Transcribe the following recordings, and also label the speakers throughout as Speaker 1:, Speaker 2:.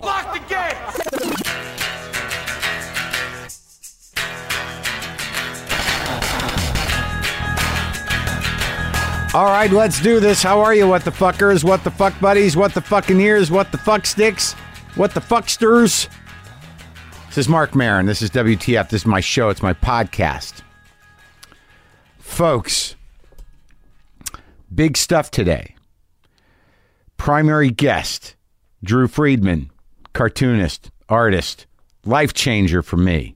Speaker 1: the gates!
Speaker 2: All right, let's do this. How are you, what the fuckers? What the fuck buddies? What the fucking ears? What the fuck sticks? What the fucksters? This is Mark Marin. This is WTF. This is my show. It's my podcast. Folks, big stuff today. Primary guest, Drew Friedman, cartoonist, artist, life changer for me.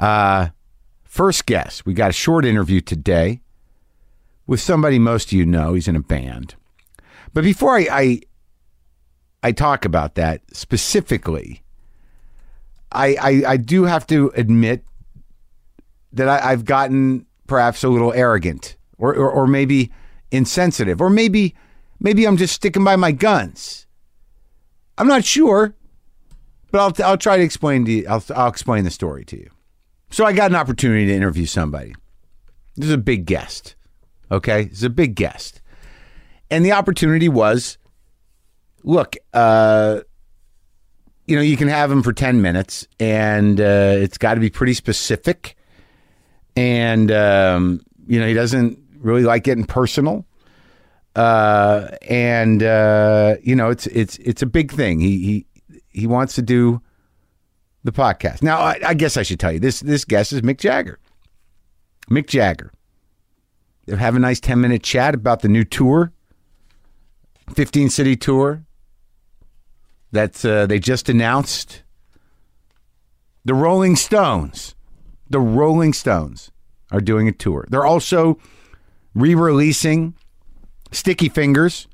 Speaker 2: Uh, first guest, we got a short interview today with somebody most of you know. He's in a band. But before I I, I talk about that specifically, I, I I do have to admit that I, I've gotten perhaps a little arrogant or, or or maybe insensitive or maybe maybe I'm just sticking by my guns. I'm not sure, but I'll I'll try to explain to you. I'll I'll explain the story to you. So I got an opportunity to interview somebody. This is a big guest. Okay, it's a big guest, and the opportunity was, look, uh, you know, you can have him for ten minutes, and uh, it's got to be pretty specific, and um, you know, he doesn't really like getting personal, uh, and uh, you know, it's it's it's a big thing. He he he wants to do the podcast. Now, I, I guess I should tell you this this guest is Mick Jagger. Mick Jagger have a nice 10 minute chat about the new tour 15 city tour that uh, they just announced the rolling stones the rolling stones are doing a tour they're also re-releasing sticky fingers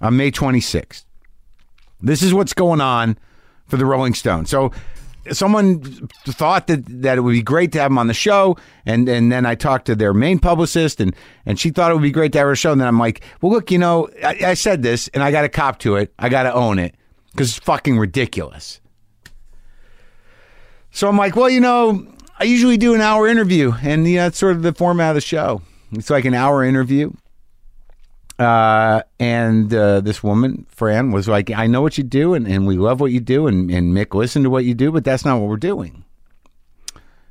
Speaker 2: on may 26th this is what's going on for the Rolling Stones. So someone thought that that it would be great to have them on the show and and then I talked to their main publicist and and she thought it would be great to have her show and then I'm like, "Well, look, you know, I, I said this and I got to cop to it. I got to own it cuz it's fucking ridiculous." So I'm like, well, you know, I usually do an hour interview, and you know, that's sort of the format of the show. It's like an hour interview. Uh, and uh, this woman, Fran, was like, I know what you do, and, and we love what you do, and, and Mick, listen to what you do, but that's not what we're doing.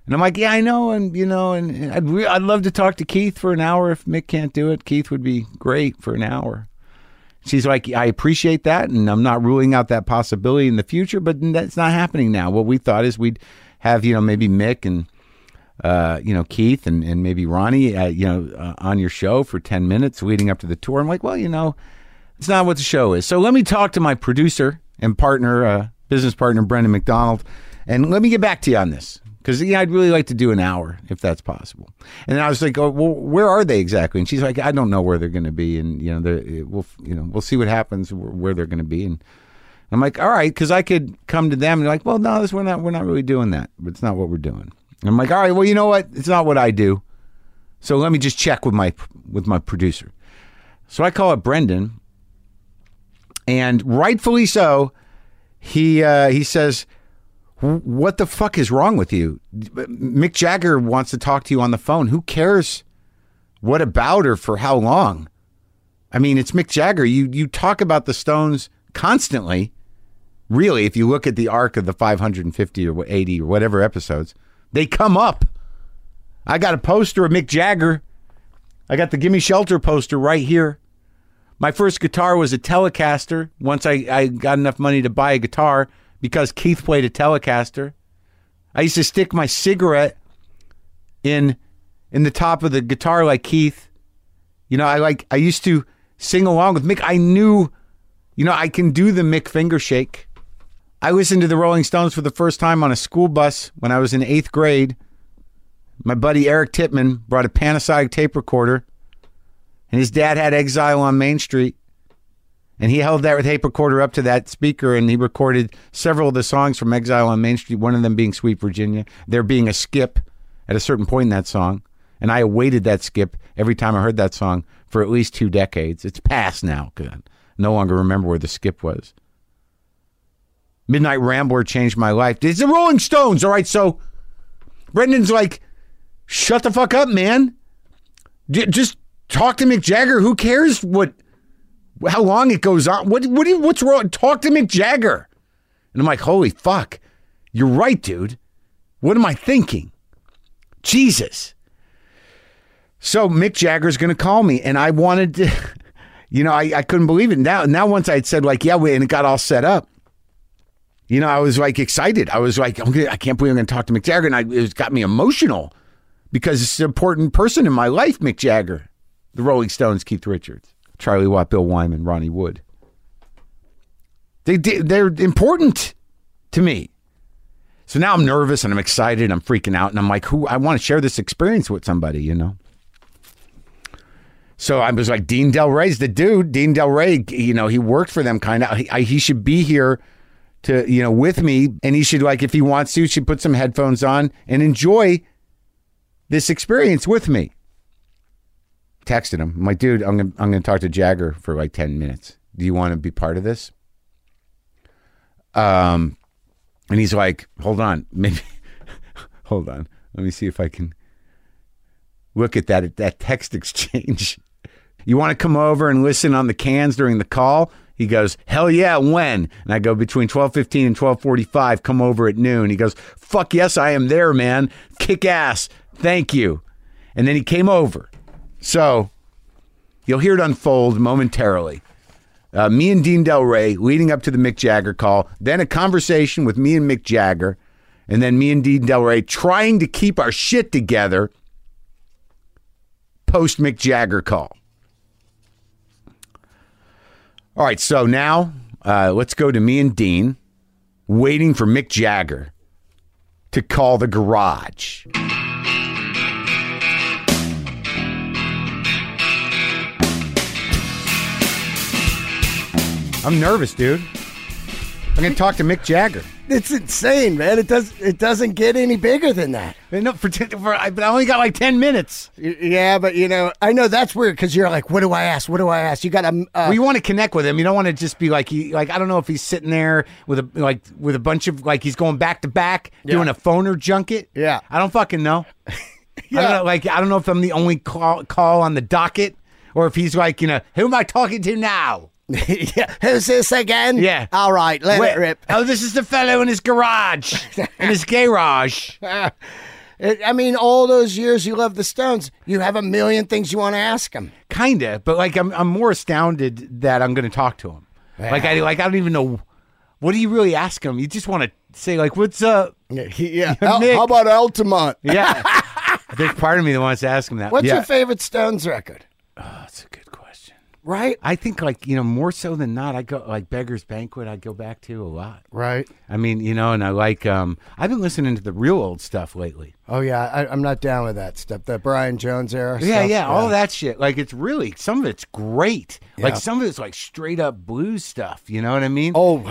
Speaker 2: And I'm like, yeah, I know, and you know, and, and I'd, re- I'd love to talk to Keith for an hour. If Mick can't do it, Keith would be great for an hour. She's like, I appreciate that, and I'm not ruling out that possibility in the future, but that's not happening now. What we thought is we'd have, you know, maybe Mick and uh, you know Keith and, and maybe Ronnie, uh, you know, uh, on your show for ten minutes leading up to the tour. I'm like, well, you know, it's not what the show is. So let me talk to my producer and partner, uh, business partner Brendan McDonald, and let me get back to you on this because yeah, I'd really like to do an hour if that's possible. And I was like, oh, well, where are they exactly? And she's like, I don't know where they're going to be, and you know, they're- we'll you know we'll see what happens where- where they're going to be and. I'm like, all right, because I could come to them and like, well, no, this we're not we're not really doing that. But it's not what we're doing. And I'm like, all right, well, you know what? It's not what I do. So let me just check with my with my producer. So I call up Brendan, and rightfully so, he uh, he says, "Wh- "What the fuck is wrong with you? Mick Jagger wants to talk to you on the phone. Who cares what about or for how long? I mean, it's Mick Jagger. You you talk about the Stones constantly." really, if you look at the arc of the 550 or 80 or whatever episodes, they come up. I got a poster of Mick Jagger. I got the Gimme Shelter poster right here. My first guitar was a Telecaster once I, I got enough money to buy a guitar because Keith played a Telecaster. I used to stick my cigarette in in the top of the guitar like Keith. You know, I like I used to sing along with Mick. I knew, you know, I can do the Mick finger shake. I listened to the Rolling Stones for the first time on a school bus when I was in eighth grade. My buddy Eric Tippman brought a Panasonic tape recorder, and his dad had Exile on Main Street. And he held that tape recorder up to that speaker, and he recorded several of the songs from Exile on Main Street, one of them being Sweet Virginia, there being a skip at a certain point in that song. And I awaited that skip every time I heard that song for at least two decades. It's past now because I no longer remember where the skip was. Midnight Rambler changed my life. It's the Rolling Stones, all right? So Brendan's like, shut the fuck up, man. J- just talk to Mick Jagger. Who cares what, how long it goes on? What, what, do you- what's wrong? Talk to Mick Jagger. And I'm like, holy fuck, you're right, dude. What am I thinking? Jesus. So Mick Jagger's going to call me, and I wanted to, you know, I, I couldn't believe it. Now, now once I had said like, yeah, we, and it got all set up, you know, I was like excited. I was like, okay, I can't believe I'm going to talk to Mick Jagger, and I, it got me emotional because it's an important person in my life, Mick Jagger, the Rolling Stones, Keith Richards, Charlie Watt, Bill Wyman, Ronnie Wood. They, they they're important to me. So now I'm nervous and I'm excited and I'm freaking out and I'm like, who I want to share this experience with somebody, you know. So I was like, Dean Del Rey's the dude. Dean Del Rey, you know, he worked for them kind of. He, I- he should be here to, you know, with me, and he should like, if he wants to, should put some headphones on and enjoy this experience with me. Texted him, I'm like, dude, I'm gonna, I'm gonna talk to Jagger for like ten minutes. Do you want to be part of this? Um, and he's like, hold on, maybe, hold on, let me see if I can look at that at that text exchange. You want to come over and listen on the cans during the call? He goes, "Hell yeah, when?" And I go, "Between 12:15 and 12:45, come over at noon." He goes, "Fuck yes, I am there, man. Kick ass. Thank you." And then he came over. So, you'll hear it unfold momentarily. Uh, me and Dean Del Rey leading up to the Mick Jagger call, then a conversation with me and Mick Jagger, and then me and Dean Del Rey trying to keep our shit together post Mick Jagger call. All right, so now uh, let's go to me and Dean waiting for Mick Jagger to call the garage. I'm nervous, dude. I'm going to talk to Mick Jagger.
Speaker 1: It's insane, man. It does. It doesn't get any bigger than that.
Speaker 2: But No, for, for, I, but I only got like 10 minutes.
Speaker 1: Y- Yeah, but you know, I know that's weird because you're like, what do I ask? What do I ask? You got to. Uh,
Speaker 2: Well, you want to connect with him. You don't want to just be like he like I don't know if he's sitting there with a like with a bunch of like he's going back to back doing a phoner junket.
Speaker 1: Yeah.
Speaker 2: I don't fucking know. I don't know, like I don't know if I'm the only call call on the docket or if he's like you know who am I talking to now?
Speaker 1: yeah. Who's this again?
Speaker 2: Yeah.
Speaker 1: All right, let
Speaker 2: Wait,
Speaker 1: it rip.
Speaker 2: Oh, this is the fellow in his garage in his garage.
Speaker 1: It- I mean, all those years you love the Stones, you have a million things you want to ask them.
Speaker 2: Kinda, but like I'm I'm more astounded that I'm going to talk to him. Like I like I don't even know what do you really ask him. You just want to say like what's up.
Speaker 1: Yeah.
Speaker 2: Nick.
Speaker 1: How about Altamont?
Speaker 2: Yeah. There's part of me that wants to ask him that.
Speaker 1: What's
Speaker 2: yeah.
Speaker 1: your favorite Stones record?
Speaker 2: Oh, That's a good question.
Speaker 1: Right.
Speaker 2: I think like, you know, more so than not, I go like Beggar's Banquet I go back to a lot.
Speaker 1: Right.
Speaker 2: I mean, you know, and I like um I've been listening to the real old stuff lately.
Speaker 1: Oh yeah, I, I'm not down with that stuff. The Brian Jones era.
Speaker 2: Yeah,
Speaker 1: stuff,
Speaker 2: yeah, all that shit. Like it's really some of it's great. Like
Speaker 1: Yeah.
Speaker 2: some of it's like straight up blues stuff, you know what I mean?
Speaker 1: Oh,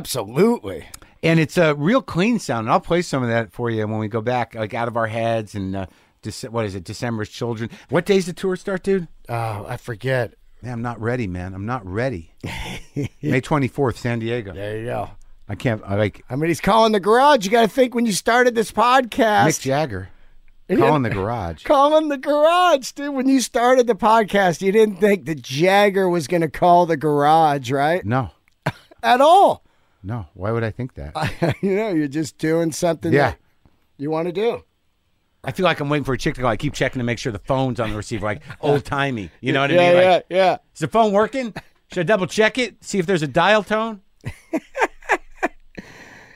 Speaker 1: absolutely.
Speaker 2: And it's a real clean sound. And I'll play some of that for you when we go back like out of our heads and uh, Dece- what is it? December's Children. What day's the tour start, dude?
Speaker 1: Oh, I forget.
Speaker 2: Man, I'm not ready, man. I'm not ready. May 24th, San Diego.
Speaker 1: There you go.
Speaker 2: I can't. I like
Speaker 1: I mean, he's calling the garage. You got to think when you started this
Speaker 2: Mick
Speaker 1: podcast,
Speaker 2: Jagger.
Speaker 1: you
Speaker 2: Call in
Speaker 1: didn't-
Speaker 2: the garage.
Speaker 1: calling the garage, dude. When you started the podcast, you didn't think that Jagger was going to call the garage, right?
Speaker 2: No,
Speaker 1: At all.
Speaker 2: no. Why would I think that?
Speaker 1: you know, you're just doing something
Speaker 2: Yeah.
Speaker 1: that you want to do.
Speaker 2: I feel like I'm waiting for a chick to go. I keep checking to make sure the phone's on the receiver, like old timey. You know what I
Speaker 1: yeah,
Speaker 2: mean? Like,
Speaker 1: yeah, yeah.
Speaker 2: Is the phone working? Should I double check it? See if there's a dial tone?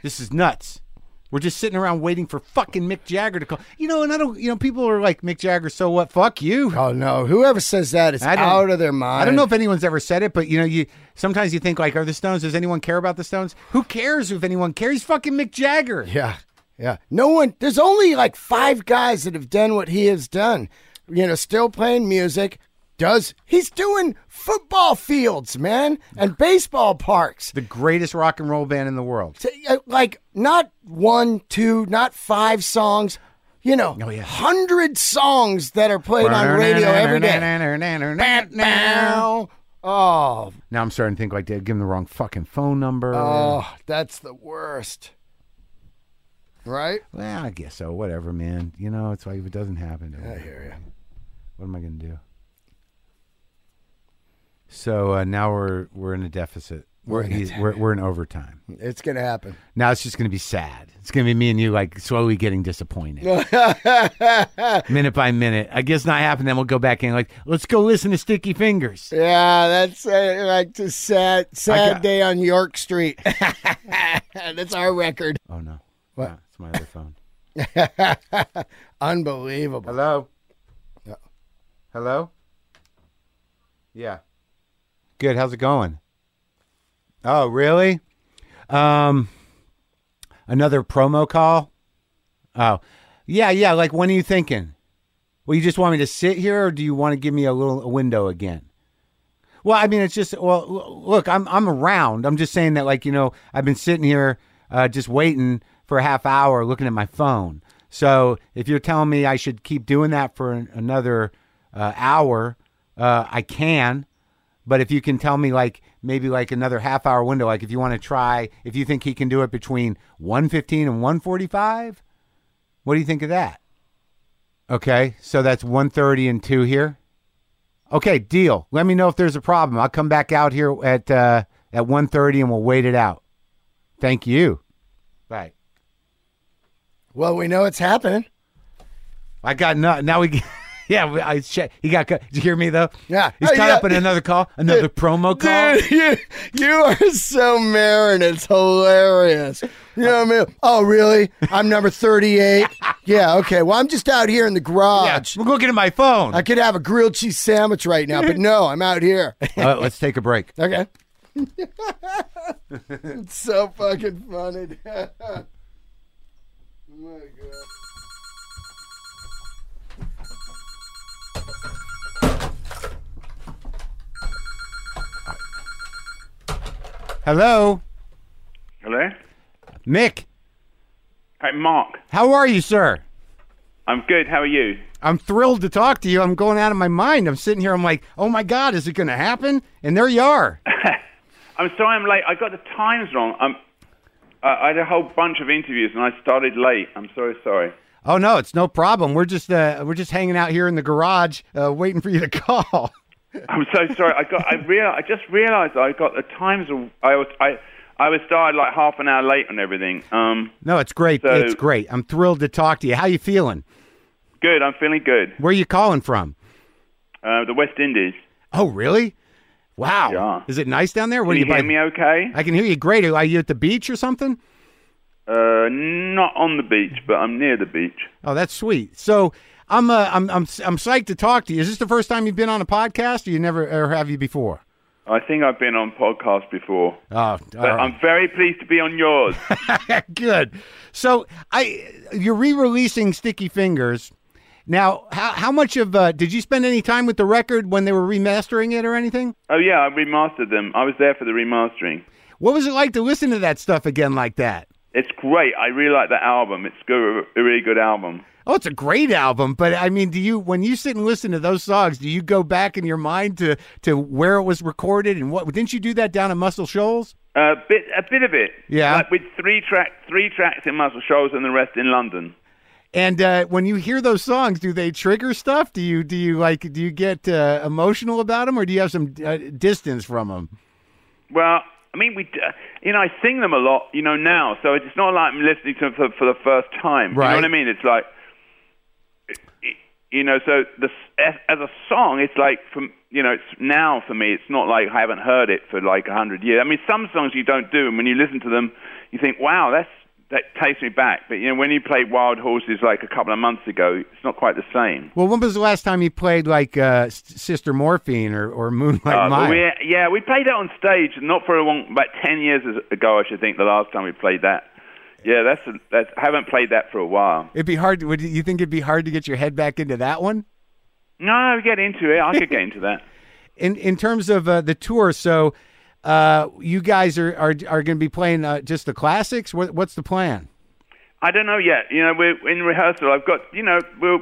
Speaker 2: this is nuts. We're just sitting around waiting for fucking Mick Jagger to call. You know, and I don't, you know, people are like, Mick Jagger, so what? Fuck you.
Speaker 1: Oh no, whoever says that is
Speaker 2: I don't-
Speaker 1: out of their mind.
Speaker 2: I don't know if anyone's ever said it, but you know, you sometimes you think like, are the Stones? Does anyone care about the Stones? Who cares if anyone cares? He's fucking Mick Jagger.
Speaker 1: Yeah, yeah. No one. There's only like five guys that have done what he has done. You know, still playing music. Does he's doing football fields, man, and baseball parks.
Speaker 2: The greatest rock and roll band in the world.
Speaker 1: T- uh, Like not one, two, not five songs. You know,
Speaker 2: Oh, yeah.
Speaker 1: hundred songs that are played on radio every day.
Speaker 2: Now
Speaker 1: Now, oh,
Speaker 2: I'm starting to think like, did give him the wrong fucking phone number?
Speaker 1: oh, that's the worst. Right?
Speaker 2: well, I guess so. Whatever, man. You know, it's like if it doesn't happen,
Speaker 1: I
Speaker 2: it-
Speaker 1: hear you.
Speaker 2: what am I gonna do? So uh, now we're we're in a deficit. We're he's, we're, we're in overtime.
Speaker 1: It's gonna happen.
Speaker 2: Now it's just going to be sad. It's going to be me and you like slowly getting disappointed, minute by minute. I guess not happening. Then we'll go back in like, let's go listen to Sticky Fingers.
Speaker 1: Yeah, that's uh, like a sad, sad
Speaker 2: got-
Speaker 1: day on York Street. that's our record.
Speaker 2: Oh no, what? it's my other phone.
Speaker 1: Unbelievable.
Speaker 2: Hello. Hello. Yeah. Good. How's it going? Oh, really? Um, another promo call. Oh, yeah, yeah. Like, when are you thinking? Well, you just want me to sit here, or do you want to give me a little a window again? Well, I mean, it's just well, l- look, I'm I'm around. I'm just saying that, like, you know, I've been sitting here uh, just waiting for a half hour, looking at my phone. So if you're telling me I should keep doing that for an, another uh, hour, uh, I can. But if you can tell me, like, maybe like another half hour window, like if you want to try, if you think he can do it between 115 and 145, what do you think of that? Okay, so that's 130 and 2 here. Okay, deal. Let me know if there's a problem. I'll come back out here at uh, at 1.30 and we'll wait it out. Thank you. Bye.
Speaker 1: Well, we know it's happening.
Speaker 2: I got no, now we yeah we- I che- he got cut. Did you hear me though?
Speaker 1: Yeah.
Speaker 2: He's
Speaker 1: Oh,
Speaker 2: caught
Speaker 1: yeah.
Speaker 2: up in another call, another promo call.
Speaker 1: Dude, you, you are so married. It's hilarious. You know what I mean? Oh, really? I'm number 38. Yeah, okay. Well, I'm just out here in the
Speaker 2: Yeah,
Speaker 1: garage.
Speaker 2: we're looking at my phone.
Speaker 1: I could have a grilled cheese sandwich right now, but no, I'm out here.
Speaker 2: Uh, let's take a break.
Speaker 1: Okay. it's so fucking funny. dude. oh my god.
Speaker 2: Hello,
Speaker 3: Hello?
Speaker 2: Mick.
Speaker 3: Hey, Mark.
Speaker 2: How are you, sir?
Speaker 3: I'm good. How are you?
Speaker 2: I'm thrilled to talk to you. I'm going out of my mind. I'm sitting here. I'm like, oh my god, is it going to happen? And there you are.
Speaker 3: I'm sorry I'm late. I got the times wrong. I'm, I I had a whole bunch of interviews and I started late. I'm so sorry.
Speaker 2: Oh no, it's no problem. We're just uh, we're just hanging out here in the garage, uh, waiting for you to call.
Speaker 3: I'm so sorry. I got. I real. I just realised I got the times. wrong. I was. I. I was started like half an hour late on everything. Um,
Speaker 2: No, it's great.
Speaker 3: So-
Speaker 2: it's great. I'm thrilled to talk to you. How you feeling?
Speaker 3: good. I'm feeling good.
Speaker 2: Where you calling from?
Speaker 3: Uh, the West Indies.
Speaker 2: Oh, really? Wow.
Speaker 3: Yeah.
Speaker 2: Is it nice down there? What do
Speaker 3: Can you
Speaker 2: you
Speaker 3: hear
Speaker 2: by-
Speaker 3: me? Okay.
Speaker 2: I can hear you great. Are you at the beach or something?
Speaker 3: Uh, not on the beach, but I'm near the beach.
Speaker 2: Oh, that's sweet. So I'm uh, I'm I'm I'm psyched to talk to you. Is this the first time you've been on a podcast, or you never or have you before?
Speaker 3: I think I've been on podcasts before,
Speaker 2: Oh, all
Speaker 3: but
Speaker 2: right.
Speaker 3: I'm very pleased to be on yours.
Speaker 2: Good. So I you're re-releasing Sticky Fingers. Now, how how much of uh, did you spend any time with the record when they were remastering it or anything?
Speaker 3: oh yeah, I remastered them. I was there for the remastering.
Speaker 2: What was it like to listen to that stuff again like that?
Speaker 3: It's great. I really like that album. It's good, a really good album.
Speaker 2: Oh, it's a great album, but I mean, do you when you sit and listen to those songs, do you go back in your mind to to where it was recorded and what? Didn't you do that down at Muscle Shoals?
Speaker 3: A Uh, bit, a bit of it.
Speaker 2: Yeah.
Speaker 3: Like with three track, three tracks in Muscle Shoals and the rest in London.
Speaker 2: And uh, when you hear those songs, do they trigger stuff? Do you do you like do you get uh, emotional about them, or do you have some uh, distance from them?
Speaker 3: Well, I mean, we, d- you know, I sing them a lot, you know, now. So it's not like I'm listening to them for, for the first time. You
Speaker 2: Right.
Speaker 3: know what I mean? It's like, you know, so the as, as a song, it's like from, you know, it's now for me. It's not like I haven't heard it for like a hundred years. I mean, some songs you don't do, and when you listen to them, you think, wow, that's that takes me back. But you know, when you played Wild Horses like a couple of months ago, it's not quite the same.
Speaker 2: Well, when was the last time you played like uh, S- Sister Morphine or, or Moonlight
Speaker 3: Uh, but
Speaker 2: Mile?
Speaker 3: we, yeah, we played that on stage not for a long, about ten years ago, I should think. The last time we played that, yeah, that's that's I haven't played that for a while.
Speaker 2: It'd be hard. Would you- you think it'd be hard to get your head back into that one?
Speaker 3: No, get into it. I could get into that.
Speaker 2: In in terms of uh, the tour, so uh, you guys are are, are going to be playing uh, just the classics. What, what's the plan?
Speaker 3: I don't know yet. You know, we're in rehearsal. I've got, you know, we'll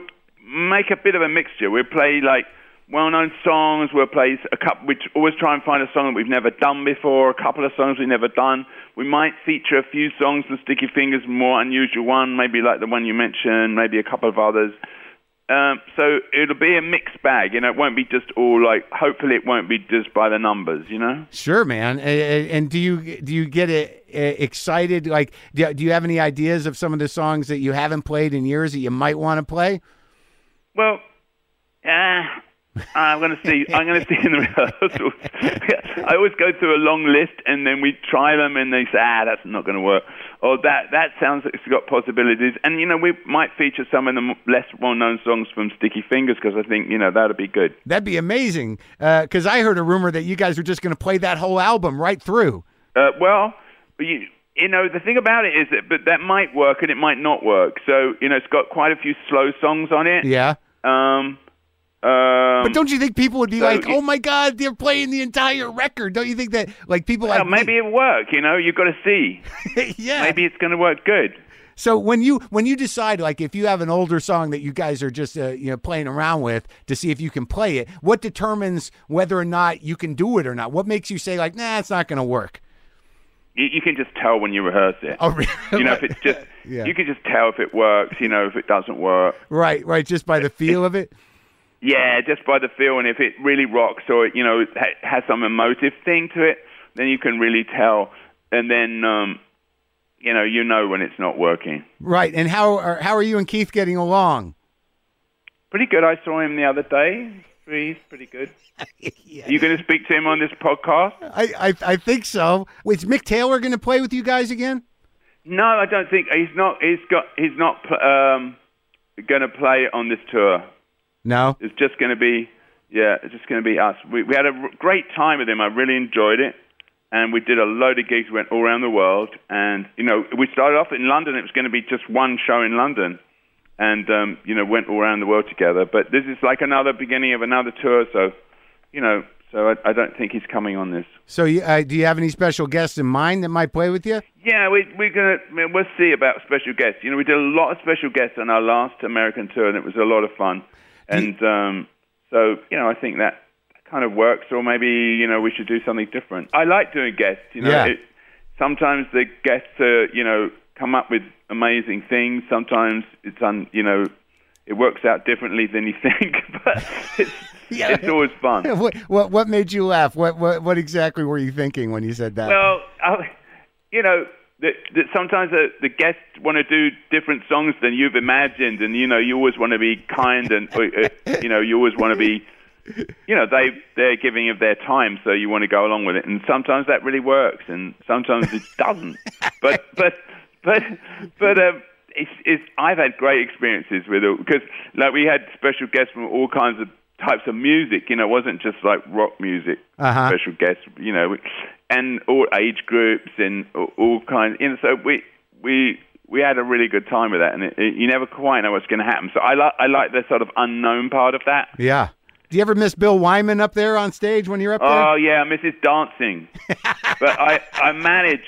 Speaker 3: make a bit of a mixture. We'll play like well-known songs. We'll play a couple. We t- always try and find a song that we've never done before. A couple of songs we've never done. We might feature a few songs from Sticky Fingers, more unusual one, maybe like the one you mentioned, maybe a couple of others. Um, so it'll be a mixed bag, you know. It won't be just all like. Hopefully, it won't be just by the numbers, you know.
Speaker 2: Sure, man. A- a- And do you do you get uh, excited? Like, do do you have any ideas of some of the songs that you haven't played in years that you might want to play?
Speaker 3: Well, uh, I'm going to see. I'm going to see in the rehearsals. I always go through a long list, and then we try them, and they say, "Ah, that's not going to work," or "That that sounds like it's got possibilities." And you know, we might feature some of the m- less well-known songs from Sticky Fingers because I think you know that'll be good.
Speaker 2: That'd be amazing. Because I heard a rumor that you guys were just going to play that whole album right through.
Speaker 3: Uh, well, you, you know, the thing about it is that, but that might work and it might not work. So you know, it's got quite a few slow songs on it.
Speaker 2: Yeah.
Speaker 3: Um, um,
Speaker 2: But don't you think people would be like,
Speaker 3: it-
Speaker 2: "Oh my God, they're playing the entire record"? Don't you think that like people
Speaker 3: well,
Speaker 2: like
Speaker 3: maybe it'll work. You know, you've got to see.
Speaker 2: yeah.
Speaker 3: Maybe it's going to work good.
Speaker 2: So when you when you decide like if you have an older song that you guys are just uh, you know playing around with to see if you can play it, what determines whether or not you can do it or not? What makes you say like, "Nah, it's not going to work"?
Speaker 3: You, you can just tell when you rehearse it.
Speaker 2: Oh, really?
Speaker 3: You know, if it's just,
Speaker 2: Yeah.
Speaker 3: you can just tell if it works. You know, if it doesn't work.
Speaker 2: right, right, just by the feel of it.
Speaker 3: Yeah, just by the feel, and if it really rocks or it, you know, it ha- has some emotive thing to it, then you can really tell. And then, um, you know, you know when it's not working.
Speaker 2: Right. And how are how are you and Keith getting along?
Speaker 3: Pretty good. I saw him the other day. He's pretty good. You going to speak to him on this podcast?
Speaker 2: I I, I think so. Is Mick Taylor going to play with you guys again?
Speaker 3: No, I don't think he's not. He's got. He's not pl- um, going to play on this tour.
Speaker 2: No.
Speaker 3: It's just going to be, yeah, it's just going to be us. We, we had a r- great time with him. I really enjoyed it. And we did a load of gigs. We went all around the world. And, you know, we started off in London. It was going to be just one show in London. And, um, you know, went all around the world together. But this is like another beginning of another tour. So, you know, so I, I don't think he's coming on this.
Speaker 2: So you, uh, do you have any special guests in mind that might play with you?
Speaker 3: Yeah, we, we're gonna I mean, we'll see about special guests. You know, we did a lot of special guests on our last American tour, and it was a lot of fun. And um, so, you know, I think that kind of works. Or maybe you know, we should do something different. I like doing guests. You know,
Speaker 2: Yeah.
Speaker 3: it, sometimes the guests are you know come up with amazing things. Sometimes it's un you know it works out differently than you think, but it's
Speaker 2: Yeah.
Speaker 3: it's always fun.
Speaker 2: What, what what made you laugh? What what what exactly were you thinking when you said that?
Speaker 3: Well, I, you know, that, that sometimes the, the guests want to do different songs than you've imagined, and you know, you always want to be kind, and uh, uh, you know, you always want to be, you know, they they're giving of their time, so you want to go along with it, and sometimes that really works, and sometimes it doesn't. But but but but. Um, it's, it's, I've had great experiences with it because, like, we had special guests from all kinds of types of music. You know, it wasn't just like rock music
Speaker 2: Uh-huh.
Speaker 3: special guests, you know, and all age groups and all- all kinds. You know, so we we we had a really good time with that, and it, it, you never quite know what's going to happen. So I like I like the sort of unknown part of that.
Speaker 2: yeah. Do you ever miss Bill Wyman up there on stage when you're up there?
Speaker 3: Oh yeah, Mrs. Dancing. but I I manage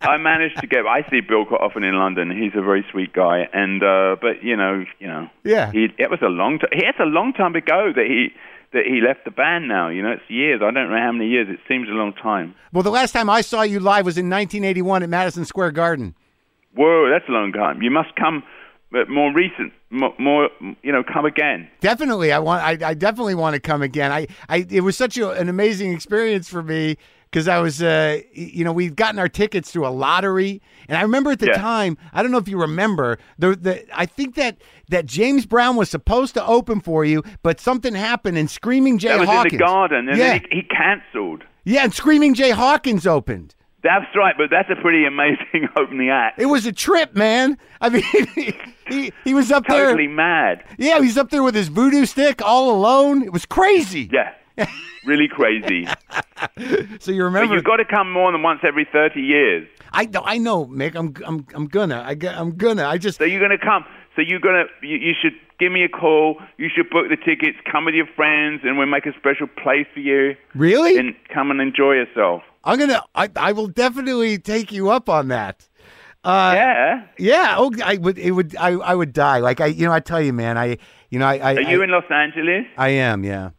Speaker 3: I managed to get. I see Bill quite often in London. He's a very sweet guy, and uh, but you know you know
Speaker 2: Yeah.
Speaker 3: he it was a long time. It's a long time ago that he. That he left the band now, you know, it's years. I don't know how many years. It seems a long time.
Speaker 2: Well, the last time I saw you live was in 1981 at Madison Square Garden.
Speaker 3: Whoa, that's a long time. You must come uh, more recent, more, more you know, come again.
Speaker 2: Definitely, I want. I, I definitely want to come again. I, I it was such a, an amazing experience for me because I was, uh, y- you know, we'd gotten our tickets through a lottery, and I remember at the
Speaker 3: Yeah.
Speaker 2: time. I don't know if you remember. The, the I think that that James Brown was supposed to open for you, but something happened, and Screaming Jay
Speaker 3: That was
Speaker 2: Hawkins.
Speaker 3: in the garden, and
Speaker 2: yeah,
Speaker 3: then he, he cancelled.
Speaker 2: yeah, and Screaming Jay Hawkins opened.
Speaker 3: That's right, but that's a pretty amazing opening act.
Speaker 2: It was a trip, man. I mean, he he was up there.
Speaker 3: Totally mad.
Speaker 2: Yeah, he's up there with his voodoo stick all alone. It was crazy.
Speaker 3: Yeah. really crazy.
Speaker 2: So you
Speaker 3: But
Speaker 2: remember?
Speaker 3: you've got to come more than once every 30 years.
Speaker 2: I know, I know, Mick. I'm I'm I'm gonna. I gu- I'm gonna. I just
Speaker 3: So you're going to come. So you're going to, you, you should give me a call. You should book the tickets. Come with your friends, and we'll make a special place for you.
Speaker 2: really.
Speaker 3: And come and enjoy yourself.
Speaker 2: I'm gonna. I I will definitely take you up on that. Uh,
Speaker 3: yeah.
Speaker 2: yeah. Oh, I would. It would. I I would die. Like I. You know. I tell you, man. I. You know. I. I
Speaker 3: Are you
Speaker 2: I,
Speaker 3: in Los Angeles?
Speaker 2: I am. Yeah.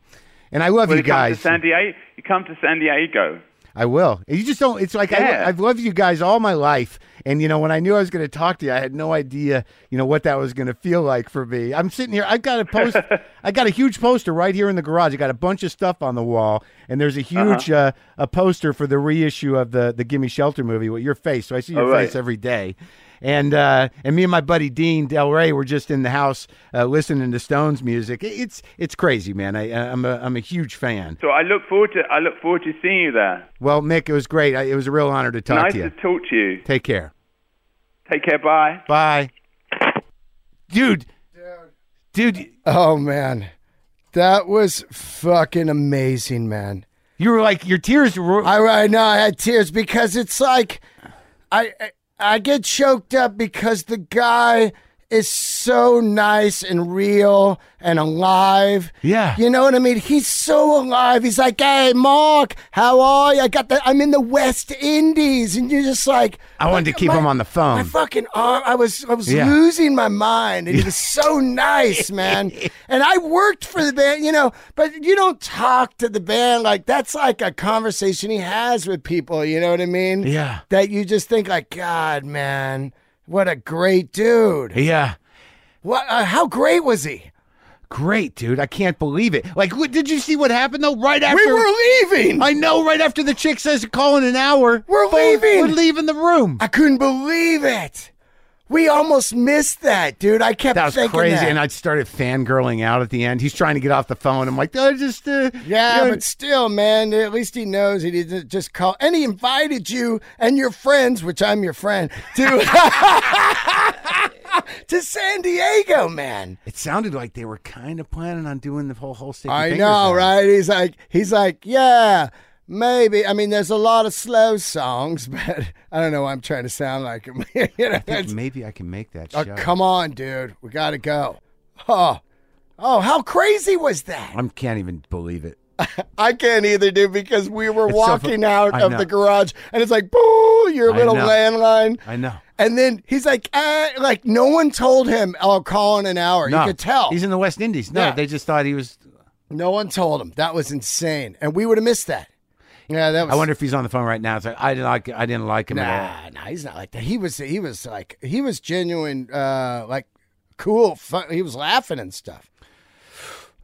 Speaker 2: And I love
Speaker 3: Well,
Speaker 2: you
Speaker 3: you come to
Speaker 2: guys.
Speaker 3: San Diego. You come to San Diego.
Speaker 2: I will. You just don't. It's like
Speaker 3: Yeah.
Speaker 2: I, I've loved you guys all my life, and you know when I knew I was going to talk to you, I had no idea, you know, what that was going to feel like for me. I'm sitting here. I've got a post. I got a huge poster right here in the garage. I got a bunch of stuff on the wall, and there's a huge
Speaker 3: Uh-huh.
Speaker 2: uh a poster for the reissue of the the Gimme Shelter movie with your face. So I see your
Speaker 3: Oh,
Speaker 2: face
Speaker 3: right.
Speaker 2: every day. And uh, and me and my buddy Dean Del Rey were just in the house uh, listening to Stones music. It- It's it's crazy, man. I uh, I'm a I'm a huge fan.
Speaker 3: So I look forward to I look forward to seeing you there.
Speaker 2: Well, Mick, it was great. I, it was a real honor to talk
Speaker 3: nice
Speaker 2: to you.
Speaker 3: to talk to you.
Speaker 2: Take care.
Speaker 3: Take care. Bye.
Speaker 2: Bye. Dude. Dude,
Speaker 1: Oh man, that was fucking amazing, man.
Speaker 2: you were like your tears were
Speaker 1: I I know I had tears because it's like I I, I get choked up because the guy is so nice and real and alive.
Speaker 2: Yeah.
Speaker 1: You know what I mean? He's so alive. He's like, "Hey, Mark, how are you? I got the I'm in the West Indies." And you're just like
Speaker 2: I wanted to
Speaker 1: like,
Speaker 2: keep
Speaker 1: my-
Speaker 2: him on the
Speaker 1: my
Speaker 2: phone.
Speaker 1: fucking arm. I was I was
Speaker 2: Yeah.
Speaker 1: losing my mind, and he was so nice, man. And I worked for the band, you know, but you don't talk to the band like that's like a conversation he has with people. You know what I mean?
Speaker 2: Yeah.
Speaker 1: That you just think like, God, man, what a great dude.
Speaker 2: Yeah.
Speaker 1: What? Uh, how great was he?
Speaker 2: Great, dude. I can't believe it. Like what, did you see what happened though right after
Speaker 1: We were leaving. I,
Speaker 2: I know right after the chick says to call in an hour.
Speaker 1: We're
Speaker 2: phone-
Speaker 1: leaving.
Speaker 2: We're leaving the room.
Speaker 1: couldn't believe it. We almost missed that, dude. I kept
Speaker 2: That was
Speaker 1: thinking
Speaker 2: crazy,
Speaker 1: that.
Speaker 2: and I started fangirling out at the end. He's trying to get off the phone. I'm like, I just uh,
Speaker 1: Yeah,
Speaker 2: you know,
Speaker 1: but still, man, at least he knows he didn't just call. And he invited you and your friends, which I'm your friend, to to San Diego, man.
Speaker 2: it sounded like they were kind of planning on doing the whole whole sticky
Speaker 1: I
Speaker 2: fingers
Speaker 1: know,
Speaker 2: thing.
Speaker 1: right? He's like, he's like, yeah, maybe. I mean, there's a lot of slow songs, but I don't know. why I'm trying to sound like him. you know,
Speaker 2: Think
Speaker 1: it's-
Speaker 2: maybe I can make that show.
Speaker 1: oh, come on, dude, we gotta go. Oh, oh, how crazy was that?
Speaker 2: I can't even believe it.
Speaker 1: I can't either, dude, because we were
Speaker 2: It's so
Speaker 1: walking
Speaker 2: fu-
Speaker 1: out
Speaker 2: I
Speaker 1: of
Speaker 2: know.
Speaker 1: the garage and it's like, boo, your
Speaker 2: I
Speaker 1: little
Speaker 2: know.
Speaker 1: landline.
Speaker 2: I know.
Speaker 1: And then he's like, eh, like no one told him, I'll call in an hour.
Speaker 2: No,
Speaker 1: you could tell.
Speaker 2: he's in the West Indies. No,
Speaker 1: Yeah.
Speaker 2: they just thought he was.
Speaker 1: no one told him. That was insane. And we would have missed that. Yeah, that was.
Speaker 2: I wonder if he's on the phone right now. It's like I didn't like. I didn't like him at all.
Speaker 1: Nah, nah, he's not like that. He was, he was like, he was genuine, uh, like cool. Fun. He was laughing and stuff.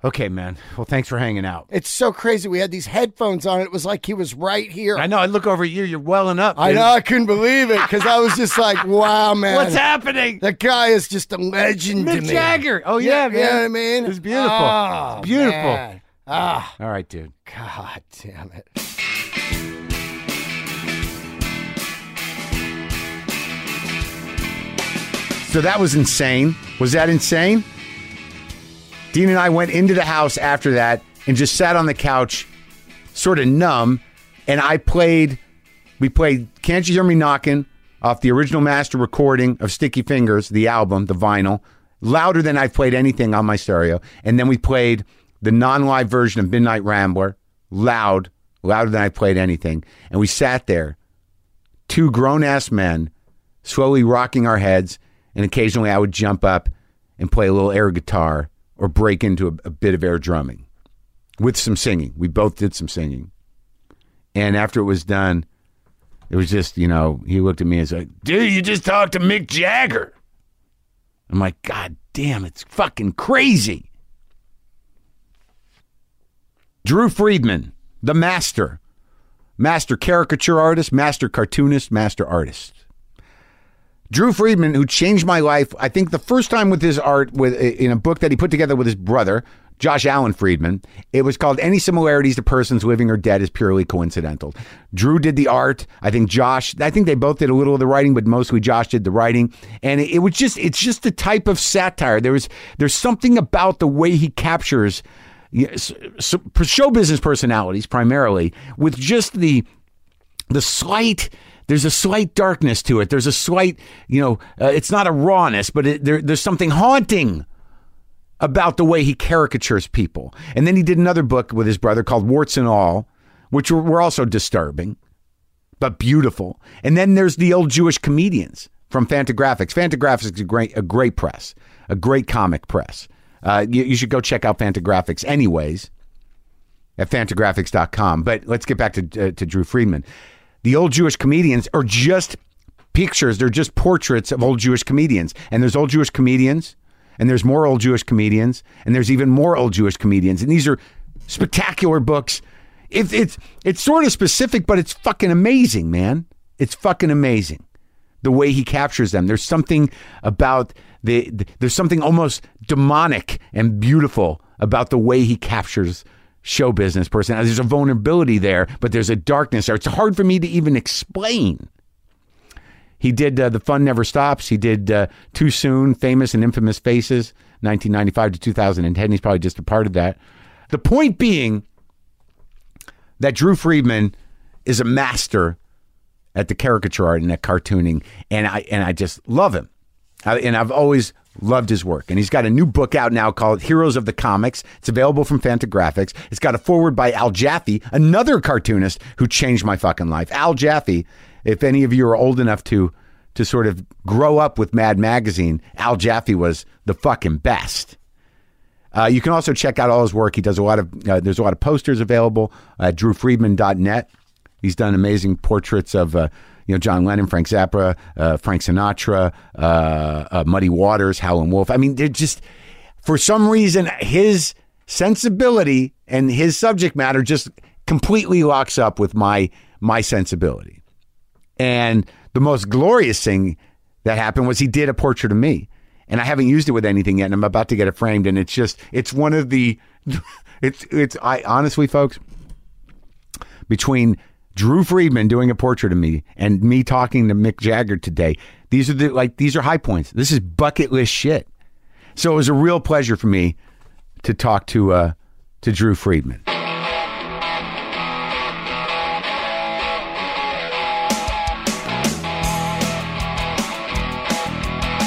Speaker 2: Okay, man. Well, thanks for hanging out.
Speaker 1: It's so crazy. We had these headphones on. It was like he was right here.
Speaker 2: I know. I look over at you. You're welling up.
Speaker 1: I
Speaker 2: dude.
Speaker 1: know. I couldn't believe it because I was just like, wow, man.
Speaker 2: What's happening?
Speaker 1: That guy is just a legend to
Speaker 2: Mick
Speaker 1: me.
Speaker 2: Jagger. Oh yeah,
Speaker 1: You know what I
Speaker 2: man.
Speaker 1: mean?
Speaker 2: It's beautiful.
Speaker 1: Oh,
Speaker 2: It's beautiful.
Speaker 1: man. Ah,
Speaker 2: All right, dude.
Speaker 1: god damn it.
Speaker 2: So that was insane. Was that insane? Dean and I went into the house after that and just sat on the couch, sort of numb, and I played. We played "Can't You Hear Me Knocking" off the original master recording of Sticky Fingers, the album, the vinyl, louder than I've played anything on my stereo. And then we played the non-live version of Midnight Rambler, loud, louder than I played anything. And we sat there two grown ass men slowly rocking our heads, and occasionally I would jump up and play a little air guitar or break into a, a bit of air drumming with some singing. We both did some singing. And after it was done, it was just, you know, he looked at me and was like, dude, you just talked to Mick Jagger. I'm like, God damn, it's fucking crazy. Drew Friedman, the master, master caricature artist, master cartoonist, master artist. Drew Friedman, who changed my life, I think the first time with his art with in a book that he put together with his brother, Josh Allen Friedman. It was called Any Similarities to Persons Living or Dead is Purely Coincidental. Drew did the art. I think Josh, I think they both did a little of the writing, but mostly Josh did the writing. And it, it was just it's just the type of satire. There was there's something about the way he captures yes, so, show business personalities primarily with just the the slight there's a slight darkness to it there's a slight you know uh, it's not a rawness but it, there, there's something haunting about the way he caricatures people and then he did another book with his brother called warts and all which were, were also disturbing but beautiful and then there's the old jewish comedians from fantagraphics fantagraphics is a great, a great press a great comic press uh, you, you should go check out fantagraphics anyways at fantagraphics.com. But let's get back to, uh, to Drew Friedman. The old Jewish comedians are just pictures, they're just portraits of old Jewish comedians. And there's old Jewish comedians, and there's more old Jewish comedians, and there's even more old Jewish comedians. And these are spectacular books. It's it's, it's sort of specific, but it's fucking amazing, man. It's fucking amazing the way he captures them. There's something about the, the- there's something almost demonic and beautiful about the way he captures show business person. There's a vulnerability there, but there's a darkness there. It's hard for me to even explain. He did uh, The Fun Never Stops. He did uh, Too Soon, Famous and Infamous Faces, 1995 to 2010. He's probably just a part of that. The point being that Drew Friedman is a master at the caricature art and at cartooning, and I and I just love him, I, and I've always loved his work. And he's got a new book out now called Heroes of the Comics. It's available from Fantagraphics. It's got a forward by Al Jaffe, another cartoonist who changed my fucking life. Al Jaffe, if any of you are old enough to to sort of grow up with Mad Magazine, Al Jaffe was the fucking best. Uh, you can also check out all his work. He does a lot of uh, there's a lot of posters available at drewfriedman.net. He's done amazing portraits of uh, you know John Lennon, Frank Zappa, uh, Frank Sinatra, uh, uh, Muddy Waters, Howlin' Wolf. I mean, they're just for some reason his sensibility and his subject matter just completely locks up with my my sensibility. And the most glorious thing that happened was he did a portrait of me. And I haven't used it with anything yet, and I'm about to get it framed. And it's just, it's one of the, it's, it's, I honestly, folks, between Drew Friedman doing a portrait of me and me talking to Mick Jagger today, these are the, like, these are high points. This is bucket list shit. So it was a real pleasure for me to talk to, uh, to Drew Friedman.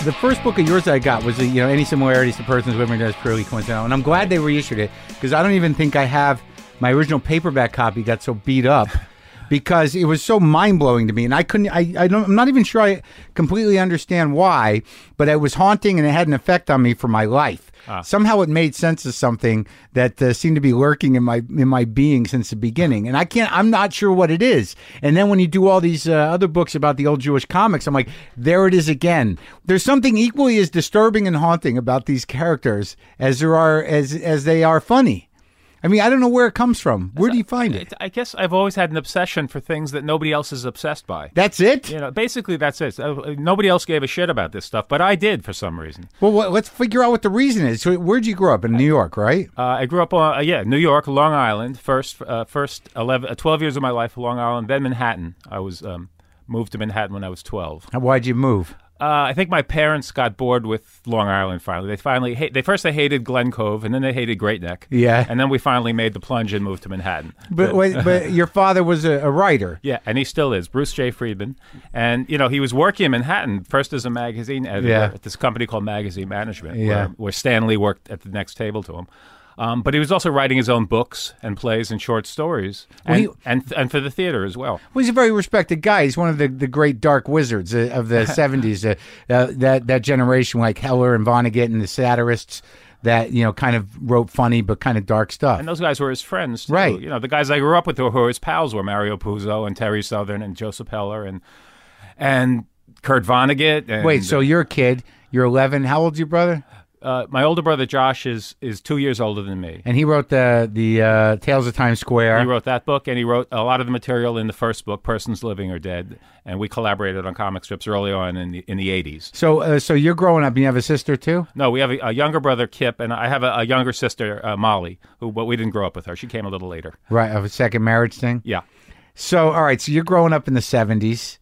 Speaker 2: The first book of yours that I got was, you know, any similarities to persons women does purely coincidental, and I'm glad they reissued it because I don't even think I have my original paperback copy got so beat up because it was so mind blowing to me, and I couldn't, I, I don't, I'm not even sure I completely understand why, but it was haunting and it had an effect on me for my life. Somehow it made sense of something that uh, seemed to be lurking in my in my being since the beginning, and I can't. I'm not sure what it is. And then when you do all these uh, other books about the old Jewish comics, I'm like, there it is again. There's something equally as disturbing and haunting about these characters as there are as as they are funny. I mean, I don't know where it comes from. Where do you find it?
Speaker 4: It's- I guess I've always had an obsession for things that nobody else is obsessed by.
Speaker 2: That's it.
Speaker 4: You know, basically that's it. Uh, Nobody else gave a shit about this stuff, but I did for some reason.
Speaker 2: Well, what, let's figure out what the reason is. So, where'd you grow up in New York, right?
Speaker 4: Uh, I grew up on uh, yeah New York, Long Island. First, uh, first 11, uh, 12 years of my life, Long Island, then Manhattan. I was um, moved to Manhattan when I was twelve.
Speaker 2: Why'd you move?
Speaker 4: Uh, I think my parents got bored with Long Island. Finally, they finally hate. They first they hated Glen Cove, and then they hated Great Neck.
Speaker 2: Yeah.
Speaker 4: and then we finally made the plunge and moved to Manhattan.
Speaker 2: But wait, but your father was a, a writer.
Speaker 4: Yeah, and he still is Bruce J. Friedman, and you know he was working in Manhattan first as a magazine editor
Speaker 2: Yeah.
Speaker 4: at this company called Magazine Management,
Speaker 2: Yeah.
Speaker 4: where, where Stanley worked at the next table to him. Um, but he was also writing his own books and plays and short stories, and
Speaker 2: he-
Speaker 4: and, and for the theater as well.
Speaker 2: Well, he's a very respected guy. He's one of the, the great dark wizards uh, of the seventies. Uh, uh, that that generation, like Heller and Vonnegut and the satirists, that you know, kind of wrote funny but kind of dark stuff.
Speaker 4: And those guys were his friends, too.
Speaker 2: Right.
Speaker 4: You know, the guys I grew up with who were his pals were Mario Puzo and Terry Southern and Joseph Heller and and Kurt Vonnegut. And,
Speaker 2: Wait, so you're a kid. You're 11. How old's your brother?
Speaker 4: uh, my older brother Josh is is two years older than me.
Speaker 2: And he wrote the the uh, Tales of Times Square.
Speaker 4: He wrote that book, and he wrote a lot of the material in the first book, "Persons Living or Dead," and we collaborated on comic strips early on in the in the eighties.
Speaker 2: so uh, so you're growing up. and You have a sister too.
Speaker 4: No, we have a, a younger brother, Kip, and I have a, a younger sister, uh, Molly, who but we didn't grow up with her. She came a little later.
Speaker 2: Right, of a second marriage thing.
Speaker 4: Yeah,
Speaker 2: So, all right, so you're growing up in the 70s,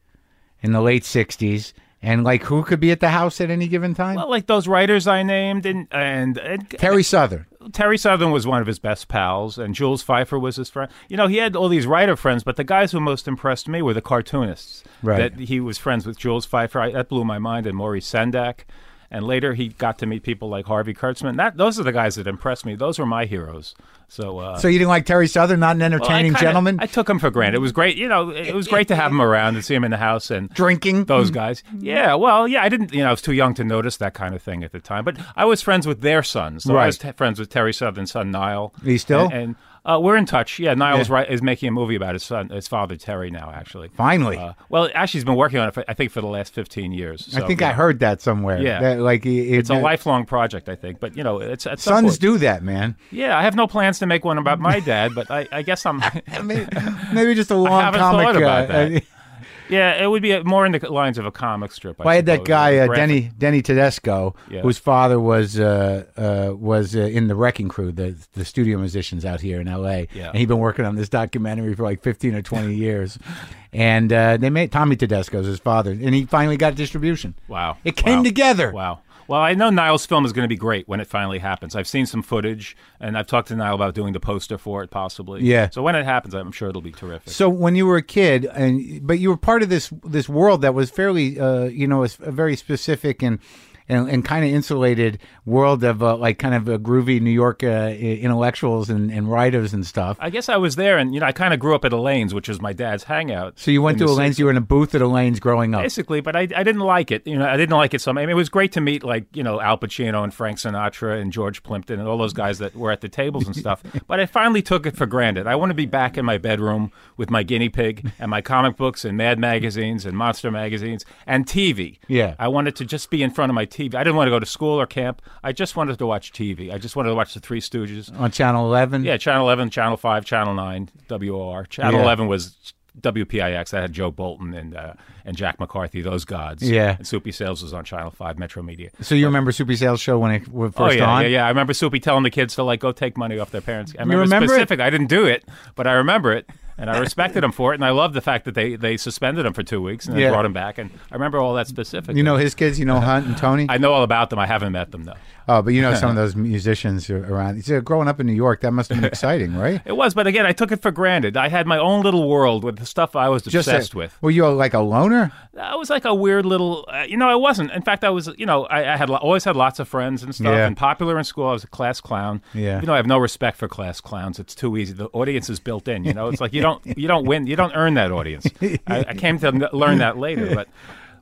Speaker 2: in the late 60s, and like who could be at the house at any given time?
Speaker 4: well, like those writers I named, and and, and
Speaker 2: Terry Southern.
Speaker 4: Terry Southern was one of his best pals, and Jules Pfeiffer was his friend. You know, he had all these writer friends, but the guys who most impressed me were the cartoonists.
Speaker 2: Right.
Speaker 4: That he was friends with Jules Pfeiffer. I, that blew my mind, and Maurice Sendak. And later, he got to meet people like Harvey Kurtzman. That those are the guys that impressed me. Those were my heroes. So, uh,
Speaker 2: So you didn't like Terry Southern, not an
Speaker 4: well, I
Speaker 2: entertaining
Speaker 4: kinda-
Speaker 2: gentleman?
Speaker 4: I took him for granted. It was great. You know, it, it was great to have him around and see him in the house and
Speaker 2: Drinking?
Speaker 4: those guys. Yeah, well, yeah, I didn't, you know, I was too young to notice that kind of thing at the time. But I was friends with their sons. So I was
Speaker 2: Right.
Speaker 4: t- friends with Terry Southern's son, Niall.
Speaker 2: Are you still?
Speaker 4: And, and Uh, we're in touch. Yeah, Niles Wright is making a movie about his son, his father Terry now. Actually,
Speaker 2: Finally.
Speaker 4: Uh, well, actually, he's been working on it. For, I think for the last fifteen years.
Speaker 2: I
Speaker 4: So,
Speaker 2: think
Speaker 4: yeah.
Speaker 2: I heard that somewhere.
Speaker 4: Yeah.
Speaker 2: That, like it,
Speaker 4: It's a lifelong project, I think. But you know, it's at some
Speaker 2: Sons
Speaker 4: point-
Speaker 2: do that, man.
Speaker 4: Yeah, I have no plans to make one about my dad, but I, I guess I'm.
Speaker 2: Maybe, maybe just a long
Speaker 4: haven't
Speaker 2: comic.
Speaker 4: thought about
Speaker 2: uh,
Speaker 4: that. yeah, it would be more in the lines of a comic strip. I
Speaker 2: Well, I had that
Speaker 4: suppose,
Speaker 2: guy
Speaker 4: or a
Speaker 2: uh,
Speaker 4: graphic-
Speaker 2: Denny Denny Tedesco,
Speaker 4: Yeah.
Speaker 2: whose father was uh, uh, was uh, in the Wrecking Crew, the the studio musicians out here in L.A.
Speaker 4: Yeah.
Speaker 2: And he'd been working on this documentary for like fifteen or twenty years, and uh, they made Tommy Tedesco's his father, and he finally got distribution.
Speaker 4: Wow.
Speaker 2: It came
Speaker 4: Wow.
Speaker 2: together.
Speaker 4: Wow. Well, I know Niall's film is going to be great when it finally happens. I've seen some footage, and I've talked to Niall about doing the poster for it, possibly.
Speaker 2: Yeah.
Speaker 4: So when it happens, I'm sure it'll be terrific.
Speaker 2: So when you were a kid, and but you were part of this this world that was fairly, uh, you know, a, s- a very specific and and, and kind of insulated world of uh, like kind of uh, groovy New York uh, i- intellectuals and, and writers and stuff.
Speaker 4: I guess I was there, and you know, I kind of grew up at Elaine's, which was my dad's hangout.
Speaker 2: So you went to
Speaker 4: in the
Speaker 2: Elaine's. You were in a booth at Elaine's growing up.
Speaker 4: basically but I, I didn't like it you know i didn't like it so I mean, it was great to meet like you know al pacino and frank sinatra and george plimpton and all those guys that were at the tables and stuff but i finally took it for granted i want to be back in my bedroom with my guinea pig and my comic books and mad magazines and monster magazines and tv
Speaker 2: Yeah.
Speaker 4: i wanted to just be in front of my tv i didn't want to go to school or camp i just wanted to watch tv i just wanted to watch the three stooges
Speaker 2: on Channel Eleven.
Speaker 4: yeah channel 11 channel 5 channel 9 wor channel
Speaker 2: Yeah.
Speaker 4: 11 was WPIX that had Joe Bolton and uh, and Jack McCarthy, those gods.
Speaker 2: Yeah.
Speaker 4: and Soupy Sales was on Channel Five Metro Media.
Speaker 2: So you remember Soupy Sales show when it was
Speaker 4: oh
Speaker 2: first
Speaker 4: yeah,
Speaker 2: on?
Speaker 4: yeah, yeah. I remember Soupy telling the kids to like go take money off their parents. I remember,
Speaker 2: remember it?
Speaker 4: specific. I didn't do it, but I remember it, and I respected them for it, and I love the fact that they they suspended him for two weeks and then
Speaker 2: Yeah.
Speaker 4: brought him back, and I remember all that specific.
Speaker 2: You know his kids. You know Hunt and Tony.
Speaker 4: I know all about them. I haven't met them though.
Speaker 2: oh, but you know some of those musicians who are around. So growing up in New York, that must have been exciting, right?
Speaker 4: It was, but again, I took it for granted. I had my own little world with the stuff I was
Speaker 2: Just
Speaker 4: obsessed
Speaker 2: that-
Speaker 4: with.
Speaker 2: Were you like a loner?
Speaker 4: I was like a weird little, uh, you know, I wasn't. In fact, I was, you know, I, I had lo- always had lots of friends and stuff,
Speaker 2: Yeah.
Speaker 4: and popular in school. I was a class clown.
Speaker 2: Yeah.
Speaker 4: you know, I have no respect for class clowns. It's too easy. The audience is built in. You know, it's like you don't, you don't win, you don't earn that audience. I, I came to n- learn that later, but,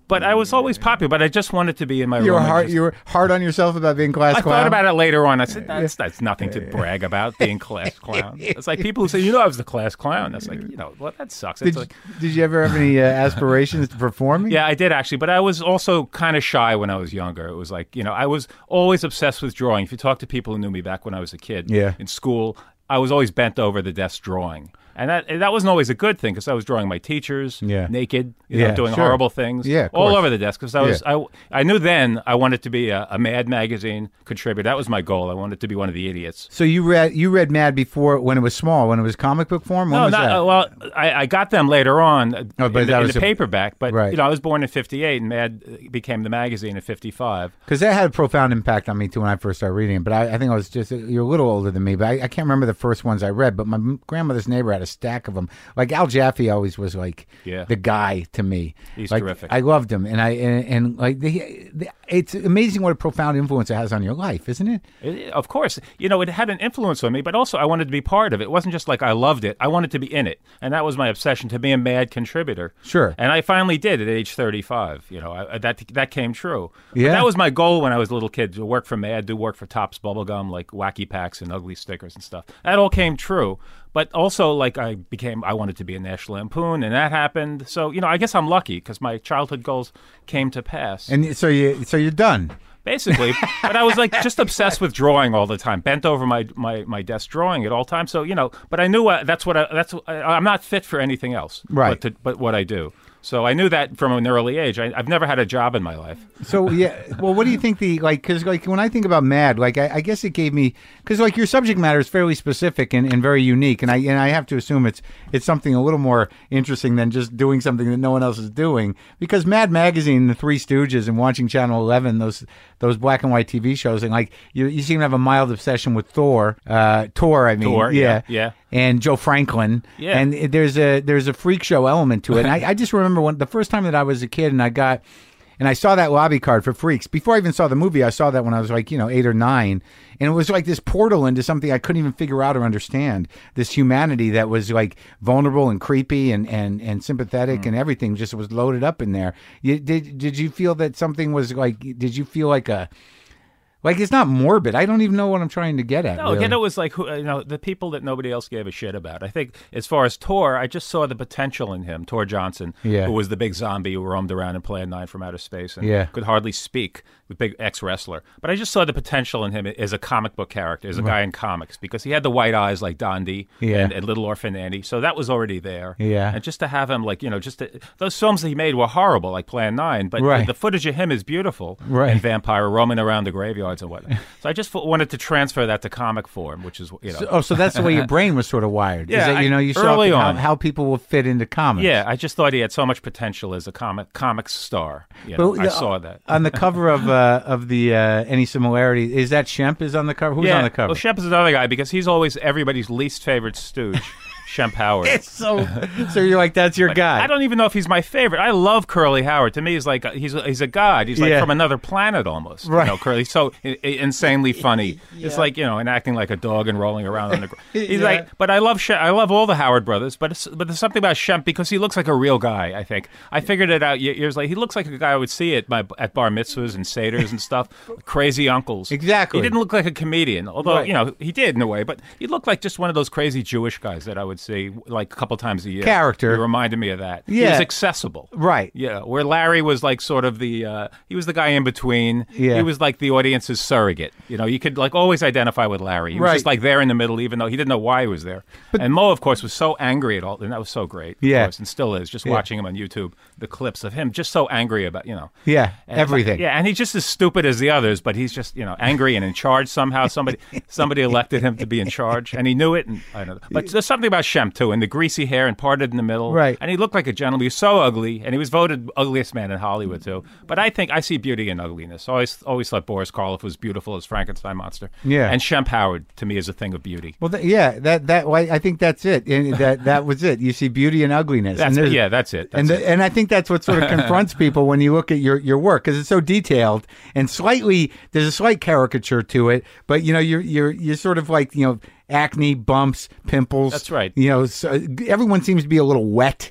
Speaker 4: but I was always popular. But I just wanted to be in my
Speaker 2: You were
Speaker 4: room. and
Speaker 2: hard.
Speaker 4: just-
Speaker 2: You were hard on yourself about being class
Speaker 4: I
Speaker 2: clown.
Speaker 4: thought about it later on. I said, that's, that's nothing to brag about, being class clown. It's like people who say, you know, I was the class clown. That's like, you know, well, that sucks. It's
Speaker 2: Did,
Speaker 4: like,
Speaker 2: did you ever have any uh, aspirations to performing?
Speaker 4: Yeah, I did actually, but I was also kind of shy when I was younger. It was like, you know, I was always obsessed with drawing. If you talk to people who knew me back when I was a kid
Speaker 2: Yeah.
Speaker 4: in school, I was always bent over the desk drawing. And that and that wasn't always a good thing because I was drawing my teachers
Speaker 2: Yeah.
Speaker 4: naked, you
Speaker 2: Yeah,
Speaker 4: know, doing
Speaker 2: sure.
Speaker 4: horrible things
Speaker 2: Yeah, of
Speaker 4: all
Speaker 2: course.
Speaker 4: over the desk because I was I, I knew then I wanted to be a, a Mad magazine contributor. That was my goal. I wanted to be one of the idiots.
Speaker 2: So you read you read Mad before when it was small, when it was comic book form. When
Speaker 4: No,
Speaker 2: was
Speaker 4: not,
Speaker 2: that?
Speaker 4: uh, well, I, I got them later on uh,
Speaker 2: Oh, but
Speaker 4: in, the,
Speaker 2: that
Speaker 4: in
Speaker 2: was
Speaker 4: the
Speaker 2: a-
Speaker 4: paperback. But
Speaker 2: Right.
Speaker 4: you know, I was born in '58, and Mad uh, became the magazine in '55.
Speaker 2: Because that had a profound impact on me too when I first started reading it. But I, I think I was just, you're a little older than me, but I, I can't remember the first ones I read. But my m- grandmother's neighbor had a stack of them. Like Al Jaffe always was like
Speaker 4: Yeah.
Speaker 2: the guy to me.
Speaker 4: He's
Speaker 2: Like,
Speaker 4: terrific.
Speaker 2: I loved him. And I and, and like, the, the, it's amazing what a profound influence it has on your life, isn't it?
Speaker 4: It- Of course, you know, it had an influence on me, but also I wanted to be part of it. It wasn't just like I loved it, I wanted to be in it. And that was my obsession to be a mad contributor.
Speaker 2: Sure.
Speaker 4: And I finally did at age 35. You know, I, I- that that came true. But
Speaker 2: Yeah.
Speaker 4: that was my goal when I was a little kid to work for Mad, do work for Topps Bubblegum, like wacky packs and ugly stickers and stuff. That all came true. But also, like, I became, I wanted to be a National Lampoon, and that happened. So, you know, I guess I'm lucky because my childhood goals came to pass
Speaker 2: And so, you, so you're done.
Speaker 4: basically. but I was like just obsessed with drawing all the time, bent over my my, my desk drawing at all times. So you know, but I knew uh, that's what I, that's I, I'm not fit for anything else.
Speaker 2: Right.
Speaker 4: But, to, but what I do. So I knew that from an early age. I, I've never had a job in my life.
Speaker 2: So yeah, well, what do you think the like? Because like when I think about Mad, like I, I guess it gave me because like your subject matter is fairly specific and, and very unique, and I and I have to assume it's it's something a little more interesting than just doing something that no one else is doing. Because Mad Magazine, The Three Stooges, and watching Channel Eleven, those those black and white TV shows, and like you you seem to have a mild obsession with Thor, uh, Tor, I mean,
Speaker 4: Thor, yeah, yeah.
Speaker 2: and Joe Franklin.
Speaker 4: Yeah.
Speaker 2: And it- there's a there's a freak show element to it. And I, I just remember when the first time that I was a kid and I got and I saw that lobby card for Freaks. Before I even saw the movie, I saw that when I was like, you know, eight or nine. And it was like this portal into something I couldn't even figure out or understand. This humanity that was like vulnerable and creepy and, and, and sympathetic
Speaker 4: Hmm.
Speaker 2: and everything just was loaded up in there. You, did, did you feel that something was like, did you feel like a, Like it's not morbid. I don't even know what I'm trying to get at.
Speaker 4: No,
Speaker 2: really.
Speaker 4: again, it was like who, you know the people that nobody else gave a shit about. I think as far as Tor, I just saw the potential in him. Tor Johnson,
Speaker 2: Yeah.
Speaker 4: who was the big zombie who roamed around in Plan Nine from outer space and
Speaker 2: Yeah.
Speaker 4: could hardly speak, the big ex wrestler. But I just saw the potential in him as a comic book character, as a guy in comics, because he had the white eyes like Dondi
Speaker 2: Yeah.
Speaker 4: and, and Little Orphan Andy. So that was already there.
Speaker 2: Yeah.
Speaker 4: and just to have him like you know, just to, those films that he made were horrible, like Plan Nine, but
Speaker 2: Right.
Speaker 4: the, the footage of him is beautiful.
Speaker 2: Right.
Speaker 4: And vampire roaming around the graveyards and whatnot. So I just f- wanted to transfer that to comic form, which is you know.
Speaker 2: oh, so that's the way your brain was sort of wired. Is
Speaker 4: Yeah,
Speaker 2: that, you
Speaker 4: I-
Speaker 2: know, you saw
Speaker 4: early
Speaker 2: how,
Speaker 4: on.
Speaker 2: how people will fit into comics.
Speaker 4: yeah, I just thought he had so much potential as a comic comic star. You know,
Speaker 2: But
Speaker 4: I
Speaker 2: the-
Speaker 4: saw that.
Speaker 2: on the cover of uh, of the uh, any similarity is that Shemp is on the cover. Who's
Speaker 4: yeah.
Speaker 2: on the cover?
Speaker 4: Well, Shemp is another guy because he's always everybody's least favorite stooge, Shemp Howard.
Speaker 2: so so you're like that's your guy.
Speaker 4: I don't even know if he's my favorite. I love Curly Howard. To me, he's like he's he's a god. He's like
Speaker 2: Yeah.
Speaker 4: from another planet almost.
Speaker 2: Right.
Speaker 4: You know, Curly. He's so i- i- insanely funny. It's like you know, and acting like a dog and rolling around on the. gr- He's
Speaker 2: Yeah.
Speaker 4: like, but I love She- I love all the Howard brothers, but it's, but there's something about Shemp because he looks like a real guy. I think I figured it out ye- years later. He looks like a guy I would see at my at bar mitzvahs and seders and stuff. Crazy uncles.
Speaker 2: Exactly.
Speaker 4: He didn't look like a comedian, although
Speaker 2: Right.
Speaker 4: you know he did in a way. But he looked like just one of those crazy Jewish guys that I would see like a couple times a year.
Speaker 2: Character.
Speaker 4: He reminded me of that. He
Speaker 2: Yeah.
Speaker 4: was accessible.
Speaker 2: Right.
Speaker 4: Yeah. Where Larry was like sort of the uh, he was the guy in between.
Speaker 2: Yeah.
Speaker 4: He was like the audience's surrogate. You know, you could like always identify with Larry. He was
Speaker 2: Right.
Speaker 4: just like there in the middle, even though he didn't know why he was there. and Mo, of course, was so angry at all, and that was so great. of
Speaker 2: Yeah.
Speaker 4: course, and still is. Just watching him on YouTube, the clips of him just so angry about you know.
Speaker 2: yeah,
Speaker 4: And-
Speaker 2: everything.
Speaker 4: Yeah, and he's just as stupid as the others, but he's just you know angry and in charge somehow. Somebody somebody elected him to be in charge, and he knew it. And I don't know. But there's something about Shem too, and the greasy hair and parted in the middle.
Speaker 2: Right.
Speaker 4: And he looked like a gentleman. He was so ugly, and he was voted ugliest man in Hollywood too. But I think I see beauty in ugliness. I Always always thought Boris Karloff was beautiful as Frankenstein monster.
Speaker 2: Yeah.
Speaker 4: And Shem Howard to me is a thing of beauty.
Speaker 2: Well, th- yeah, that that why I think that's it. And that that was it. You see beauty and ugliness.
Speaker 4: That's,
Speaker 2: and there's-
Speaker 4: yeah, that's it. That's
Speaker 2: and
Speaker 4: it.
Speaker 2: the, and I think that's what sort of confronts people when you look at your, your work because it's so detailed and slightly there's a slight caricature to it, but you know you're you're you're sort of like you know acne, bumps, pimples.
Speaker 4: That's right.
Speaker 2: You know, so everyone seems to be a little wet.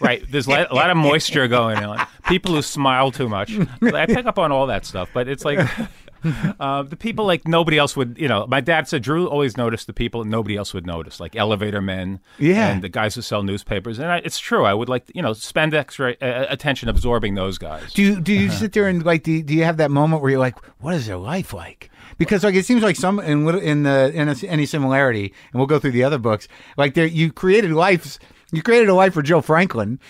Speaker 4: Right. There's li- a lot of moisture going on. People who smile too much. I pick up on all that stuff, but it's like uh, the people like nobody else would, you know. My dad said Drew always noticed the people nobody else would notice, like elevator men
Speaker 2: Yeah.
Speaker 4: and the guys who sell newspapers. And I, it's true. I would like, you know, spend extra uh, attention absorbing those guys.
Speaker 2: Do you, do you
Speaker 4: Uh-huh.
Speaker 2: sit there and like do you, do you have that moment where you're like, what is their life like? Because like it seems like some in little- in the in a, any similarity, and we'll go through the other books. Like there, you created lives. You created a life for Joe Franklin,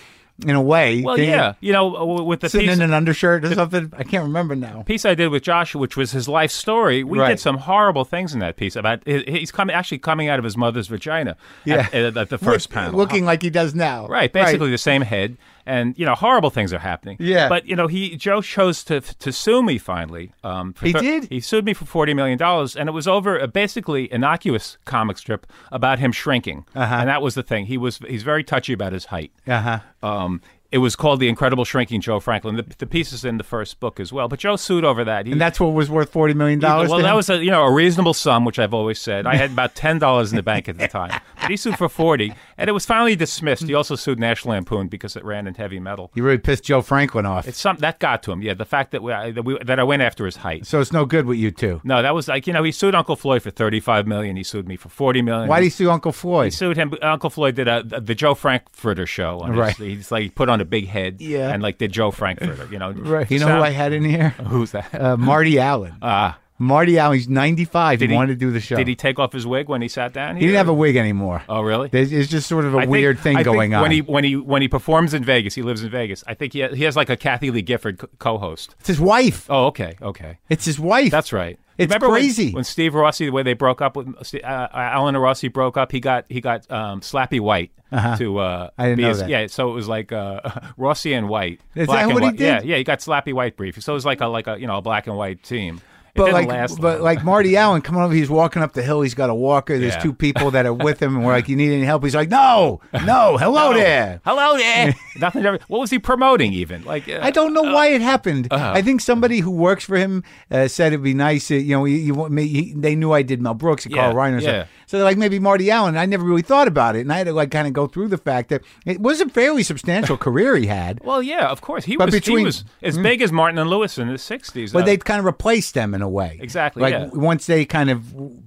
Speaker 2: in a way.
Speaker 4: Well,
Speaker 2: Didn't you?
Speaker 4: yeah. You know, uh, w- with the
Speaker 2: sitting
Speaker 4: piece,
Speaker 2: in an undershirt or something. I can't remember now.
Speaker 4: piece I did with Joshua, which was his life story, we
Speaker 2: Right.
Speaker 4: did some horrible things in that piece about he- he's coming actually coming out of his mother's vagina at, at, at the first panel.
Speaker 2: looking like he does now.
Speaker 4: Right, basically the same head, and you know horrible things are happening.
Speaker 2: Yeah.
Speaker 4: but you know he Joe chose to to sue me finally. Um, for
Speaker 2: He
Speaker 4: thir-
Speaker 2: did?
Speaker 4: He sued me for forty million dollars, and it was over a basically innocuous comic strip about him shrinking,
Speaker 2: Uh-huh.
Speaker 4: and that was the thing. He was he's very touchy about his height.
Speaker 2: Uh huh.
Speaker 4: Um, it was called the Incredible Shrinking Joe Franklin. The, the piece is in the first book as well, but Joe sued over that. He,
Speaker 2: And that's what was worth forty million dollars.
Speaker 4: well, that was a you know a reasonable sum, which I've always said. I had about ten dollars in the bank at the time, but he sued for forty, and it was finally dismissed. He also sued National Lampoon because it ran in heavy metal.
Speaker 2: you really pissed Joe Franklin off.
Speaker 4: It's some that got to him. Yeah, the fact that we, I, that, we, that I went after his height.
Speaker 2: so it's no good with you two.
Speaker 4: No, that was like you know he sued Uncle Floyd for thirty-five million. He sued me for forty million.
Speaker 2: Why do you sue Uncle Floyd?
Speaker 4: He sued him. Uncle Floyd did a, the Joe Frankfurter show. On his-
Speaker 2: Right.
Speaker 4: he's like he put on a big head.
Speaker 2: Yeah.
Speaker 4: and like did Joe Frankfurter. You know.
Speaker 2: Right. You know who I had in here?
Speaker 4: Who's that?
Speaker 2: Uh, Marty Allen.
Speaker 4: Oh. Ah.
Speaker 2: Marty Allen. He's ninety-five.
Speaker 4: Did
Speaker 2: he
Speaker 4: he-
Speaker 2: wanted to do the show.
Speaker 4: Did he take off his wig when he sat down?
Speaker 2: He didn't have a wig anymore.
Speaker 4: Oh, really?
Speaker 2: There's, it's just sort of a
Speaker 4: I think-
Speaker 2: weird thing
Speaker 4: I think
Speaker 2: going on.
Speaker 4: When he when he when he performs in Vegas, he lives in Vegas. I think he ha- he has like a Kathy Lee Gifford co- co-host.
Speaker 2: it's his wife.
Speaker 4: Oh, okay, okay,
Speaker 2: It's his wife.
Speaker 4: that's right.
Speaker 2: It's
Speaker 4: Remember when-
Speaker 2: crazy.
Speaker 4: When, Steve Rossi, the way they broke up with uh, uh, Alan and Rossi broke up, he got he got um, Slappy White to. Uh,
Speaker 2: Uh-huh. I didn't
Speaker 4: be
Speaker 2: know
Speaker 4: his-
Speaker 2: that.
Speaker 4: Yeah, so it was like uh, Rossi and White.
Speaker 2: Is
Speaker 4: black
Speaker 2: that
Speaker 4: and
Speaker 2: what he
Speaker 4: white. Yeah,
Speaker 2: did?
Speaker 4: yeah, he got Slappy White brief. So it was like a like a you know a black and white team. It
Speaker 2: But
Speaker 4: didn't
Speaker 2: like,
Speaker 4: last
Speaker 2: but
Speaker 4: long.
Speaker 2: like Marty Allen coming over, he's walking up the hill. He's got a walker. There's
Speaker 4: Yeah.
Speaker 2: two people that are with him, and we're like, "You need any help?" He's like, "No, no, hello there."
Speaker 4: hello there. Nothing. Ever, what was he promoting even? Like uh,
Speaker 2: I don't know why it happened.
Speaker 4: Uh-huh.
Speaker 2: I think somebody who works for him uh, said it'd be nice. uh, you know, you, you want me, he, they knew I did Mel Brooks and
Speaker 4: Yeah,
Speaker 2: Carl Reiner. and stuff.
Speaker 4: yeah.
Speaker 2: So they're like maybe Marty Allen. I never really thought about it, and I had to like kind of go through the fact that it was a fairly substantial career he had.
Speaker 4: Well, yeah, of course. He
Speaker 2: But
Speaker 4: was
Speaker 2: between- Hmm.
Speaker 4: he was as big as Martin and Lewis in the '60s.
Speaker 2: But
Speaker 4: though.
Speaker 2: they kind of replaced them in a way.
Speaker 4: Exactly,
Speaker 2: Like
Speaker 4: yeah.
Speaker 2: w- once they kind of,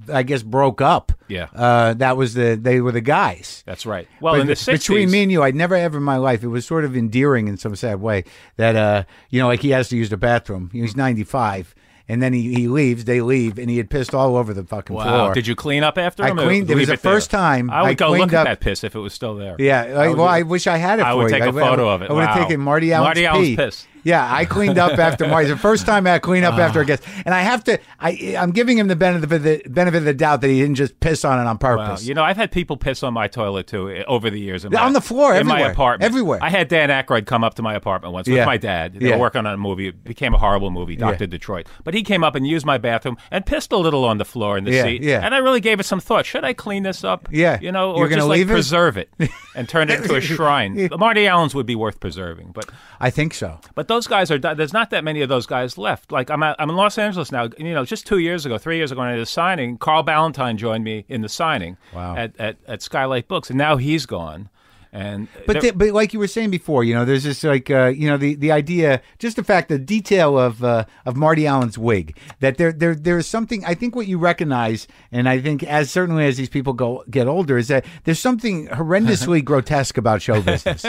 Speaker 2: I guess, broke up.
Speaker 4: Yeah.
Speaker 2: Uh, that was the they were the guys.
Speaker 4: That's right. Well,
Speaker 2: But
Speaker 4: in the
Speaker 2: be- between
Speaker 4: 60s
Speaker 2: me and you, I'd never ever in my life. It was sort of endearing in some sad way that uh, you know, like he has to use the bathroom. He's ninety five, and then he, he leaves. They leave, and he had pissed all over the fucking
Speaker 4: Wow!
Speaker 2: floor.
Speaker 4: Did you clean up after
Speaker 2: I
Speaker 4: him? or
Speaker 2: cleaned- it was
Speaker 4: leave
Speaker 2: the
Speaker 4: there?
Speaker 2: first time
Speaker 4: I would
Speaker 2: I
Speaker 4: go
Speaker 2: cleaned
Speaker 4: look
Speaker 2: up-
Speaker 4: at that piss if it was still there.
Speaker 2: Yeah, I, well, I wish I had it
Speaker 4: I
Speaker 2: for
Speaker 4: would
Speaker 2: you.
Speaker 4: take a
Speaker 2: w-
Speaker 4: photo of it.
Speaker 2: I would have
Speaker 4: Wow.
Speaker 2: taken Marty Allen's
Speaker 4: Marty Allen's
Speaker 2: pee.
Speaker 4: piss.
Speaker 2: Yeah, I cleaned up after Marty. It's the first time I clean up after a guest,
Speaker 4: Ah.
Speaker 2: and I have to. I, I'm giving him the benefit of the benefit of the doubt that he didn't just piss on it on
Speaker 4: Wow.
Speaker 2: purpose.
Speaker 4: You know, I've had people piss on my toilet too eh, over the years. in
Speaker 2: Yeah,
Speaker 4: my-
Speaker 2: on the floor,
Speaker 4: in my
Speaker 2: everywhere,
Speaker 4: apartment,
Speaker 2: everywhere.
Speaker 4: I had Dan Aykroyd come up to my apartment once
Speaker 2: Yeah.
Speaker 4: with my dad. They
Speaker 2: Yeah.
Speaker 4: were working on a movie. It became a horrible movie, Doctor Detroit. But he came up and used my bathroom and pissed a little on the floor in the
Speaker 2: Yeah,
Speaker 4: seat.
Speaker 2: yeah.
Speaker 4: And I really gave it some thought. Should I clean this up?
Speaker 2: Yeah.
Speaker 4: you know,
Speaker 2: You're
Speaker 4: or
Speaker 2: gonna
Speaker 4: just
Speaker 2: leave
Speaker 4: like
Speaker 2: it?
Speaker 4: preserve it and turn it into a shrine. Marty Allen's would be worth preserving, but
Speaker 2: I think so.
Speaker 4: but those guys are di- there's not that many of those guys left. Like I'm at, I'm in Los Angeles now. You know, just two years ago, three years ago, when I did a signing, Carl Ballantyne joined me in the signing
Speaker 2: Wow.
Speaker 4: at, at at Skylight Books, and now he's gone. And
Speaker 2: But
Speaker 4: there-
Speaker 2: th- but like you were saying before, you know, there's this like uh, you know the the idea, just the fact, the detail of uh, of Marty Allen's wig that there there there is something. I think what you recognize, and I think as certainly as these people go get older, is that there's something horrendously grotesque about show business.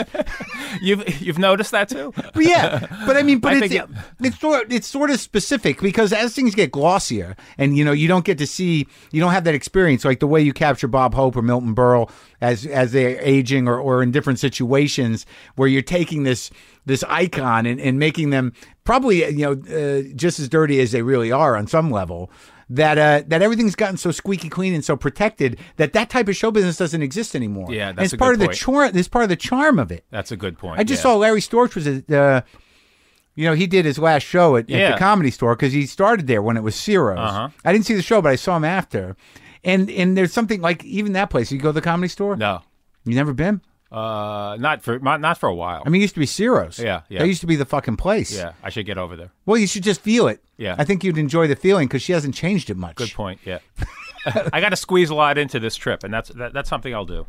Speaker 4: you've you've noticed that too.
Speaker 2: But yeah, but I mean, but
Speaker 4: I
Speaker 2: it's
Speaker 4: think
Speaker 2: it's sort it's sort of specific because as things get glossier, and you know, you don't get to see, you don't have that experience like the way you capture Bob Hope or Milton Berle as as they're aging or or in different situations where you're taking this this icon and, and making them probably you know uh, just as dirty as they really are on some level. That uh, that everything's gotten so squeaky clean and so protected that that type of show business doesn't exist anymore.
Speaker 4: Yeah,
Speaker 2: And
Speaker 4: that's
Speaker 2: it's
Speaker 4: a good
Speaker 2: part of the
Speaker 4: point.
Speaker 2: charm. It's part of the charm of it.
Speaker 4: That's a good point.
Speaker 2: I just
Speaker 4: yeah.
Speaker 2: saw Larry Storch was, at, uh, you know, he did his last show at, at
Speaker 4: Yeah. Uh-huh.
Speaker 2: the comedy store because he started there when it was Ciro's. I didn't see the show, but I saw him after. And and there's something like even that place. You go to the comedy store?
Speaker 4: no,
Speaker 2: You never been?
Speaker 4: uh, not for not, not for a while.
Speaker 2: I mean, it used to be Ciro's.
Speaker 4: Yeah, yeah.
Speaker 2: That used to be the fucking place.
Speaker 4: yeah, I should get over there.
Speaker 2: Well, you should just feel it.
Speaker 4: Yeah.
Speaker 2: I think you'd enjoy the feeling because she hasn't changed it much.
Speaker 4: Good point. Yeah, I got to squeeze a lot into this trip, and that's that, that's something I'll do.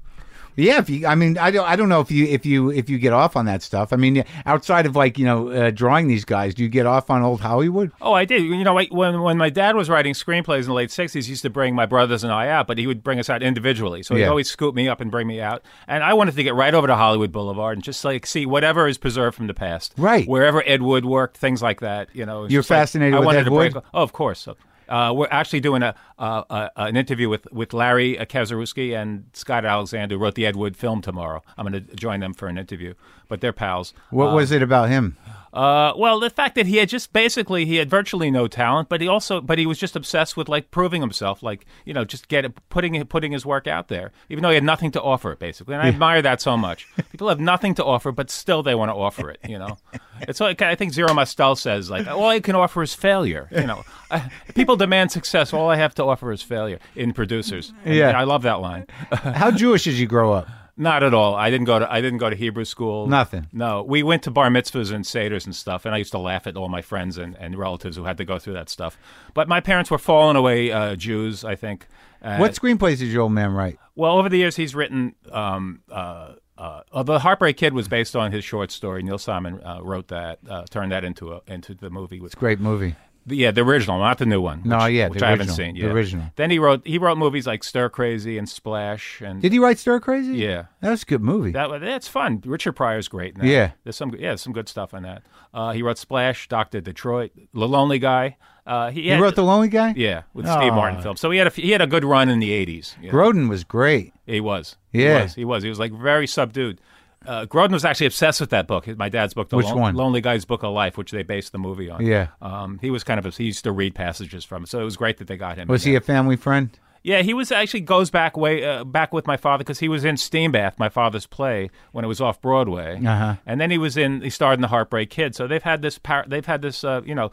Speaker 2: Yeah, if you, I mean, I don't, I don't know if you, if you, if you get off on that stuff. I mean, outside of like you know, uh, drawing these guys, do you get off on old Hollywood?
Speaker 4: Oh, I did. You know, I, when when my dad was writing screenplays in the late '60s, he used to bring my brothers and I out, but he would bring us out individually. So he'd
Speaker 2: Yeah.
Speaker 4: always scoop me up and bring me out. And I wanted to get right over to Hollywood Boulevard and just like see whatever is preserved from the past,
Speaker 2: Right.
Speaker 4: Wherever Ed Wood worked, things like that. You know, it was
Speaker 2: You're
Speaker 4: just like-
Speaker 2: fascinated
Speaker 4: I
Speaker 2: with
Speaker 4: wanted
Speaker 2: Ed
Speaker 4: to break-
Speaker 2: Wood?
Speaker 4: oh, of course. So, uh, we're actually doing a, uh, uh, an interview with, with Larry Kazarewski and Scott Alexander, who wrote the Ed Wood film tomorrow. I'm going to join them for an interview, but they're pals.
Speaker 2: What was it about him?
Speaker 4: Uh, well, the fact that he had just basically he had virtually no talent, but he also but he was just obsessed with like proving himself, like you know, just get it, putting putting his work out there, even though he had nothing to offer, basically. And I admire that so much. People have nothing to offer, but still they want to offer it. You know, it's like I think Zero Mostel says, like all I can offer is failure. You know, Uh, people demand success. All I have to offer is failure in producers. And
Speaker 2: Yeah.
Speaker 4: I love that line.
Speaker 2: How Jewish did you grow up?
Speaker 4: Not at all. I didn't go to I didn't go to Hebrew school.
Speaker 2: Nothing.
Speaker 4: No, we went to bar mitzvahs and seders and stuff, and I used to laugh at all my friends and, and relatives who had to go through that stuff. But my parents were fallen away uh, Jews, I think. Uh,
Speaker 2: What screenplays did your old man write?
Speaker 4: Well, over the years, he's written. Um, uh, uh, uh, the Heartbreak Kid was based on his short story. Neil Simon uh, wrote that, uh, turned that into a, into the movie. With,
Speaker 2: Great movie.
Speaker 4: yeah, the original, not the new one.
Speaker 2: No,
Speaker 4: which-
Speaker 2: yeah, the
Speaker 4: which I haven't
Speaker 2: original,
Speaker 4: seen.
Speaker 2: the
Speaker 4: Yeah.
Speaker 2: original.
Speaker 4: Then he wrote he wrote movies like Stir Crazy and Splash and
Speaker 2: Did he write Stir Crazy?
Speaker 4: yeah.
Speaker 2: That was a good movie.
Speaker 4: That that's fun. Richard Pryor's great. In that.
Speaker 2: Yeah.
Speaker 4: there's some yeah some good stuff on that. Uh, he wrote Splash, Doctor Detroit, The Lonely Guy. Uh, he,
Speaker 2: he
Speaker 4: had-
Speaker 2: wrote The Ah. Lonely Guy?
Speaker 4: yeah with
Speaker 2: Aw.
Speaker 4: Steve Martin film. So he had a f- he had a good run in the '80s. Yeah.
Speaker 2: Grodin was great.
Speaker 4: he was.
Speaker 2: Yeah.
Speaker 4: he was. He was. He was like very subdued. Uh, Grodin was actually obsessed with that book. My dad's book, The
Speaker 2: Which
Speaker 4: Lon-
Speaker 2: one?
Speaker 4: Lonely Guy's Book of Life, which they based the movie on.
Speaker 2: Yeah.
Speaker 4: um, he was kind of obs- he used to read passages from it, so it was great that they got him.
Speaker 2: Was
Speaker 4: in
Speaker 2: he
Speaker 4: there.
Speaker 2: a family friend?
Speaker 4: Yeah, he was actually goes back way uh, back with my father because he was in Steambath, my father's play when it was off Broadway,
Speaker 2: Uh-huh.
Speaker 4: and then he was in he starred in the Heartbreak Kid. So they've had this par- they've had this uh, you know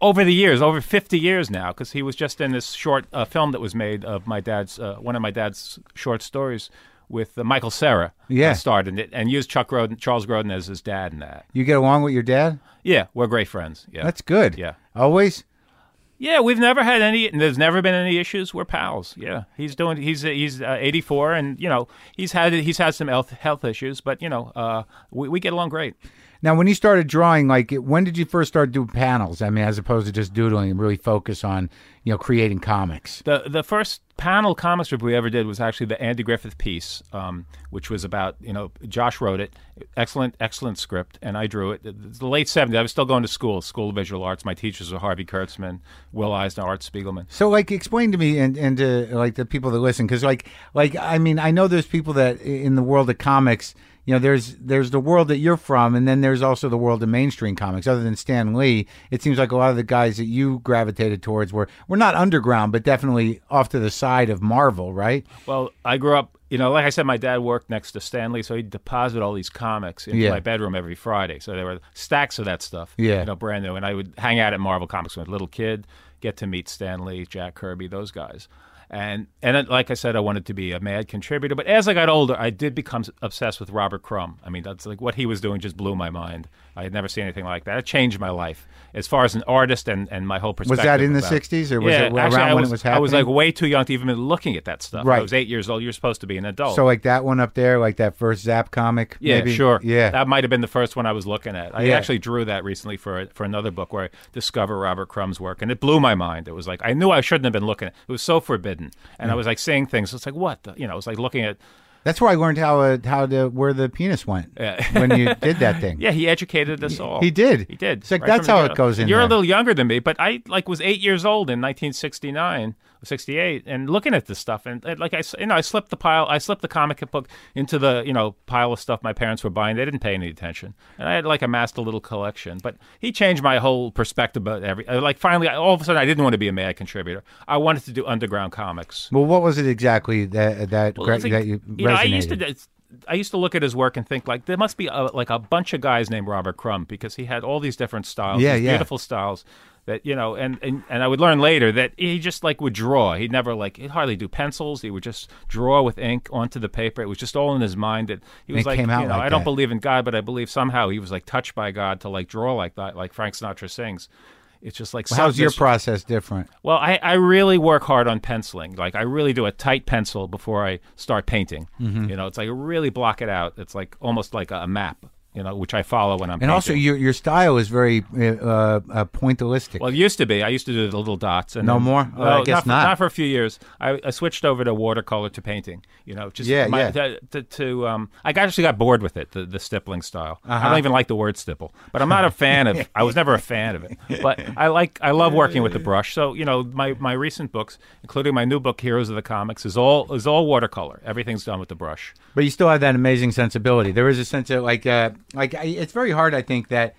Speaker 4: over the years, over fifty years now, because he was just in this short uh, film that was made of my dad's uh, one of my dad's short stories with uh, Michael Serra.
Speaker 2: Yeah.
Speaker 4: that starred in it and used Chuck Roden, Charles Grodin as his dad in that.
Speaker 2: You get along with your dad?
Speaker 4: Yeah, we're great friends. Yeah,
Speaker 2: That's good.
Speaker 4: Yeah.
Speaker 2: Always?
Speaker 4: Yeah, we've never had any. and There's never been any issues. We're pals. Yeah, he's doing. He's he's uh, 84, and you know he's had he's had some health health issues, but you know uh, we we get along great.
Speaker 2: Now, when you started drawing, like when did you first start doing panels? I mean, as opposed to just doodling and really focus on you know creating comics.
Speaker 4: The the first panel comic strip we ever did was actually the Andy Griffith piece, um, which was about you know Josh wrote it, excellent excellent script, and I drew it. It's the late '70s. I was still going to school, School of Visual Arts. My teachers were Harvey Kurtzman, Will Eisner, Art Spiegelman.
Speaker 2: So, like, explain to me and, and to like the people that listen, because like like I mean, I know there's people that i- in the world of comics, you know, there's there's the world that you're from, and then there's also the world of mainstream comics. Other than Stan Lee, it seems like a lot of the guys that you gravitated towards were were not underground, but definitely off to the side of Marvel, right?
Speaker 4: Well, I grew up, you know, like I said, my dad worked next to Stanley, so he deposited all these comics into
Speaker 2: Yeah.
Speaker 4: my bedroom every Friday. So there were stacks of that stuff,
Speaker 2: Yeah.
Speaker 4: you know, brand new. And I would hang out at Marvel Comics when I was a little kid, get to meet Stanley, Jack Kirby, those guys. And and it- like I said, I wanted to be a mad contributor. But as I got older, I did become s- obsessed with Robert Crumb. I mean, that's like what he was doing just blew my mind. I had never seen anything like that. It changed my life as far as an artist and, and my whole
Speaker 2: Was
Speaker 4: perspective.
Speaker 2: that in the
Speaker 4: about-
Speaker 2: '60s or was it around
Speaker 4: actually, I
Speaker 2: when it was happening?
Speaker 4: I was like way too young to even be looking at that stuff.
Speaker 2: Right.
Speaker 4: I was eight years old. You're supposed to be an adult.
Speaker 2: so like that one up there, like that first Zap comic.
Speaker 4: Oh. yeah,
Speaker 2: maybe?
Speaker 4: sure.
Speaker 2: Yeah,
Speaker 4: that might have been the first one I was looking at. I
Speaker 2: Yeah.
Speaker 4: actually drew that recently for for another book where I discover Robert Crumb's work, and it blew my mind. It was like I knew I shouldn't have been looking. at It was so forbidden, and
Speaker 2: Mm.
Speaker 4: I was like seeing things. It's like what the, you know. It was like looking at.
Speaker 2: That's where I learned how uh, how to where the penis went when you did that thing.
Speaker 4: Yeah, he educated us all.
Speaker 2: he did.
Speaker 4: He did.
Speaker 2: It's like,
Speaker 4: right from
Speaker 2: that's
Speaker 4: the
Speaker 2: how
Speaker 4: get-go.
Speaker 2: it goes in
Speaker 4: You're
Speaker 2: there.
Speaker 4: a little younger than me, but I like was eight years old in 1969, 68, and looking at this stuff, and, and, like I, s- you know, I slipped the pile, I slipped the comic book into the you know pile of stuff my parents were buying. They didn't pay any attention, and I had like amassed a little collection. But he changed my whole perspective about every. uh, Like finally, I, all of a sudden, I didn't want to be a mad contributor. I wanted to do underground comics.
Speaker 2: well, what was it exactly that that
Speaker 4: Well,
Speaker 2: gra-
Speaker 4: it's like-
Speaker 2: that you,
Speaker 4: know, I used to.
Speaker 2: resonated?
Speaker 4: it's- I used to look at his work and think like there must be a, like a bunch of guys named Robert Crumb because he had all these different styles,
Speaker 2: Yeah,
Speaker 4: these
Speaker 2: yeah.
Speaker 4: beautiful styles that you know. And, and and I would learn later that he just like would draw. He'd never like he'd hardly do pencils. He would just draw with ink onto the paper. It was just all in his mind. That he was
Speaker 2: it
Speaker 4: like,
Speaker 2: came out
Speaker 4: you know,
Speaker 2: like
Speaker 4: I don't
Speaker 2: that.
Speaker 4: believe in God, but I believe somehow he was like touched by God to like draw like that, like Frank Sinatra sings. It's just like
Speaker 2: How's
Speaker 4: some-
Speaker 2: your
Speaker 4: this-
Speaker 2: process different?
Speaker 4: well, I, I really work hard on penciling. Like I really do a tight pencil before I start painting.
Speaker 2: Mm-hmm.
Speaker 4: You know, it's like I really block it out. It's like almost like a, a map. You know, which I follow when I'm.
Speaker 2: And also, your your style is very uh, uh, uh, pointillistic.
Speaker 4: Well, it used to be. I used to do the little dots. And
Speaker 2: No
Speaker 4: then-
Speaker 2: more? Well, I guess
Speaker 4: for,
Speaker 2: not.
Speaker 4: for a few years. I, I switched over to watercolor to painting. You know, just
Speaker 2: Yeah,
Speaker 4: my,
Speaker 2: yeah.
Speaker 4: To, to, to, um, I got- actually got bored with it, the, the stippling style. I
Speaker 2: Uh-huh.
Speaker 4: don't even like the word stipple, but I'm not a fan of. I was never a fan of it, but I like. I love working with the brush. So you know, my, my recent books, including my new book, Heroes of the Comics, is all is all watercolor. Everything's done with the brush.
Speaker 2: but you still have that amazing sensibility. There is a sense of like, uh, like I, it's very hard, I think, that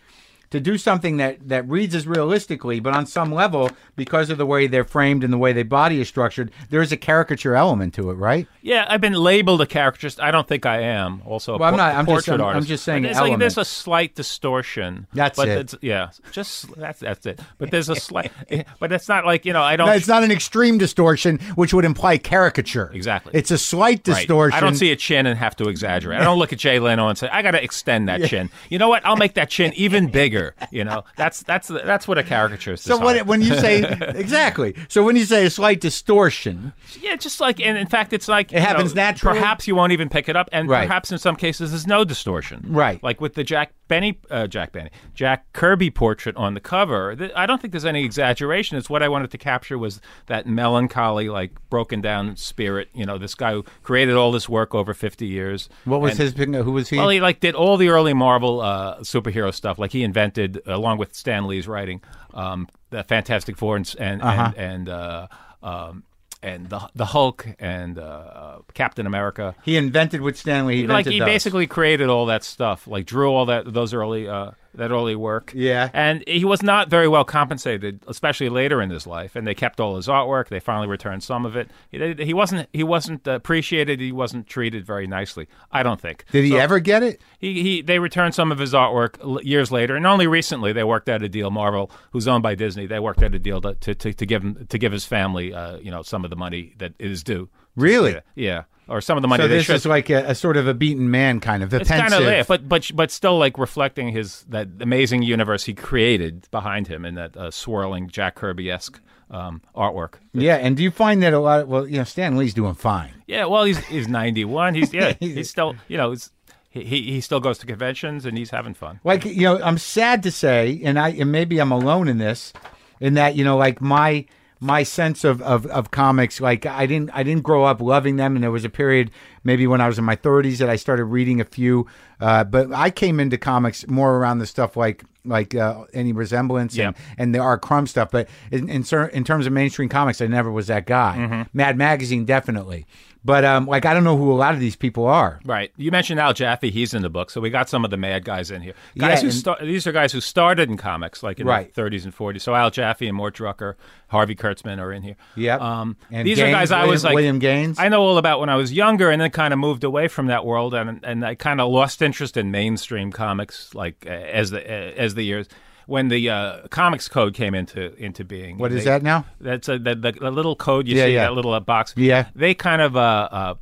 Speaker 2: to do something that that reads as realistically, but on some level, because of the way they're framed and the way their body is structured, there is a caricature element to it, right?
Speaker 4: Yeah, I've been labeled a caricaturist. I don't think I am. Also, a
Speaker 2: Well, I'm
Speaker 4: por-
Speaker 2: not- I'm just-
Speaker 4: portrait
Speaker 2: I'm- I'm
Speaker 4: artist.
Speaker 2: just saying
Speaker 4: But There's, like,
Speaker 2: element.
Speaker 4: there's a slight distortion.
Speaker 2: That's
Speaker 4: but
Speaker 2: it.
Speaker 4: It's, yeah, just that's that's it. But there's a slight. eh, but it's not like you know. I don't.
Speaker 2: it's not an extreme distortion, which would imply caricature.
Speaker 4: Exactly.
Speaker 2: It's a slight
Speaker 4: right.
Speaker 2: distortion.
Speaker 4: I don't see a chin and have to exaggerate. I don't look at Jay Leno and say I got to extend that chin. You know what? I'll make that chin even bigger. You know, that's that's that's what a caricaturist.
Speaker 2: So
Speaker 4: is
Speaker 2: when,
Speaker 4: like.
Speaker 2: when you say exactly, so when you say a slight distortion,
Speaker 4: Yeah, just like, and in fact, it's like it
Speaker 2: happens naturally.
Speaker 4: Perhaps you won't even pick it up, and
Speaker 2: Right.
Speaker 4: perhaps in some cases there's no distortion.
Speaker 2: Right.
Speaker 4: like with the Jack Benny, uh, Jack Benny, Jack Kirby portrait on the cover. Th- I don't think there's any exaggeration. It's what I wanted to capture was that melancholy, like broken down spirit. You know, this guy who created all this work over 50 years.
Speaker 2: what was
Speaker 4: And-
Speaker 2: his? Who was he?
Speaker 4: well, Oh, he like did all the early Marvel uh, superhero stuff. Like he invented, along with Stan Lee's writing, um, the Fantastic Four and and and, and, uh, um, and the the Hulk and uh, Captain America.
Speaker 2: He invented with Stanley. He
Speaker 4: Like
Speaker 2: invented
Speaker 4: he
Speaker 2: those.
Speaker 4: basically created all that stuff. Like drew all that those early uh, that early work.
Speaker 2: Yeah.
Speaker 4: and he was not very well compensated, especially later in his life. And they kept all his artwork. They finally returned some of it. He, he wasn't he wasn't appreciated. He wasn't treated very nicely. I don't think.
Speaker 2: Did he
Speaker 4: So-
Speaker 2: ever get it?
Speaker 4: he, he they returned some of his artwork l- years later, and only recently they worked out a deal. Marvel, who's owned by Disney, they worked out a deal to to, to, to give him to give his family, uh, you know, some of the money that is due.
Speaker 2: Really?
Speaker 4: Yeah, yeah. or some of the money
Speaker 2: So
Speaker 4: they
Speaker 2: this
Speaker 4: should.
Speaker 2: is like a, a sort of a beaten man kind of, a
Speaker 4: it's kind of yeah, but but but still like reflecting his that amazing universe he created behind him in that uh, swirling Jack Kirby esque um, artwork.
Speaker 2: yeah, and do you find that a lot? well, you know, Stan Lee's doing fine.
Speaker 4: Yeah, well, he's he's ninety one. He's yeah, he's still you know he's, he he he still goes to conventions and he's having fun.
Speaker 2: like you know i'm sad to say and i and maybe i'm alone in this in that you know like my my sense of, of, of comics like i didn't i didn't grow up loving them and there was a period maybe when i was in my 30s that i started reading a few uh, but i came into comics more around the stuff like like uh, any resemblance and,
Speaker 4: Yeah.
Speaker 2: and the art crumb stuff but in in, cer- in terms of mainstream comics i never was that guy
Speaker 4: Mm-hmm.
Speaker 2: mad magazine definitely but um, like i don't know who a lot of these people are
Speaker 4: Right. You mentioned Al Jaffe. He's in the book, so we got some of the mad guys in here. Guys
Speaker 2: Yeah,
Speaker 4: who
Speaker 2: and-
Speaker 4: star- these are guys who started in comics, like in
Speaker 2: Right.
Speaker 4: the 30s and 40s. So Al Jaffe and Mort Drucker, Harvey Kurtzman are in here.
Speaker 2: Yep.
Speaker 4: Um,
Speaker 2: And
Speaker 4: these are
Speaker 2: Gaines,
Speaker 4: guys I
Speaker 2: William-
Speaker 4: was like
Speaker 2: William Gaines.
Speaker 4: I know all about when I was younger, and then kind of moved away from that world, and and I kind of lost interest in mainstream comics, like uh, as the uh, as the years when the uh, comics code came into into being.
Speaker 2: What
Speaker 4: What is
Speaker 2: is that now?
Speaker 4: That's a, the, the, the little code you
Speaker 2: Yeah,
Speaker 4: see
Speaker 2: yeah.
Speaker 4: that little uh, box.
Speaker 2: Yeah.
Speaker 4: They kind of uh, uh,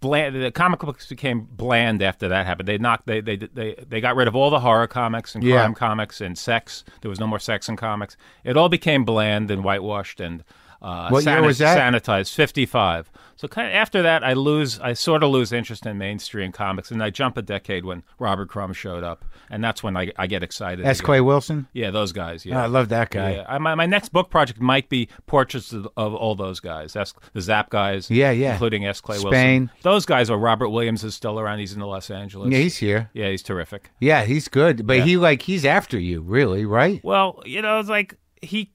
Speaker 4: bland. The comic books became bland after that happened. They knocked. They they they, they got rid of all the horror comics and
Speaker 2: Yeah.
Speaker 4: crime comics and sex. There was no more sex in comics. It all became bland and whitewashed and. Uh,
Speaker 2: What year was that?
Speaker 4: Sanitized, fifty-five. So kind of after that, I lose, I sort of lose interest in mainstream comics, and I jump a decade when Robert Crumb showed up, and that's when I, I get excited.
Speaker 2: s
Speaker 4: again.
Speaker 2: clay wilson Oh,
Speaker 4: yeah, those guys. Yeah,
Speaker 2: I love that guy.
Speaker 4: yeah, I, my, my next book project might be portraits of, of all those guys. That's the Zap guys.
Speaker 2: Yeah, yeah.
Speaker 4: Including S. Clay
Speaker 2: Spain.
Speaker 4: Wilson. Those guys are Robert Williams is still around. He's in Los Angeles.
Speaker 2: Yeah, he's here.
Speaker 4: yeah, he's terrific.
Speaker 2: Yeah, he's good, but he like he's after you, really, right?
Speaker 4: Well, you know, it's like he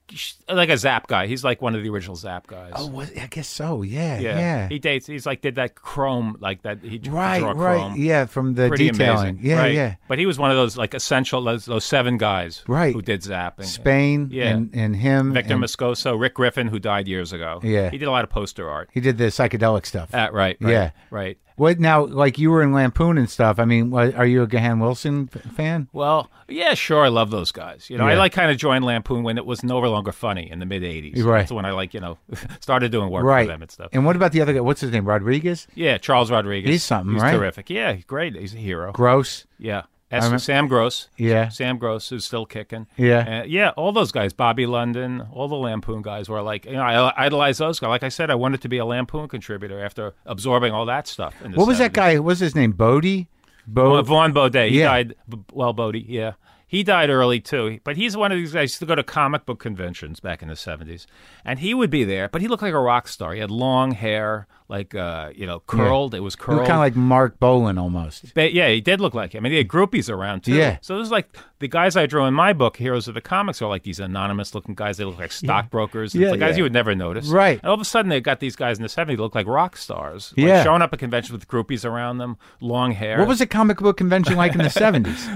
Speaker 4: like a Zap guy. He's like one of the original Zap guys.
Speaker 2: Oh, what, I guess so. Yeah,
Speaker 4: He dates. He's like did that Chrome like that. He dr-
Speaker 2: right,
Speaker 4: draw
Speaker 2: right.
Speaker 4: Chrome.
Speaker 2: Yeah, from the
Speaker 4: Pretty
Speaker 2: detailing.
Speaker 4: amazing.
Speaker 2: Yeah,
Speaker 4: right?
Speaker 2: yeah.
Speaker 4: But he was one of those like essential those, those seven guys
Speaker 2: Right.
Speaker 4: who did Zap. And,
Speaker 2: Spain
Speaker 4: Yeah.
Speaker 2: and and him.
Speaker 4: Victor
Speaker 2: and
Speaker 4: Moscoso, Rick Griffin, who died years ago.
Speaker 2: Yeah.
Speaker 4: He did a lot of poster art.
Speaker 2: he did the psychedelic stuff.
Speaker 4: Uh, right, right.
Speaker 2: Yeah.
Speaker 4: Right.
Speaker 2: what now? Like you were in Lampoon and stuff. I mean, what, are you a Gahan Wilson f- fan?
Speaker 4: Well, yeah, sure. I love those guys. You know, I
Speaker 2: Yeah.
Speaker 4: like kind of joined Lampoon when it was no longer funny in the mid '80s.
Speaker 2: Right.
Speaker 4: That's when I like you know started doing work
Speaker 2: Right.
Speaker 4: for them and stuff.
Speaker 2: And what about the other guy? What's his name? Rodriguez.
Speaker 4: yeah, Charles Rodriguez.
Speaker 2: He's something,
Speaker 4: he's
Speaker 2: right?
Speaker 4: Terrific. Yeah, he's great. He's a hero.
Speaker 2: Gross.
Speaker 4: yeah. S- Sam Gross.
Speaker 2: Yeah.
Speaker 4: Sam Gross is still kicking.
Speaker 2: Yeah.
Speaker 4: Uh, yeah. All those guys, Bobby London, all the Lampoon guys were like, you know, I idolized those guys. Like I said, I wanted to be a Lampoon contributor after absorbing all that stuff. In the
Speaker 2: What was that
Speaker 4: 70s.
Speaker 2: guy? What was his name? Bodie. Bo-
Speaker 4: Well, Vaughn Baudet. He
Speaker 2: Yeah.
Speaker 4: died. B- Well, Bodie. Yeah, he died early too. But he's one of these guys who used to go to comic book conventions back in the seventies, and he would be there. But he looked like a rock star. He had long hair, like uh, you know, curled. It was
Speaker 2: kind
Speaker 4: curled.
Speaker 2: of like Mark Bolan almost.
Speaker 4: But yeah, he did look like him, and he had groupies around too.
Speaker 2: Yeah.
Speaker 4: So this is like the guys I drew in my book, Heroes of the Comics, are like these anonymous-looking guys. They look like stockbrokers.
Speaker 2: Yeah,
Speaker 4: Yeah, the guys
Speaker 2: yeah.
Speaker 4: you would never notice.
Speaker 2: Right.
Speaker 4: And all of a sudden, they got these guys in the '70s who look like rock stars. like,
Speaker 2: Yeah.
Speaker 4: showing up at conventions with groupies around them, long hair.
Speaker 2: What was a comic book convention like in the seventies?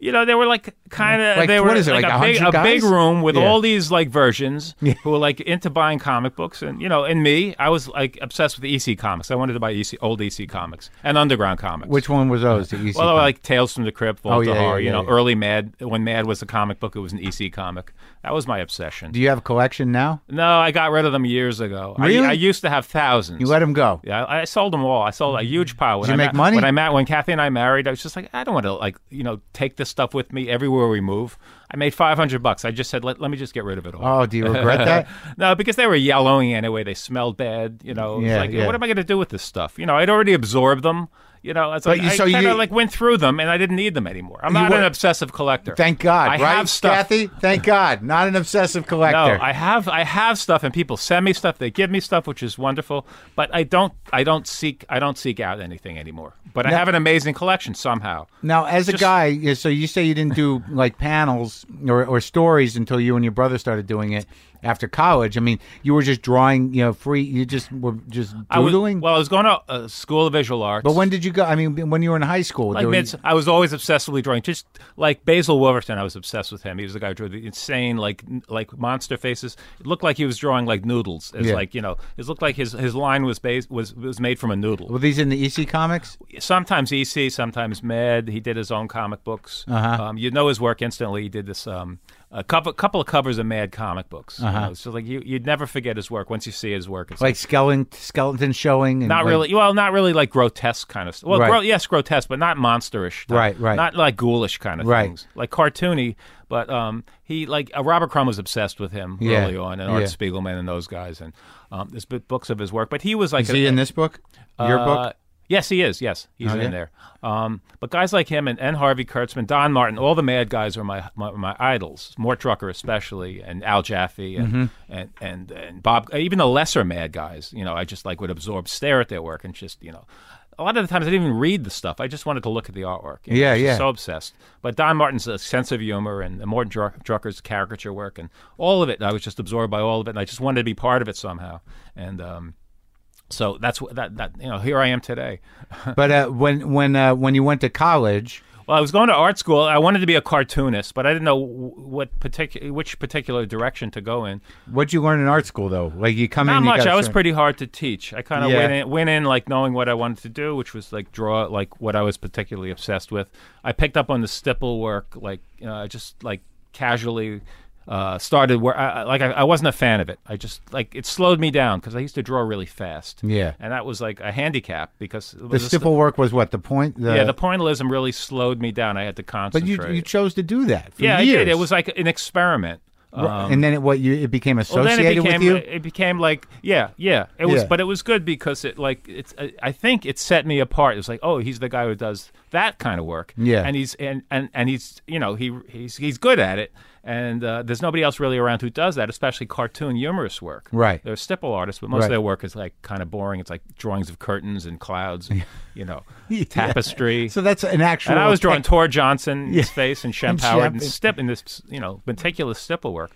Speaker 4: you know, they were like kind of
Speaker 2: Like,
Speaker 4: they were
Speaker 2: what is it, like
Speaker 4: a, big,
Speaker 2: 100
Speaker 4: a big
Speaker 2: guys?
Speaker 4: room with
Speaker 2: Yeah.
Speaker 4: all these like versions who were like into buying comic books and you know, and me, I was like obsessed with EC comics. I wanted to buy EC old EC comics and underground comics.
Speaker 2: Which E one was those? that you see?
Speaker 4: well, I like Tales from the Crypt, Vault
Speaker 2: Oh, yeah,
Speaker 4: of
Speaker 2: yeah,
Speaker 4: Horror,
Speaker 2: yeah,
Speaker 4: you know,
Speaker 2: yeah.
Speaker 4: early Mad when Mad was a comic book, it was an EC comic. That was my obsession.
Speaker 2: Do you have a collection now?
Speaker 4: no, I got rid of them years ago. I-
Speaker 2: Really?
Speaker 4: I, used to have thousands.
Speaker 2: You let him go.
Speaker 4: Yeah, I, I sold them all. I sold a huge pile. When
Speaker 2: Did you
Speaker 4: I
Speaker 2: make
Speaker 4: ma-
Speaker 2: money?
Speaker 4: When I met when Kathy and I married, I was just like, I don't want to like you know take this stuff with me everywhere we move. I made five hundred bucks. I just said let, let me just get rid of it all.
Speaker 2: Oh, do you regret that?
Speaker 4: no, because they were yellowing anyway. They smelled bad. You know, It was
Speaker 2: Yeah,
Speaker 4: like
Speaker 2: yeah.
Speaker 4: what am I going to do with this stuff? You know, I'd already absorbed them. You know, it's
Speaker 2: But
Speaker 4: like
Speaker 2: you-
Speaker 4: I
Speaker 2: so you-
Speaker 4: kind of like went through them and I didn't need them anymore. I'm not
Speaker 2: were-
Speaker 4: an obsessive collector.
Speaker 2: Thank God,
Speaker 4: I
Speaker 2: right,
Speaker 4: have stuff.
Speaker 2: Kathy? Thank God, not an obsessive collector.
Speaker 4: No, I have I have stuff, and people send me stuff. They give me stuff, which is wonderful. But I don't I don't seek I don't seek out anything anymore. But I have an amazing collection somehow.
Speaker 2: now, as a
Speaker 4: Just-
Speaker 2: guy, yeah, so you say you didn't do like panels or, or stories until you and your brother started doing it after college. I mean, you were just drawing, you know, free. You just were just
Speaker 4: I was,
Speaker 2: doodling.
Speaker 4: well, I was going to uh, school of visual arts.
Speaker 2: but when did you go? I mean, when you were in high school,
Speaker 4: like
Speaker 2: there were-
Speaker 4: mid, I was always obsessively drawing. Just like Basil Wolverton, I was obsessed with him. He was the guy who drew the insane, like n- like monster faces. It looked like he was drawing like noodles. It's
Speaker 2: Yeah.
Speaker 4: like you know, it looked like his his line was based was was made from a noodle.
Speaker 2: were these in the EC comics?
Speaker 4: sometimes
Speaker 2: Uh-huh.
Speaker 4: EC, sometimes Med. He did his own comic books. Um, you know his work instantly. He did this um, a couple couple of covers of Mad comic books. you know, So like you you'd never forget his work once you see his work. It's
Speaker 2: Uh-huh. like skeleton skeleton showing. And
Speaker 4: not
Speaker 2: like-
Speaker 4: really. Well, not really like grotesque kind of stuff. Well,
Speaker 2: Right.
Speaker 4: gro- yes, grotesque, but not monsterish. Stuff.
Speaker 2: Right, right.
Speaker 4: Not like ghoulish kind of
Speaker 2: Right.
Speaker 4: things. Like cartoony, but um, he like uh, Robert Crumb was obsessed with him
Speaker 2: Yeah,
Speaker 4: early on, and Art
Speaker 2: yeah.
Speaker 4: Spiegelman and those guys, and um, there's b- books of his work. But he was like
Speaker 2: Is he
Speaker 4: a-
Speaker 2: in this book? Your
Speaker 4: uh,
Speaker 2: book? Oh,
Speaker 4: Yes, he is. Yes, he's
Speaker 2: Okay.
Speaker 4: in there. Um, but guys like him and, and Harvey Kurtzman, Don Martin, all the mad guys are my my, my idols. Mort Drucker especially, and Al Jaffe, and,
Speaker 2: Mm-hmm.
Speaker 4: and, and and Bob. Even the lesser mad guys, you know, I just like would absorb, stare at their work, and just you know. A lot of the times I didn't even read the stuff. I just wanted to look at the artwork. you know,
Speaker 2: Yeah,
Speaker 4: just
Speaker 2: yeah.
Speaker 4: So obsessed. But Don Martin's uh, sense of humor and Mort Dru- Drucker's caricature work and all of it, I was just absorbed by all of it, and I just wanted to be part of it somehow. And um, so that's what that, that you know here I am today.
Speaker 2: But uh, when when uh, when you went to college,
Speaker 4: Well, I was going to art school. I wanted to be a cartoonist, but I didn't know wh- what particular which particular direction to go in.
Speaker 2: what'd you learn in art school though? Like you come in.
Speaker 4: Not
Speaker 2: you
Speaker 4: much.
Speaker 2: got
Speaker 4: I was
Speaker 2: certain-
Speaker 4: pretty hard to teach. I kind of
Speaker 2: Yeah.
Speaker 4: went in, went in like knowing what I wanted to do, which was like draw like what I was particularly obsessed with. I picked up on the stipple work, like you know, I just like casually. Uh, started where I, I- like I, I wasn't a fan of it. I just like it slowed me down because I used to draw really fast.
Speaker 2: Yeah.
Speaker 4: and that was like a handicap because it
Speaker 2: The
Speaker 4: was a sti-
Speaker 2: stipple work was what the point. The,
Speaker 4: yeah, the pointillism really slowed me down. I had to
Speaker 2: but
Speaker 4: concentrate.
Speaker 2: you you chose to do that. For
Speaker 4: yeah,
Speaker 2: years.
Speaker 4: I did. It was like an experiment. Um,
Speaker 2: and then it, what you it became
Speaker 4: well, then
Speaker 2: associated
Speaker 4: it became uh,
Speaker 2: with you.
Speaker 4: it became like yeah, yeah. It was,
Speaker 2: Yeah.
Speaker 4: but it was good because it like it's. uh, I I think it set me apart. It was like, oh, he's the guy who does that kind of work.
Speaker 2: Yeah.
Speaker 4: and he's and and and he's you know he he's he's good at it. And uh, there's nobody else really around who does that, especially cartoon humorous work.
Speaker 2: Right.
Speaker 4: They're stipple artists, but most
Speaker 2: Right.
Speaker 4: of their work is like kind of boring. It's like drawings of curtains and clouds, and, you know, tapestry.
Speaker 2: so that's an actual.
Speaker 4: And I was drawing Tor Johnson's face and Shemp
Speaker 2: And
Speaker 4: Howard
Speaker 2: Shemp.
Speaker 4: and Stip in this, you know, meticulous stipple work.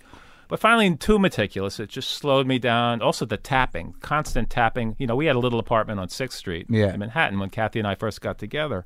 Speaker 4: But finally, too meticulous, it just slowed me down. Also, the tapping, constant tapping. You know, we had a little apartment on Sixth Street
Speaker 2: Yeah.
Speaker 4: in Manhattan when Kathy and I first got together.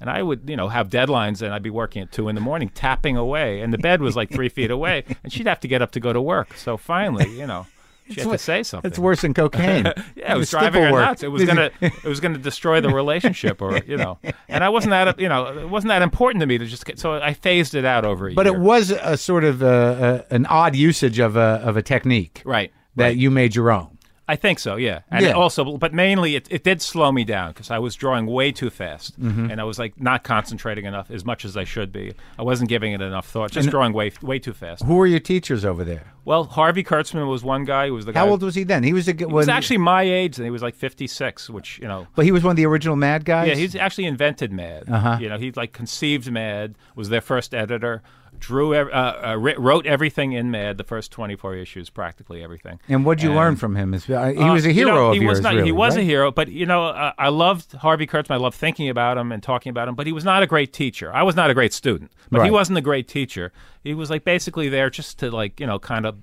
Speaker 4: And I would, you know, have deadlines, and I'd be working at two in the morning, tapping away, and the bed was like three feet away, and she'd have to get up to go to work. So finally, you know, she had to say something.
Speaker 2: It's worse than cocaine.
Speaker 4: Yeah, it
Speaker 2: The
Speaker 4: was driving
Speaker 2: stipple
Speaker 4: her
Speaker 2: work.
Speaker 4: nuts. It was gonna, it was gonna destroy the relationship, or you know. And I wasn't that, you know, it wasn't that important to me to just get. So I phased it out over a
Speaker 2: But
Speaker 4: year.
Speaker 2: it was a sort of a, a, an odd usage of a of a technique
Speaker 4: right.
Speaker 2: that you made your own.
Speaker 4: I think so, yeah. And
Speaker 2: Yeah.
Speaker 4: It also, but mainly it, it did slow me down because I was drawing way too fast,
Speaker 2: Mm-hmm.
Speaker 4: and I was like not concentrating enough as much as I should be. I wasn't giving it enough thought, just drawing way way too fast.
Speaker 2: Who were your teachers over there?
Speaker 4: Well, Harvey Kurtzman was one guy who was the guy.
Speaker 2: How old was he then? He was a
Speaker 4: He was actually my age, and he was like fifty six, which you know.
Speaker 2: but he was one of the original Mad guys. Uh-huh.
Speaker 4: Yeah, he's actually invented Mad. You know, he like conceived Mad, was their first editor, drew, ev- uh, uh, writ- wrote everything in Mad, the first twenty-four issues, practically everything.
Speaker 2: And what'd you
Speaker 4: And-
Speaker 2: learn from him? Is- uh, He
Speaker 4: uh,
Speaker 2: was a
Speaker 4: you
Speaker 2: hero
Speaker 4: know,
Speaker 2: of
Speaker 4: he
Speaker 2: yours.
Speaker 4: Was not,
Speaker 2: really,
Speaker 4: he was
Speaker 2: right?
Speaker 4: a hero, but you know, uh, I loved Harvey Kurtzman. I loved thinking about him and talking about him. But he was not a great teacher. I was not a great student, but
Speaker 2: Right.
Speaker 4: he wasn't a great teacher. He was like basically there just to like you know kind of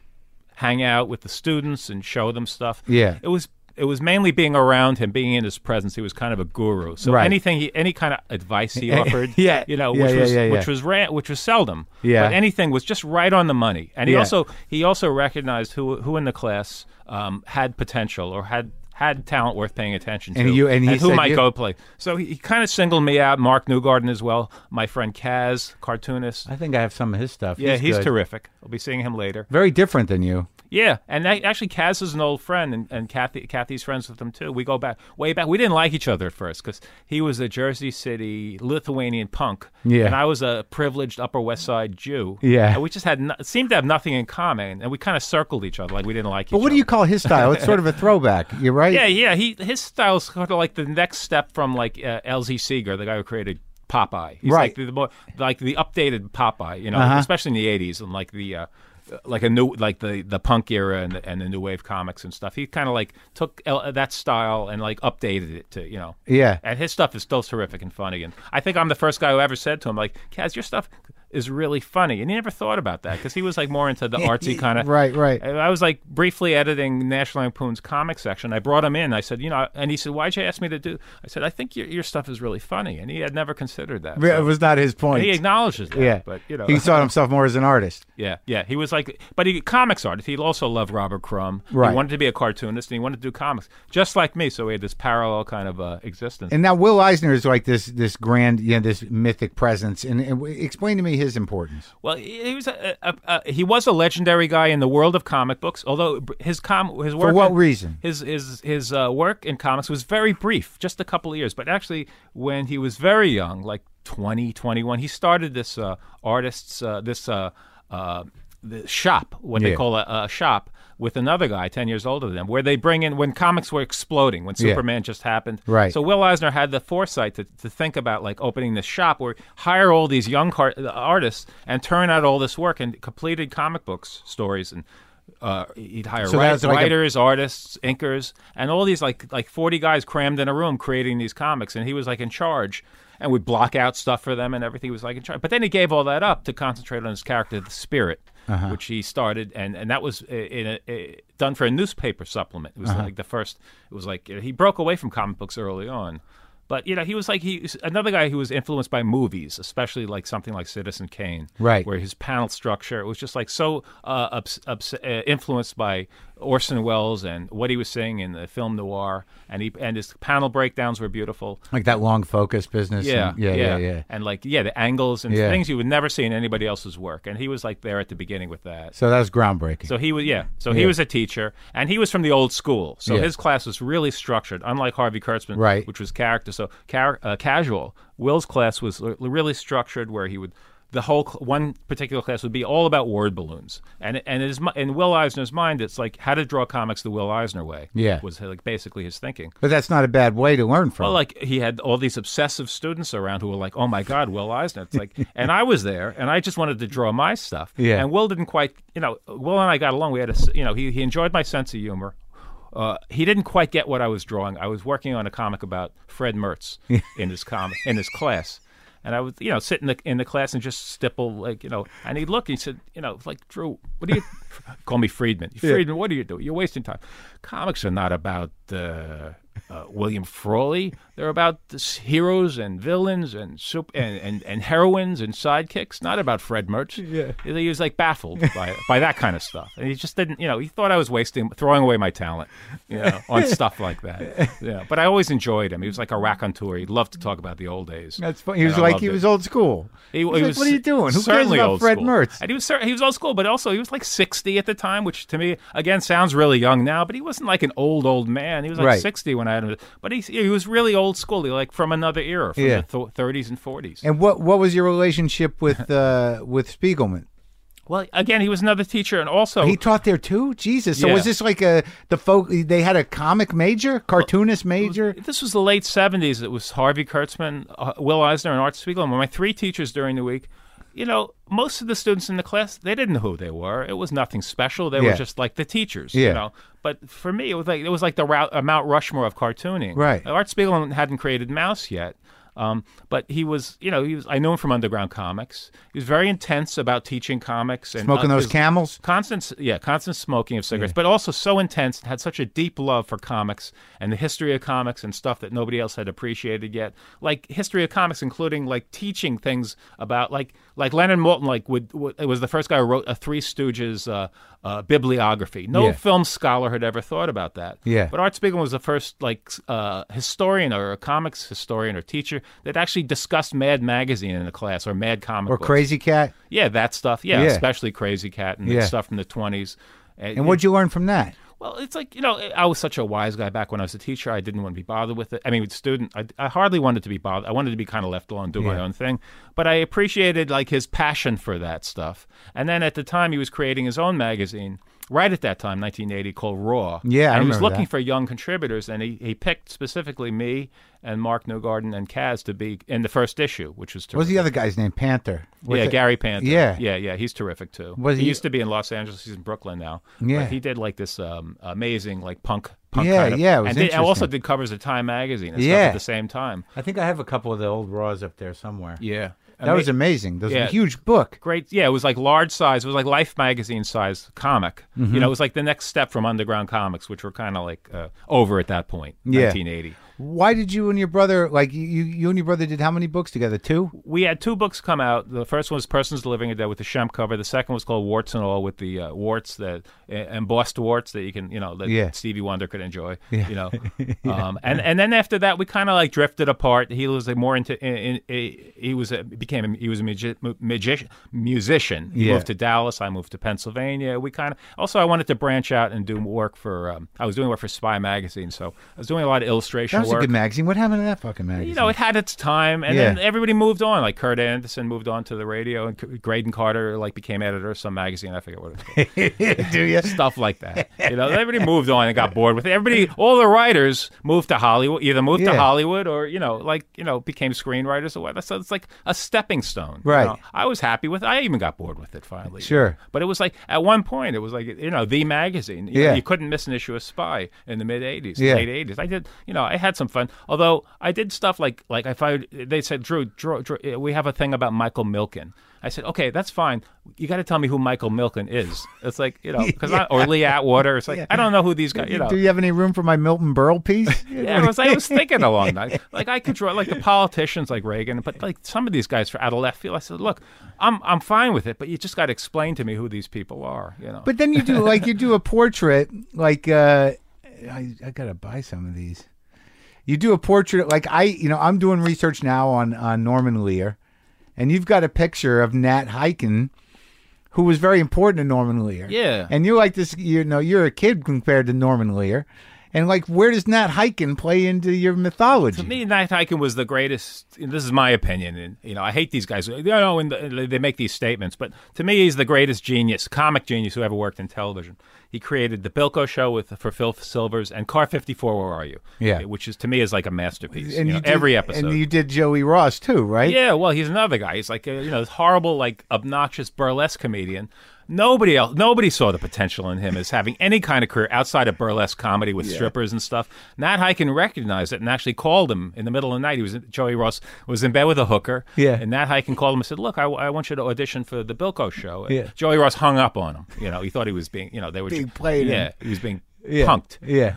Speaker 4: hang out with the students and show them stuff.
Speaker 2: Yeah.
Speaker 4: it was. It was mainly being around him, being in his presence. He was kind of a guru. So
Speaker 2: Right.
Speaker 4: anything, he, any kind of advice he offered,
Speaker 2: Yeah.
Speaker 4: you know,
Speaker 2: Yeah,
Speaker 4: which
Speaker 2: yeah,
Speaker 4: was
Speaker 2: yeah, yeah.
Speaker 4: which was ra- which was seldom.
Speaker 2: Yeah.
Speaker 4: but anything was just right on the money. And he
Speaker 2: Yeah.
Speaker 4: also he also recognized who who in the class um, had potential or had had talent worth paying attention to,
Speaker 2: And you- and he
Speaker 4: who
Speaker 2: said
Speaker 4: might
Speaker 2: you-
Speaker 4: go play. So he, he kind of singled me out. Mark Newgarden as well, my friend Kaz, cartoonist.
Speaker 2: I think I have some of his stuff.
Speaker 4: Yeah, he's,
Speaker 2: good.
Speaker 4: terrific. I'll be seeing him later.
Speaker 2: Very different than you.
Speaker 4: Yeah, and that, actually, Kaz is an old friend, and, and Kathy Kathy's friends with him too. We go back way back. We didn't like each other at first because he was a Jersey City Lithuanian punk,
Speaker 2: Yeah.
Speaker 4: and I was a privileged Upper West Side Jew.
Speaker 2: Yeah.
Speaker 4: and we just had no, seemed to have nothing in common, and we kind of circled each other like we didn't like.
Speaker 2: But
Speaker 4: each
Speaker 2: what do
Speaker 4: other.
Speaker 2: you call his style? It's sort of a throwback. You're right.
Speaker 4: Yeah, yeah. He his style's sort of like the next step from like uh, L.Z. Seeger, the guy who created Popeye. He's
Speaker 2: Right. Uh-huh.
Speaker 4: Like the, the more like the updated Popeye, you know, especially in the '80s and like the. Uh, like a new, like the the punk era and the, and the new wave comics and stuff. He kind of like took L, that style and like updated it to you know.
Speaker 2: Yeah.
Speaker 4: And his stuff is still terrific and funny. And I think I'm the first guy who ever said to him like, "Kaz, your stuff is really funny." And he never thought about that because he was like more into the artsy kind of
Speaker 2: Right, right.
Speaker 4: and I was like briefly editing National Lampoon's comic section. I brought him in. I said, you know, and he said, why'd you ask me to do? I said, I think your, your stuff is really funny, and he had never considered that.
Speaker 2: It
Speaker 4: So
Speaker 2: was not his point.
Speaker 4: he acknowledges that,
Speaker 2: yeah.
Speaker 4: but you know,
Speaker 2: he saw himself more as an artist.
Speaker 4: yeah, yeah, he was like, but he comics artist. He also loved Robert Crumb.
Speaker 2: Right.
Speaker 4: He wanted to be a cartoonist, and he wanted to do comics, just like me. So we had this parallel kind of uh, existence.
Speaker 2: And now Will Eisner is like this this grand, you know, this mythic presence. And, and w- explain to me me his importance.
Speaker 4: Well, he was a, a, a, he was a legendary guy in the world of comic books. Although br- his com his work
Speaker 2: what
Speaker 4: in-
Speaker 2: reason?
Speaker 4: his his his uh, work in comics was very brief, just a couple of years. But actually, when he was very young, like 20, 21, he started this uh, artists uh, this uh, uh, the shop, what
Speaker 2: Yeah.
Speaker 4: they call a, a shop. With another guy, ten years older than them, where they bring in when comics were exploding, when Superman just happened,
Speaker 2: Right.
Speaker 4: So Will Eisner had the foresight to, to think about like opening this shop where hire all these young car- uh, artists and turn out all this work and completed comic books stories and uh, he'd hire
Speaker 2: So
Speaker 4: wri-
Speaker 2: that's like a-
Speaker 4: writers, artists, inkers, and all these like like forty guys crammed in a room creating these comics, and he was like in charge and would block out stuff for them and everything. He was like in charge, but then he gave all that up to concentrate on his character, the Spirit. Which he started, and, and that was uh, in a, a, done for a newspaper supplement. It was like the first. It was like you know, he broke away from comic books early on, but you know he was like he another guy who was influenced by movies, especially like something like Citizen Kane,
Speaker 2: Right.
Speaker 4: where his panel structure. It was just like so uh, obs- obs- uh, influenced by Orson Welles and what he was saying in the film noir, and he and his panel breakdowns were beautiful.
Speaker 2: Like that long focus business. and- yeah, yeah, yeah.
Speaker 4: and like yeah, the angles and
Speaker 2: Yeah.
Speaker 4: things you would never see in anybody else's work, and he was like there at the beginning with that.
Speaker 2: So that was groundbreaking.
Speaker 4: So he was yeah. So he was a teacher, and he was from the old school. So
Speaker 2: Yeah.
Speaker 4: his class was really structured, unlike Harvey Kurtzman,
Speaker 2: Right.
Speaker 4: Which was character so char- uh, casual. Will's class was l- really structured, where he would the whole cl- one particular class would be all about word balloons, and and in his, mi- in Will Eisner's mind, it's like how to draw comics the Will Eisner way.
Speaker 2: Yeah.
Speaker 4: was like basically his thinking.
Speaker 2: but that's not a bad way to learn from.
Speaker 4: Well, like he had all these obsessive students around who were like, "Oh my God, Will Eisner!" It's like, and I was there, and I just wanted to draw my stuff.
Speaker 2: Yeah.
Speaker 4: And Will didn't quite, you know, Will and I got along. We had a, s- you know, he he enjoyed my sense of humor. Uh, he didn't quite get what I was drawing. I was working on a comic about Fred Mertz in his com in his class. And I would, you know, sit in the in the class and just stipple, like, you know. And he'd look, and he said, you know, like Drew, what do you call me Friedman? Friedman, what do you do? You're wasting time. Comics are not about uh, uh, William Frawley. They're about this heroes and villains and sup- and, and and heroines and sidekicks. Not about Fred Mertz. Yeah, he was like baffled by by that kind of stuff, and he just didn't. You know, he thought I was wasting, throwing away my talent, you know, on stuff like that. Yeah, but I always enjoyed him. He was like a raconteur. He loved to talk about the old days.
Speaker 2: that's funny. He
Speaker 4: And
Speaker 2: was
Speaker 4: I
Speaker 2: like
Speaker 4: loved
Speaker 2: he
Speaker 4: it.
Speaker 2: was old school.
Speaker 4: He,
Speaker 2: He was
Speaker 4: he
Speaker 2: like,
Speaker 4: was
Speaker 2: what are you doing? Who cares
Speaker 4: certainly
Speaker 2: about
Speaker 4: old
Speaker 2: Fred
Speaker 4: school.
Speaker 2: Mertz?
Speaker 4: And he was cer- he was old school, but also he was like sixty at the time, which to me again sounds really young now. But he wasn't like an old old man. He was like
Speaker 2: Right.
Speaker 4: sixty when I had him. But he he was really old school. He like from another era, from
Speaker 2: Yeah.
Speaker 4: the thirties and forties.
Speaker 2: And what what was your relationship with uh, with Spiegelman?
Speaker 4: Well, again, he was another teacher, and also
Speaker 2: He taught there too. Jesus. So
Speaker 4: Yeah.
Speaker 2: was this like a the folk? They had a comic major, cartoonist major.
Speaker 4: This was the late seventies. It was Harvey Kurtzman, uh, Will Eisner, and Art Spiegelman. My three teachers during the week. You know, most of the students in the class they didn't know who they were. It was nothing special. They
Speaker 2: Yeah.
Speaker 4: were just like the teachers.
Speaker 2: Yeah.
Speaker 4: You know, but for me, it was like it was like the route, uh, Mount Rushmore of cartooning. Uh,
Speaker 2: Right.
Speaker 4: Art Spiegelman hadn't created Mouse yet. Um, but he was, you know, he was. I knew him from Underground Comics. He was very intense about teaching comics and
Speaker 2: Smoking
Speaker 4: uh,
Speaker 2: those
Speaker 4: his-
Speaker 2: camels?
Speaker 4: constant yeah constant smoking of cigarettes but also so intense and had such a deep love for comics and the history of comics and stuff that nobody else had appreciated yet like history of comics including like teaching things about like like Leonard Moulton like would, would it was the first guy who wrote a Three Stooges uh, uh, bibliography no
Speaker 2: Yeah.
Speaker 4: film scholar had ever thought about that
Speaker 2: Yeah.
Speaker 4: but Art Spiegelman was the first like s- uh, historian or a comics historian or teacher that actually discussed Mad Magazine in a class or Mad Comic
Speaker 2: Or
Speaker 4: books.
Speaker 2: Crazy Cat?
Speaker 4: Yeah, that stuff. Yeah,
Speaker 2: Yeah.
Speaker 4: especially Crazy Cat and
Speaker 2: Yeah.
Speaker 4: the stuff from the twenties.
Speaker 2: And what'd you learn from that?
Speaker 4: Well, it's like you know, I was such a wise guy back when I was a teacher. I didn't want to be bothered with it. I mean, with student, I, I hardly wanted to be bothered. I wanted to be kind of left alone, do my own thing. But I appreciated like his passion for that stuff. And then at the time, he was creating his own magazine. Right at that time, 1980, called Raw.
Speaker 2: Yeah, I
Speaker 4: and he was
Speaker 2: remember
Speaker 4: looking
Speaker 2: that.
Speaker 4: for young contributors, and he, he picked specifically me and Mark Newgarden and Kaz to be in the first issue, which was
Speaker 2: What was
Speaker 4: terrific.
Speaker 2: the other guy's name? Panther. Was
Speaker 4: Yeah,
Speaker 2: it-
Speaker 4: Gary Panther.
Speaker 2: Yeah.
Speaker 4: yeah, yeah. He's terrific too.
Speaker 2: Was
Speaker 4: he,
Speaker 2: he-
Speaker 4: used to be in Los Angeles. He's in Brooklyn now.
Speaker 2: Yeah.
Speaker 4: but he did like this um, amazing like punk. punk
Speaker 2: Yeah,
Speaker 4: kind of,
Speaker 2: yeah, it was
Speaker 4: and did, and also
Speaker 2: interesting.
Speaker 4: did covers of Time magazine. And
Speaker 2: Yeah.
Speaker 4: stuff at the same time.
Speaker 2: I think I have a couple of the old raws up there somewhere.
Speaker 4: Yeah,
Speaker 2: That was amazing. That was
Speaker 4: Yeah.
Speaker 2: a huge book.
Speaker 4: great. Yeah, it was like large size. It was like Life magazine size comic.
Speaker 2: Mm-hmm.
Speaker 4: You know, it was like the next step from underground comics, which were kind of like uh, over at that point,
Speaker 2: Yeah.
Speaker 4: 1980.
Speaker 2: Why did you and your brother like you? You and your brother did how many books together? Two.
Speaker 4: we had two books come out. The first one was "Persons Living and Dead" with the Shemp cover. The second was called "Warts and All" with the uh, warts that uh, embossed warts that you can, you know, that
Speaker 2: Yeah.
Speaker 4: Stevie Wonder could enjoy. You know, um, and and then after that, we kind of like drifted apart. He was a more into in, in, he was a, became a, he was a magi- mu- magi- musician. He
Speaker 2: Yeah.
Speaker 4: moved to Dallas. I moved to Pennsylvania. We kind of also I wanted to branch out and do work for. Um, I was doing work for Spy magazine, so I was doing a lot of illustration
Speaker 2: That was
Speaker 4: work.
Speaker 2: a good magazine. What happened to that fucking magazine?
Speaker 4: You know, it had its time, and then
Speaker 2: Yeah.
Speaker 4: everybody moved on. Like Kurt Anderson moved on to the radio, and C- Graydon Carter like became editor of some magazine. I forget what it was called.
Speaker 2: do you?
Speaker 4: Stuff like that. You know, everybody moved on and got bored with it. Everybody, all the writers moved to Hollywood, either moved
Speaker 2: Yeah.
Speaker 4: to Hollywood or you know, like you know, became screenwriters or whatever. So it's like a stepping stone. you
Speaker 2: Right.
Speaker 4: know. I was happy with. it. I even got bored with it finally.
Speaker 2: Sure.
Speaker 4: But it was like at one point it was like you know the magazine. You
Speaker 2: Yeah.
Speaker 4: Know, you couldn't miss an issue of Spy in the mid '80s,
Speaker 2: Yeah.
Speaker 4: late '80s. I did, you know, I had some fun. Although I did stuff like like if I they said Drew, Drew, Drew eh, we have a thing about Michael Milken. I said, okay, that's fine. You got to tell me who Michael Milken is. It's like you know, because I or Lee Atwater. It's like I don't know who these guys. You know,
Speaker 2: Do you have any room for my Milton Berle piece?
Speaker 4: yeah, I was, I was thinking along that. Like I could draw like the politicians like Reagan, but like some of these guys for out of left field. I said, look, I'm I'm fine with it, but you just got to explain to me who these people are. You know.
Speaker 2: But then you do like you do a portrait like uh I, I gotta buy some of these. You do a portrait like I you know I'm doing research now on on Norman Lear, and you've got a picture of Nat Hiken, who was very important to Norman Lear.
Speaker 4: Yeah.
Speaker 2: and you're like this you know you're a kid compared to Norman Leer, and like where does Nat Hiken play into your mythology?
Speaker 4: To me, Nat Hiken was the greatest. and This is my opinion, and you know I hate these guys. You know, and the, they make these statements, but to me, he's the greatest genius, comic genius who ever worked in television. He created the Bilko Show with for Phil Silvers and Car 54. Where are you?
Speaker 2: Yeah.
Speaker 4: which is to me is like a masterpiece. you know,
Speaker 2: did-
Speaker 4: every episode.
Speaker 2: and you did Joey Ross too, right?
Speaker 4: Yeah, well, he's another guy. He's like a, you know this horrible, like obnoxious burlesque comedian. Nobody else, nobody saw the potential in him as having any kind of career outside of burlesque comedy with strippers and stuff. Nat Hiken recognized it and actually called him in the middle of the night. He was Joey Ross was in bed with a hooker.
Speaker 2: Yeah.
Speaker 4: and Nat Hiken called him and said, "Look, I, I want you to audition for the Bilko show." And
Speaker 2: Yeah.
Speaker 4: Joey Ross hung up on him. You know, he thought he was being, you know, they were
Speaker 2: Being played
Speaker 4: Yeah,
Speaker 2: in.
Speaker 4: he was being
Speaker 2: Yeah.
Speaker 4: punked.
Speaker 2: yeah.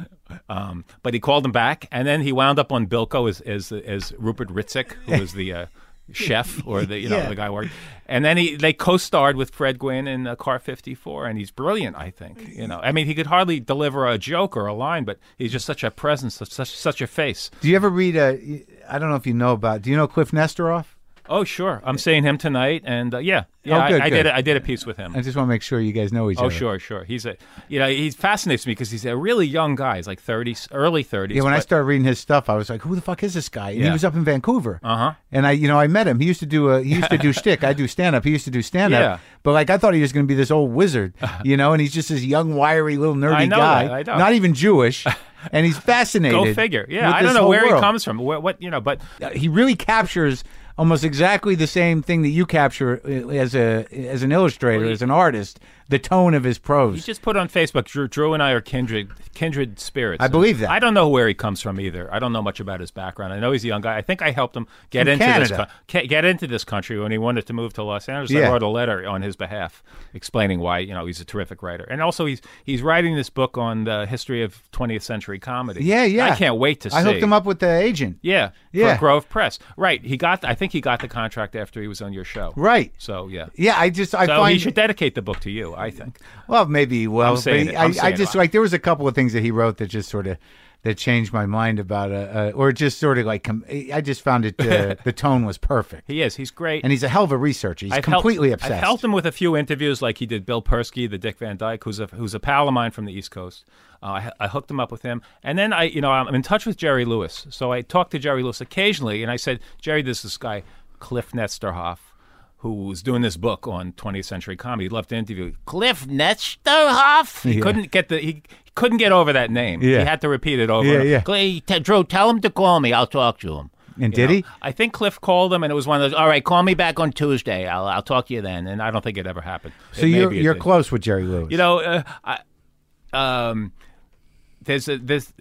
Speaker 4: Um, but he called him back, and then he wound up on Bilko as as, as Rupert Ritzik, who was the uh, chef or the you know
Speaker 2: Yeah.
Speaker 4: the guy who worked. And then he they co-starred with Fred Gwynn in uh, Car 54, and he's brilliant. I think
Speaker 2: Mm-hmm.
Speaker 4: you know. I mean, he could hardly deliver a joke or a line, but he's just such a presence, such such, such a face.
Speaker 2: Do you ever read a? I don't know if you know about. Do you know Cliff Nestoroff?
Speaker 4: Oh, sure, I'm seeing him tonight, and uh, yeah, yeah,
Speaker 2: Oh, good,
Speaker 4: I, I
Speaker 2: good.
Speaker 4: did a, I did a piece with him.
Speaker 2: I just want to make sure you guys know each
Speaker 4: Oh
Speaker 2: other.
Speaker 4: sure, sure. He's a, you know, he fascinates me because he's a really young guy. He's like thirty, early thirties.
Speaker 2: Yeah, when I started reading his stuff, I was like, "Who the fuck is this guy?" And he
Speaker 4: Yeah.
Speaker 2: was up in Vancouver. Uh
Speaker 4: Uh-huh.
Speaker 2: And I, you know, I met him. He used to do a, he used to do shtick. I do stand up. He used to do stand up.
Speaker 4: Yeah.
Speaker 2: But like, I thought he was going to be this old wizard, you know. And he's just this young, wiry, little nerdy
Speaker 4: I know
Speaker 2: guy,
Speaker 4: that, I know.
Speaker 2: not even Jewish, and he's fascinated.
Speaker 4: Go figure. Yeah,
Speaker 2: with
Speaker 4: I
Speaker 2: this
Speaker 4: don't know
Speaker 2: whole
Speaker 4: where
Speaker 2: world.
Speaker 4: he comes from. What, what you know, but
Speaker 2: Uh, He really captures almost exactly the same thing that you capture uh, as a as an illustrator, as an artist. The tone of his prose.
Speaker 4: he just put on Facebook. Drew, Drew and I are kindred kindred spirits.
Speaker 2: I believe that.
Speaker 4: I don't know where he comes from either. I don't know much about his background. I know he's a young guy. I think I helped him get
Speaker 2: From
Speaker 4: into this
Speaker 2: Canada.
Speaker 4: co- ca- get into this country when he wanted to move to Los Angeles.
Speaker 2: Yeah.
Speaker 4: I wrote a letter on his behalf explaining why you know he's a terrific writer, and also he's he's writing this book on the history of 20th century comedy.
Speaker 2: yeah, yeah.
Speaker 4: I can't wait to see.
Speaker 2: I hooked him up with the agent.
Speaker 4: Yeah,
Speaker 2: Yeah.
Speaker 4: For Grove Press. Right. He got. I think he got the contract after he was on your show.
Speaker 2: Right.
Speaker 4: So yeah.
Speaker 2: Yeah, I just I
Speaker 4: So
Speaker 2: find
Speaker 4: he should dedicate the book to you. I think.
Speaker 2: Well, maybe. Well,
Speaker 4: I'm saying
Speaker 2: but
Speaker 4: it. I'm
Speaker 2: I, I
Speaker 4: saying
Speaker 2: just
Speaker 4: it.
Speaker 2: like there was a couple of things that he wrote that just sort of that changed my mind about uh, uh or just sort of like com- I just found it uh, the tone was perfect.
Speaker 4: He is. He's great.
Speaker 2: And he's a hell of a researcher. He's
Speaker 4: I've helped-
Speaker 2: completely obsessed.
Speaker 4: I've helped him with a few interviews, like he did Bill Persky, the Dick Van Dyke, who's a who's a pal of mine from the East Coast. Uh, I, I hooked him up with him, and then I, you know, I'm in touch with Jerry Lewis, so I talk to Jerry Lewis occasionally, and I said, Jerry, there's this guy, Cliff Nesterhoff, who was doing this book on 20th century comedy. He loved to interview Cliff Nesterhoff. He couldn't get the he. Couldn't get over that name.
Speaker 2: Yeah.
Speaker 4: He had to repeat it over.
Speaker 2: Yeah,
Speaker 4: and-
Speaker 2: yeah.
Speaker 4: "Clay, t- Drew, tell him to call me. I'll talk to him.
Speaker 2: And
Speaker 4: You
Speaker 2: did he?
Speaker 4: I think Cliff called him, and it was one of those. All right, call me back on Tuesday. I'll I'll talk to you then. And I don't think it ever happened.
Speaker 2: so you're you're close with Jerry Lewis.
Speaker 4: You know, uh, I, um, there's a, there's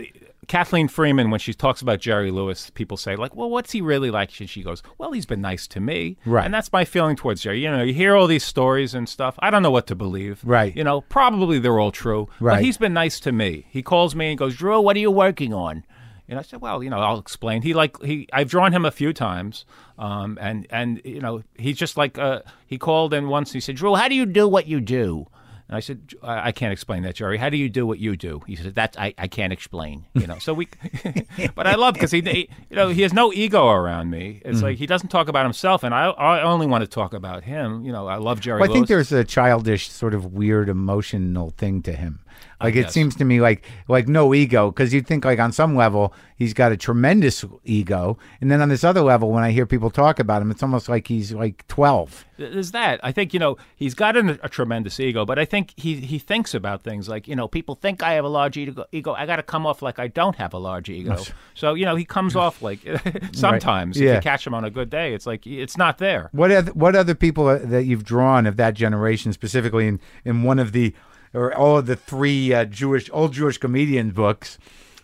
Speaker 4: Kathleen Freeman when she talks about Jerry Lewis. People say like, well, what's he really like? And she goes, well, he's been nice to me.
Speaker 2: Right.
Speaker 4: And that's my feeling towards Jerry. You know, you hear all these stories and stuff. I don't know what to believe.
Speaker 2: Right.
Speaker 4: You know, probably they're all true.
Speaker 2: Right.
Speaker 4: But he's been nice to me. He calls me and goes, Drew, what are you working on? And I said, well, you know, I'll explain. He like he I've drawn him a few times, um, and and you know he's just like uh, he called in once. He said, Drew, how do you do what you do? And I said, I I can't explain that, Jerry. How do you do what you do? He said, that's I, I can't explain. You know, so we, but I love because he, he- you know, he has no ego around me.
Speaker 2: Mm-hmm.
Speaker 4: It's like he doesn't talk about himself, and I, I only want to talk about him. You know, I love Jerry.
Speaker 2: Well, I think
Speaker 4: Lewis.
Speaker 2: there's a childish sort of weird emotional thing to him. Like it seems to me like like no ego because you think like on some level he's got a tremendous ego, and then on this other level, when I hear people talk about him, it's almost like he's like twelve.
Speaker 4: there's that. I think you know he's got an, a tremendous ego, but I think he he thinks about things like you know people think I have a large ego. ego. I got to come off like I don't have a large ego. So you know he comes off like sometimes if
Speaker 2: Yeah.
Speaker 4: you catch him on a good day, it's like it's not there.
Speaker 2: What oth- what other people uh, that you've drawn of that generation specifically in in one of the or all of the three uh, Jewish old Jewish comedian books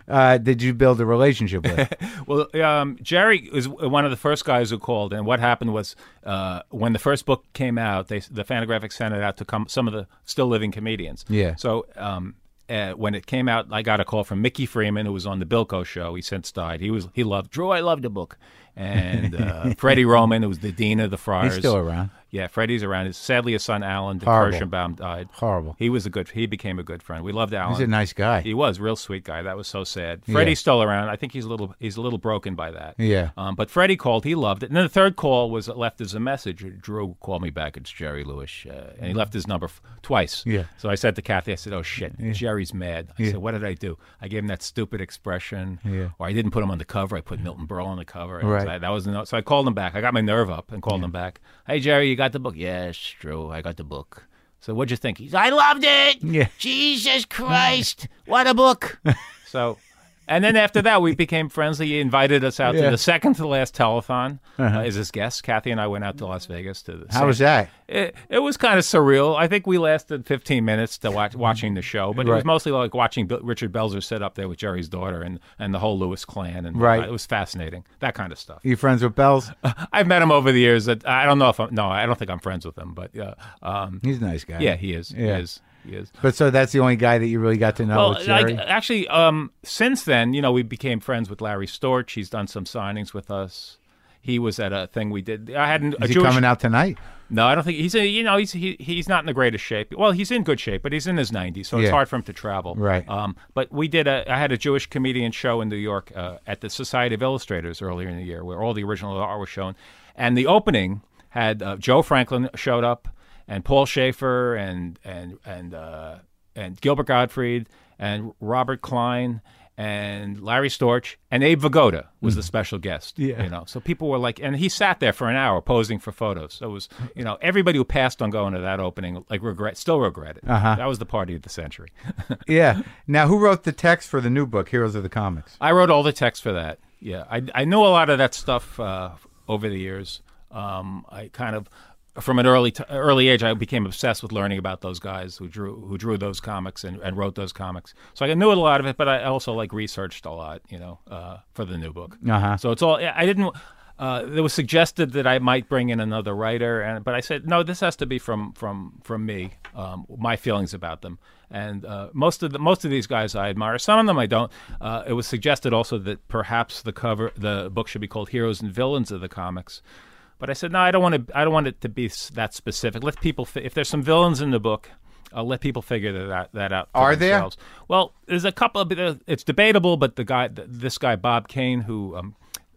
Speaker 2: uh, did you build a relationship with?
Speaker 4: Well, um, Jerry was one of the first guys who called, and what happened was uh, when the first book came out, they the Fantagraphics sent it out to come some of the still living comedians.
Speaker 2: Yeah.
Speaker 4: So um, uh, when it came out, I got a call from Mickey Freeman, who was on the Bilko show. He since died. He was he loved Drew. I loved the book, and uh, Freddie Roman, who was the dean of the Friars,
Speaker 2: still around.
Speaker 4: Yeah, Freddie's around. His, sadly, his son Alan de
Speaker 2: Horrible.
Speaker 4: Kirschenbaum died.
Speaker 2: Horrible.
Speaker 4: He was a good. He became a good friend. We loved Alan.
Speaker 2: He's a nice guy.
Speaker 4: He was real sweet guy. That was so sad. Freddie's still around. I think he's a little he's a little broken by that.
Speaker 2: Yeah.
Speaker 4: Um, but Freddie called. He loved it. And then the third call was left as a message. Drew called me back. It's Jerry Lewis, uh, and he left his number f- twice.
Speaker 2: Yeah.
Speaker 4: So I said to Kathy, I said, "Oh shit, Jerry's mad." I said, "What did I do? I gave him that stupid expression,
Speaker 2: Yeah.
Speaker 4: or I didn't put him on the cover. I put Milton Berle on the cover. And
Speaker 2: Right.
Speaker 4: so I- that was no- so I called him back. I got my nerve up and called him back. Hey Jerry, you got the book? Yes, Drew, I got the book. So what'd you think? He's, I loved it.
Speaker 2: Yeah.
Speaker 4: Jesus Christ, what a book. so, and then after that, we became friends. He invited us out
Speaker 2: Yeah. Uh-huh.
Speaker 4: to the second to last telethon uh, as his guest. Kathy and I went out to Las Vegas to the.
Speaker 2: How was that?
Speaker 4: It, it was kind of surreal. I think we lasted 15 minutes to watch, watching the show, but it was
Speaker 2: Right.
Speaker 4: mostly like watching Bill, Richard Belzer sit up there with Jerry's daughter and, and the whole Lewis clan. And
Speaker 2: Right.
Speaker 4: it was fascinating. That kind of stuff.
Speaker 2: You friends with Bells?
Speaker 4: I've met him over the years. That I don't know if I'm no, I don't think I'm friends with him, but uh, um,
Speaker 2: He's a nice guy.
Speaker 4: yeah, he is.
Speaker 2: Yeah.
Speaker 4: He is. He is.
Speaker 2: But so that's the only guy that you really got to know.
Speaker 4: Well,
Speaker 2: was
Speaker 4: like
Speaker 2: Jerry?
Speaker 4: actually, um, since then, you know, we became friends with Larry Storch. He's done some signings with us. He was at a thing we did. I hadn't. a
Speaker 2: Is he
Speaker 4: Jewish-
Speaker 2: coming out tonight?
Speaker 4: No, I don't think he's. A, you know, he's he, he's not in the greatest shape. Well, he's in good shape, but he's in his 90s, so
Speaker 2: Yeah.
Speaker 4: it's hard for him to travel.
Speaker 2: Right.
Speaker 4: Um, but we did a. I had a Jewish comedian show in New York uh, at the Society of Illustrators earlier in the year, where all the original art was shown, and the opening had uh, Joe Franklin showed up, and Paul Schaefer, and and and uh, and Gilbert Gottfried, and Robert Klein. And Larry Storch and Abe Vigoda was the special guest.
Speaker 2: Yeah.
Speaker 4: You know, so people were like, and he sat there for an hour posing for photos. So it was, you know, everybody who passed on going to that opening, like, regret, still regret it. Uh-huh. That was the party of the century.
Speaker 2: Yeah. Now, who wrote the text for the new book, Heroes of the Comics?
Speaker 4: I wrote all the text for that. Yeah, I, I know a lot of that stuff uh, over the years. Um, I kind of from an early t- early age, I became obsessed with learning about those guys who drew who drew those comics and, and wrote those comics. So I knew a lot of it, but I also like researched a lot, you know, uh, for the new book.
Speaker 2: Uh-huh.
Speaker 4: So it's all I didn't. Uh, it was suggested that I might bring in another writer, and but I said no. This has to be from from from me, um, my feelings about them, and uh, most of the most of these guys I admire. Some of them I don't. Uh, it was suggested also that perhaps the cover the book should be called "Heroes and Villains of the Comics," but I said no. I don't want to. I don't want it to be s- that specific. Let people. Fi- if there's some villains in the book, uh, let people figure that out, that out. for
Speaker 2: Are there?
Speaker 4: themselves. Well, there's a couple of it's debatable, but the guy, th- this guy Bob Kane, who um,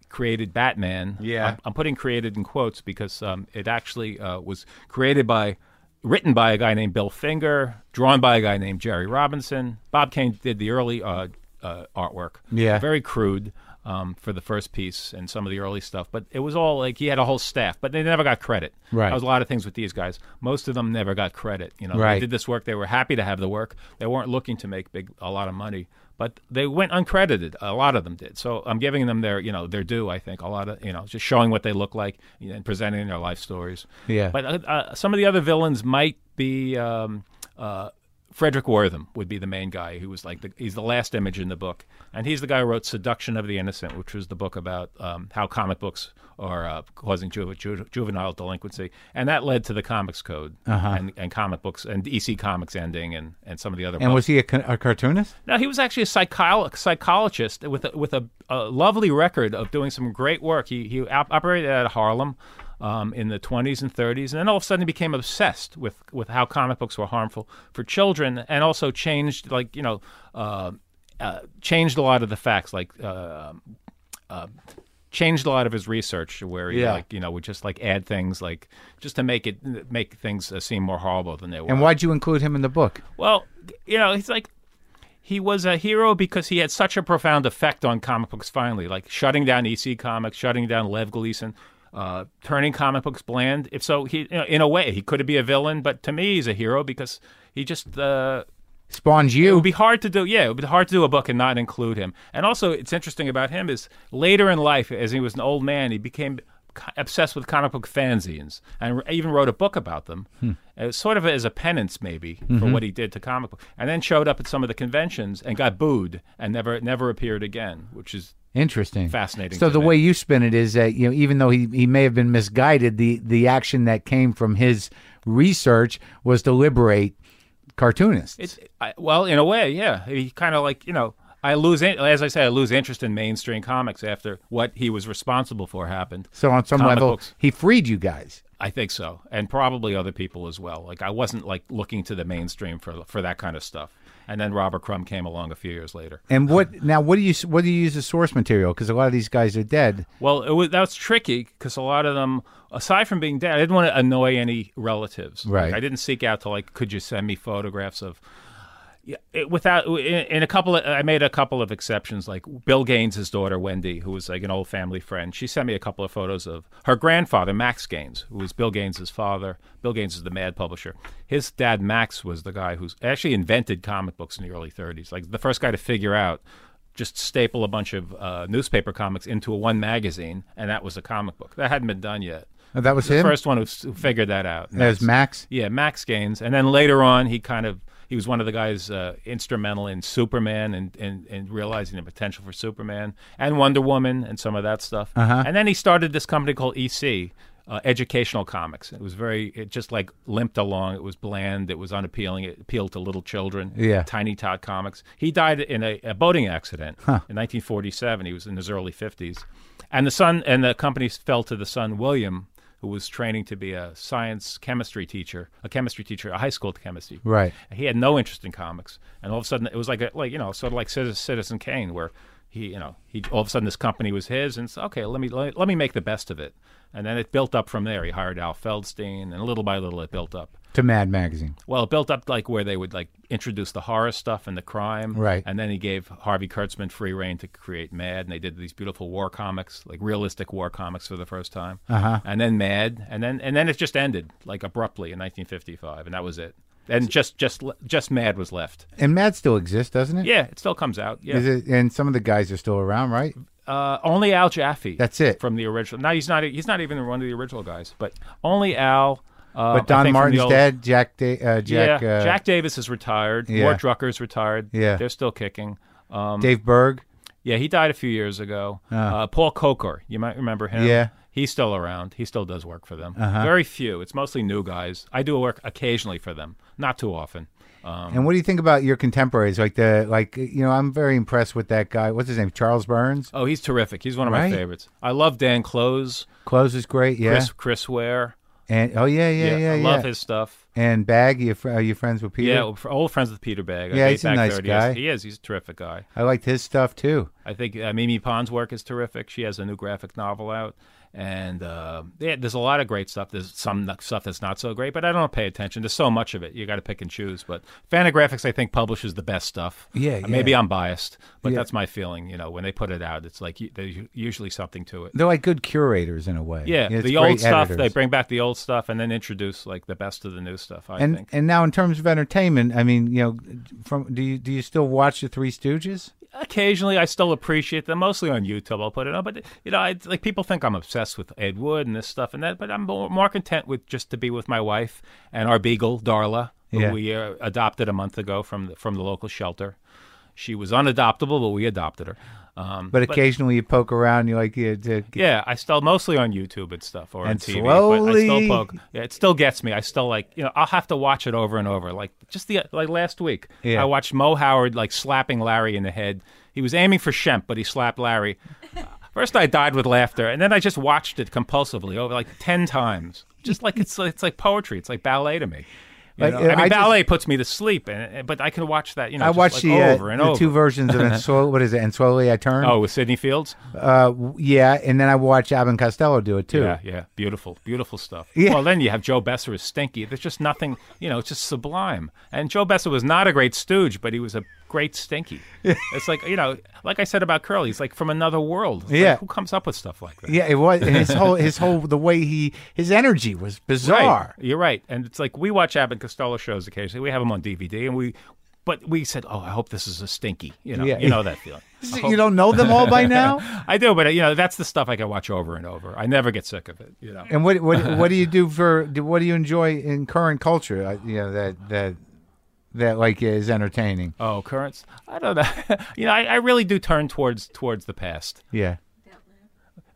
Speaker 4: created Batman.
Speaker 2: Yeah.
Speaker 4: I'm, I'm putting "created" in quotes because um, it actually uh, was created by, written by a guy named Bill Finger, drawn by a guy named Jerry Robinson. Bob Kane did the early uh, uh, artwork.
Speaker 2: Yeah.
Speaker 4: Very crude. Um, for the first piece and some of the early stuff, but it was all like he had a whole staff, but they never got credit.
Speaker 2: Right.
Speaker 4: that was a lot of things with these guys. Most of them never got credit. You know, they
Speaker 2: Right.
Speaker 4: did this work. They were happy to have the work. They weren't looking to make big a lot of money, but they went uncredited. A lot of them did. So I'm giving them their you know their due. I think a lot of you know just showing what they look like you know, and presenting their life stories.
Speaker 2: Yeah.
Speaker 4: But uh, uh, some of the other villains might be. Um, uh, Frederick Wortham would be the main guy who was like the, he's the last image in the book, and he's the guy who wrote Seduction of the Innocent, which was the book about um, how comic books are uh, causing ju- ju- juvenile delinquency, and that led to the Comics Code and, and comic books and DC Comics ending and, and some of the other.
Speaker 2: And was he a, ca- a cartoonist?
Speaker 4: No, he was actually a psycholo- psychologist with a, with a, a lovely record of doing some great work. He he op- operated out of Harlem um, in the 20s and 30s, and then all of a sudden he became obsessed with with how comic books were harmful for children, and also changed like you know. Uh, uh, changed a lot of the facts, like uh, changed a lot of his research where he
Speaker 2: Yeah.
Speaker 4: like you know would just like add things like just to make it make things uh, seem more horrible than they were.
Speaker 2: And why'd you include him in the book?
Speaker 4: Well, you know, he's like he was a hero because he had such a profound effect on comic books. Finally, like shutting down EC Comics, shutting down Lev Gleason, uh, turning comic books bland. If so, he you know, in a way he could be a villain, but to me he's a hero because he just. Uh,
Speaker 2: Spawned
Speaker 4: it
Speaker 2: you.
Speaker 4: would be hard to do. Yeah, it would be hard to do a book and not include him. And also, it's interesting about him is later in life, as he was an old man, he became co- obsessed with comic book fanzines and r- even wrote a book about them, It was sort of as a penance maybe for what he did to comic book. And then showed up at some of the conventions and got booed and never never appeared again, which is
Speaker 2: Interesting.
Speaker 4: fascinating.
Speaker 2: So
Speaker 4: to
Speaker 2: the
Speaker 4: me.
Speaker 2: way you spin it is that you know, even though he, he may have been misguided, the the action that came from his research was to liberate cartoonists.
Speaker 4: It, I, well, in a way, yeah. He kind of like you know, I lose in, as I say, I lose interest in mainstream comics after what he was responsible for happened.
Speaker 2: so on some
Speaker 4: comic
Speaker 2: level,
Speaker 4: books.
Speaker 2: he freed you guys.
Speaker 4: I think so, and probably other people as well. Like I wasn't like looking to the mainstream for for that kind of stuff. And then Robert Crumb came along a few years later.
Speaker 2: And what now? What do you what do you use as source material? Because a lot of these guys are dead.
Speaker 4: Well, it was, that was tricky because a lot of them, aside from being dead, I didn't want to annoy any relatives. Like,
Speaker 2: Right.
Speaker 4: I didn't seek out to like, could you send me photographs of. Yeah, it, without in, in a couple of, I made a couple of exceptions like Bill Gaines' daughter Wendy who was like an old family friend she sent me a couple of photos of her grandfather Max Gaines who was Bill Gaines' father Bill Gaines is the mad publisher his dad Max was the guy who's actually invented comic books in the early 30s like the first guy to figure out just staple a bunch of uh, newspaper comics into a one magazine, and that was a comic book. That hadn't been done yet.
Speaker 2: Oh, that was
Speaker 4: The
Speaker 2: him.
Speaker 4: first one who s- who figured that out.
Speaker 2: that was Max.
Speaker 4: Yeah, Max Gaines, and then later on, he kind of he was one of the guys uh, instrumental in Superman and, and and realizing the potential for Superman and Wonder Woman and some of that stuff. And then he started this company called EC. Uh, educational comics. It was very, it just like limped along. It was bland. It was unappealing. It appealed to little children.
Speaker 2: Yeah.
Speaker 4: Tiny Todd Comics. He died in a, a boating accident in 1947. He was in his early 50s, and the son and the company fell to the son William, who was training to be a science chemistry teacher, a chemistry teacher, a high school chemistry.
Speaker 2: Right.
Speaker 4: He had no interest in comics, and all of a sudden it was like a, like you know sort of like Citizen, Citizen Kane, where he you know he all of a sudden this company was his, and it's okay let me let, me- let me make the best of it, and then it built up from there. He hired Al Feldstein, and little by little it built up.
Speaker 2: to Mad Magazine.
Speaker 4: Well, it built up like where they would like introduce the horror stuff and the crime,
Speaker 2: Right.
Speaker 4: And then he gave Harvey Kurtzman free reign to create Mad, and they did these beautiful war comics, like realistic war comics for the first time. Uh-huh. And then Mad, and then and then it just ended like abruptly in 1955, and that was it. And just just le- just Mad was left.
Speaker 2: And Mad still exists, doesn't it?
Speaker 4: Yeah, it still comes out. Yeah,
Speaker 2: Is it? And some of the guys are still around, right?
Speaker 4: uh, only Al Jaffe.
Speaker 2: That's it.
Speaker 4: from the original. Now he's not he's not even one of the original guys, but only Al. Uh, I
Speaker 2: but Don
Speaker 4: think from the
Speaker 2: Martin's
Speaker 4: old-
Speaker 2: dead. Jack. Da- uh, Jack.
Speaker 4: yeah,
Speaker 2: uh,
Speaker 4: Jack Davis is retired.
Speaker 2: yeah.
Speaker 4: Mort Drucker's retired.
Speaker 2: Yeah.
Speaker 4: they're still kicking. Um,
Speaker 2: Dave Berg.
Speaker 4: yeah, he died a few years ago. Uh, Paul Coker, you might remember him.
Speaker 2: Ah. Yeah. Uh-huh.
Speaker 4: he's still around. He still does work for them. Very few. It's mostly new guys. I do work occasionally for them, not too often. Um,
Speaker 2: And what do you think about your contemporaries? Like the like you know, I'm very impressed with that guy. What's his name? Charles Burns.
Speaker 4: oh, he's terrific. He's one of
Speaker 2: Right.
Speaker 4: my favorites. I love Dan Close,
Speaker 2: Close is great. Yeah.
Speaker 4: Chris Chris Ware.
Speaker 2: And oh yeah, yeah, yeah, yeah.
Speaker 4: I love his stuff.
Speaker 2: And Bag. You fr- are you friends with Peter?
Speaker 4: Yeah, we're fr- old friends with Peter Bagg. I
Speaker 2: Yeah,
Speaker 4: date
Speaker 2: he's a
Speaker 4: back
Speaker 2: nice
Speaker 4: 30 years.
Speaker 2: guy.
Speaker 4: He is. He's a terrific guy.
Speaker 2: I liked his stuff too.
Speaker 4: I think uh, Mimi Pond's work is terrific. She has a new graphic novel out, and uh, yeah, there's a lot of great stuff. There's some n- stuff that's not so great, but I don't pay attention. There's so much of it. You got to pick and choose. But Fanagraphics, I think, publishes the best stuff. Uh,
Speaker 2: Yeah,
Speaker 4: Maybe
Speaker 2: yeah.
Speaker 4: I'm biased, but that's my feeling. You know, when they put it out, it's like u- there's u- usually something to it.
Speaker 2: They're like good curators in a way.
Speaker 4: Yeah,
Speaker 2: it's
Speaker 4: the
Speaker 2: great
Speaker 4: old stuff. They
Speaker 2: editors.
Speaker 4: bring back the old stuff and then introduce like the best of the new stuff. I
Speaker 2: and
Speaker 4: think.
Speaker 2: and now in terms of entertainment, I mean, you know, from do you do you still watch the Three Stooges?
Speaker 4: occasionally I still appreciate them, mostly on YouTube. I'll put it on, but you know, I, like people think I'm obsessed with Ed Wood and this stuff and that, but I'm more, more content with just to be with my wife and our beagle Darla. who
Speaker 2: Yeah.
Speaker 4: we uh, adopted a month ago from the, from the local shelter. She was unadoptable, but we adopted her. Um,
Speaker 2: But occasionally you poke around, you like you to
Speaker 4: yeah, I still mostly on YouTube and stuff or
Speaker 2: And
Speaker 4: on TV. but I
Speaker 2: slowly-
Speaker 4: still poke. Yeah, it still gets me. I still like you know I'll have to watch it over and over. Like just the like last week,
Speaker 2: Yeah.
Speaker 4: I watched Mo Howard like slapping Larry in the head. He was aiming for Shemp, but he slapped Larry. First, I died with laughter, and then I just watched it compulsively over like ten times. Just like it's it's like poetry. It's like ballet to me. You
Speaker 2: Like,
Speaker 4: know?
Speaker 2: uh,
Speaker 4: I mean,
Speaker 2: I just-
Speaker 4: ballet puts me to sleep, and, and- but I can watch that. You know,
Speaker 2: I
Speaker 4: just,
Speaker 2: watched
Speaker 4: like,
Speaker 2: the, uh,
Speaker 4: over and
Speaker 2: the
Speaker 4: over.
Speaker 2: two versions of and slowly, what is it? And slowly I turn.
Speaker 4: oh, with Sidney Fields.
Speaker 2: Uh, w- yeah, and then I watched Abbott and Costello do it too.
Speaker 4: Yeah, yeah, beautiful, beautiful stuff.
Speaker 2: Yeah.
Speaker 4: Well, then you have Joe Besser as Stinky. There's just nothing, you know, it's just sublime. And Joe Besser was not a great stooge, but he was a great Stinky. it's like, you know, like I said about Curly, he's like from another world. It's like,
Speaker 2: Yeah.
Speaker 4: who comes up with stuff like that?
Speaker 2: Yeah, it was, and his whole his whole the way he his energy was
Speaker 4: Right.
Speaker 2: bizarre.
Speaker 4: You're right. And it's like we watch Abbott and Costello shows occasionally. We have them on DVD, and we, but we said, oh, I hope this is a Stinky. You know,
Speaker 2: Yeah.
Speaker 4: you know that feeling.
Speaker 2: You don't know them all by now.
Speaker 4: I do, but uh, you know, that's the stuff I can watch over and over. I never get sick of it. You know.
Speaker 2: And what what what do you do for do- what do you enjoy in current culture? uh, You know that that that like is entertaining.
Speaker 4: Oh, currents. I don't know. you know, I, I really do turn towards towards the past.
Speaker 2: Yeah,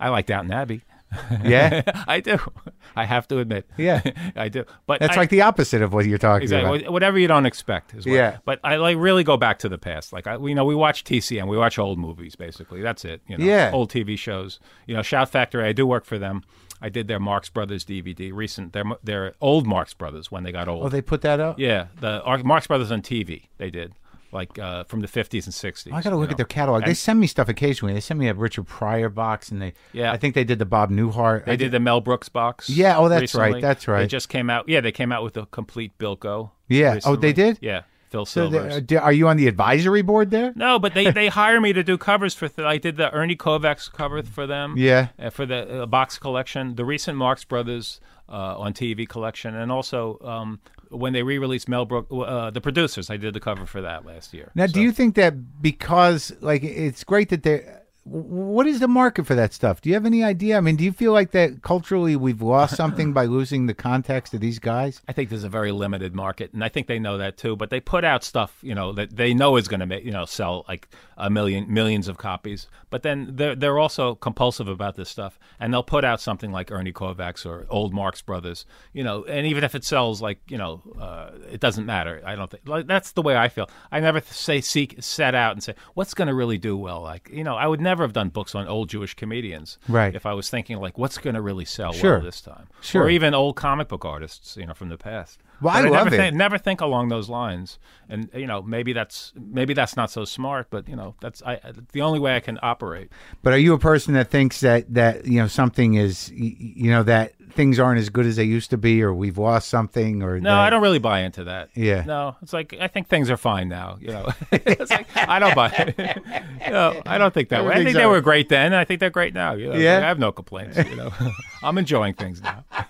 Speaker 4: I like Downton Abbey.
Speaker 2: yeah,
Speaker 4: I do. I have to admit.
Speaker 2: Yeah.
Speaker 4: I do. But
Speaker 2: that's
Speaker 4: I,
Speaker 2: like the opposite of what you're talking
Speaker 4: exactly
Speaker 2: about.
Speaker 4: whatever you don't expect. Is what,
Speaker 2: Yeah.
Speaker 4: But I like really go back to the past. Like I, you know, we watch TCM. We watch old movies basically. That's it. You know,
Speaker 2: Yeah.
Speaker 4: Old TV shows. You know, Shout Factory. I do work for them. I did their Marx Brothers DVD. Recent. Their their old Marx Brothers when they got old.
Speaker 2: Oh, they put that up.
Speaker 4: yeah. The Ar- Marx Brothers on TV. They did. Like uh, from the 50s and 60s.
Speaker 2: I got to
Speaker 4: you
Speaker 2: look at
Speaker 4: know.
Speaker 2: their catalog. They send me stuff occasionally. They send me a Richard Pryor box, and they
Speaker 4: Yeah.
Speaker 2: I think they did the Bob Newhart.
Speaker 4: They
Speaker 2: I
Speaker 4: did the Mel Brooks box.
Speaker 2: Yeah, oh, that's right,
Speaker 4: recently.
Speaker 2: that's right.
Speaker 4: They just came out. Yeah, they came out with a complete Bilko.
Speaker 2: Yeah, oh, they
Speaker 4: recently.
Speaker 2: did?
Speaker 4: Yeah, Phil
Speaker 2: So they-
Speaker 4: Silvers.
Speaker 2: uh, d- are you on the advisory board there?
Speaker 4: no, but they, they hire me to do covers for. Th- I did the Ernie Kovacs cover for them.
Speaker 2: Yeah.
Speaker 4: uh, for the uh, box collection, the recent Marx Brothers uh, on TV collection, and also um, when they re-released Mel Brook, uh, the producers. I did the cover for that last year.
Speaker 2: Now,
Speaker 4: So-
Speaker 2: do you think that because like it's great that they, what is the market for that stuff? Do you have any idea? I mean, do you feel like that culturally we've lost something by losing the context of these guys?
Speaker 4: I think there's a very limited market, and I think they know that too. But they put out stuff, you know, that they know is going to make, you know, sell like a million, millions of copies. But then they're they're also compulsive about this stuff, and they'll put out something like Ernie Kovacs or old Marx Brothers, you know. And even if it sells, like you know, uh, it doesn't matter. I don't think like, that's the way I feel. I never th- say seek set out and say what's going to really do well. Like you know, I would never have done books on old Jewish comedians,
Speaker 2: Right.
Speaker 4: If I was thinking like what's going to really sell
Speaker 2: Sure.
Speaker 4: well this time,
Speaker 2: Sure.
Speaker 4: or even old comic book artists, you know, from the past.
Speaker 2: Well, I
Speaker 4: But
Speaker 2: love
Speaker 4: never
Speaker 2: it.
Speaker 4: Think, never think along those lines, and you know, maybe that's maybe that's not so smart, but you know, that's I, I- the only way I can operate.
Speaker 2: But are you a person that thinks that that you know something is y- y- you know that things aren't as good as they used to be, or we've lost something, or
Speaker 4: No,
Speaker 2: that-
Speaker 4: I don't really buy into that.
Speaker 2: Yeah.
Speaker 4: No, it's like I think things are fine now. You know, it's like, I don't buy. It. no, I don't think that way. I
Speaker 2: Everything's
Speaker 4: think they
Speaker 2: all
Speaker 4: were
Speaker 2: right.
Speaker 4: great then, and I think they're great now. You know,
Speaker 2: Yeah.
Speaker 4: I have no complaints. You know, I'm enjoying things now.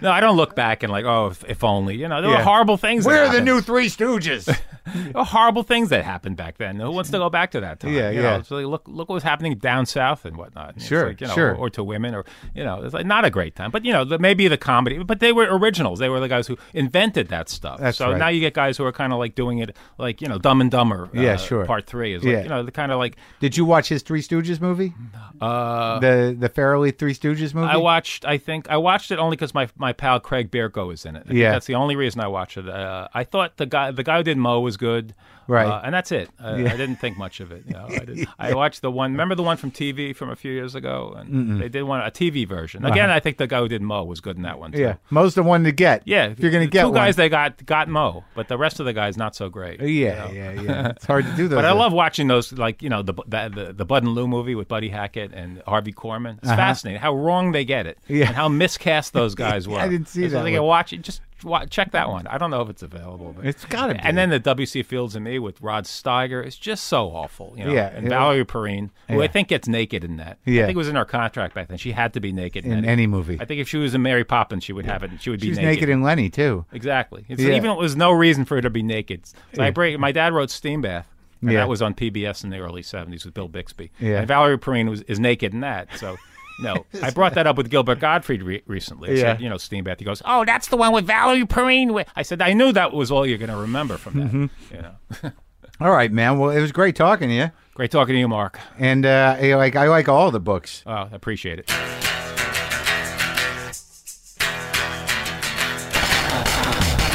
Speaker 4: no, I don't look back and like, oh, if, if only. You know, there
Speaker 2: Yeah.
Speaker 4: were horrible things. that
Speaker 2: We're the
Speaker 4: happened.
Speaker 2: new Three Stooges.
Speaker 4: There were horrible things that happened back then. Who wants to go back to that time?
Speaker 2: Yeah,
Speaker 4: You
Speaker 2: yeah.
Speaker 4: know, it's like, look, look what was happening down south and whatnot. It's
Speaker 2: Sure,
Speaker 4: like, you know,
Speaker 2: sure.
Speaker 4: Or, to women, or you know, it's like not a great time. But you know, the, maybe the comedy. But they were originals. They were the guys who invented that stuff.
Speaker 2: That's
Speaker 4: so
Speaker 2: right.
Speaker 4: now you get guys who are kind of like doing it, like you know, Dumb and Dumber. uh,
Speaker 2: Yeah, sure.
Speaker 4: Part three is like
Speaker 2: Yeah.
Speaker 4: you know, the kind of like
Speaker 2: Did you watch his Three Stooges movie? Uh, the the Farrelly Three Stooges movie.
Speaker 4: I watched. I think I watched it only because my my pal Craig Bierko was in it. I think
Speaker 2: Yeah.
Speaker 4: that's the only reason I watched it. Uh, I thought the guy the guy who did Mo was good,
Speaker 2: Right.
Speaker 4: Uh, and that's it. Uh, I didn't think much of it. you know. I, did- I watched the one. Remember the one from TV from a few years ago, and they did one a TV version. Again, I think the guy who did Mo was good in that one. Too.
Speaker 2: Uh-huh. Yeah, most the one to get.
Speaker 4: yeah.
Speaker 2: if you're gonna
Speaker 4: the
Speaker 2: get
Speaker 4: two
Speaker 2: one.
Speaker 4: guys, they got got Mo, but the rest of the guys not so great.
Speaker 2: Yeah, yeah, yeah. It's hard to do those.
Speaker 4: But I
Speaker 2: with-
Speaker 4: love watching those, like you know, the the the, the Bud and Lou movie with Buddy Hackett and Harvey Korman. It's fascinating how wrong they get it,
Speaker 2: Uh-huh. Yeah.
Speaker 4: and how miscast those guys were.
Speaker 2: I didn't see
Speaker 4: It's
Speaker 2: that
Speaker 4: Like,
Speaker 2: one.
Speaker 4: watch it. Just wa check that one. I don't know if it's available. But
Speaker 2: It's gotta be.
Speaker 4: And then the W.C. Fields and Me with Rod Steiger. It's just so awful. You know?
Speaker 2: Yeah,
Speaker 4: And
Speaker 2: yeah.
Speaker 4: Valerie Perrine, who
Speaker 2: Yeah.
Speaker 4: I think gets naked in that.
Speaker 2: Yeah.
Speaker 4: I think it was in our contract back then. She had to be naked in,
Speaker 2: in any movie.
Speaker 4: I think if she was in Mary Poppins, she would have it. She would be
Speaker 2: She's naked in Lenny too.
Speaker 4: Exactly. It's
Speaker 2: Yeah.
Speaker 4: Even it was no reason for her to be naked. So I break. My dad wrote Steam Bath. And
Speaker 2: Yeah.
Speaker 4: that was on PBS in the early '70s with Bill Bixby.
Speaker 2: Yeah.
Speaker 4: And Valerie Perrine was, is naked in that. So No, I brought that up with Gilbert Gottfried re- recently. I said,
Speaker 2: Yeah.
Speaker 4: you know, Steenbath. He goes, "Oh, that's the one with Valerie Perrine." with-" I said, "I knew that was all you're going to remember from that."
Speaker 2: Mm-hmm.
Speaker 4: You know,
Speaker 2: All right, man. Well, it was great talking to you,
Speaker 4: great talking to you, Mark.
Speaker 2: and uh, I like I like all the books.
Speaker 4: Oh, I appreciate it.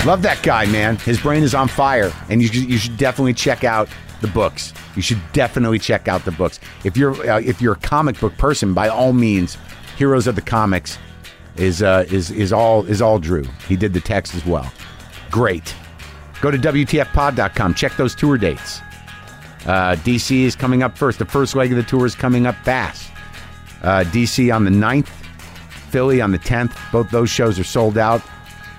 Speaker 2: Love that guy, man. His brain is on fire, and you should, you should definitely check out the books. You should definitely check out the books. If you're uh, if you're a comic book person, by all means, Heroes of the Comics is uh, is is all is all Drew. He did the text as well. Great. Go to wtfpod.com. Check those tour dates. Uh, DC is coming up first. The first leg of the tour is coming up fast. Uh, DC on the 9th, Philly on the 10th. Both those shows are sold out.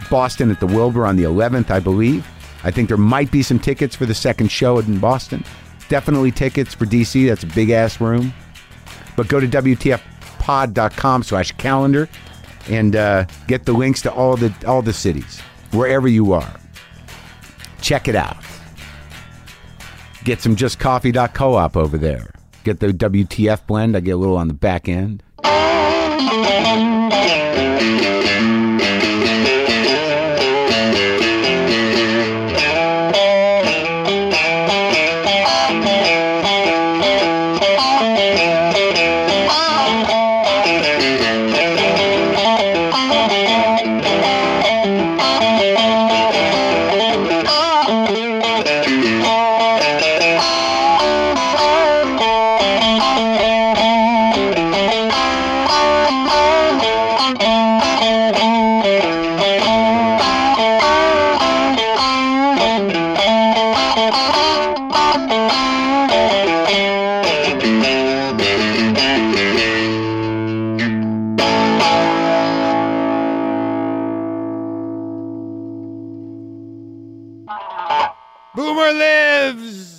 Speaker 2: Boston at the Wilbur on the 11th, I believe. I think there might be some tickets for the second show in Boston. Definitely tickets for DC. That's a big ass room. But go to WTFpod.com slash calendar and uh, get the links to all the all the cities, wherever you are. Check it out. Get some justcoffee.coop over there. Get the WTF blend. I get a little on the back end.
Speaker 1: Boomer lives.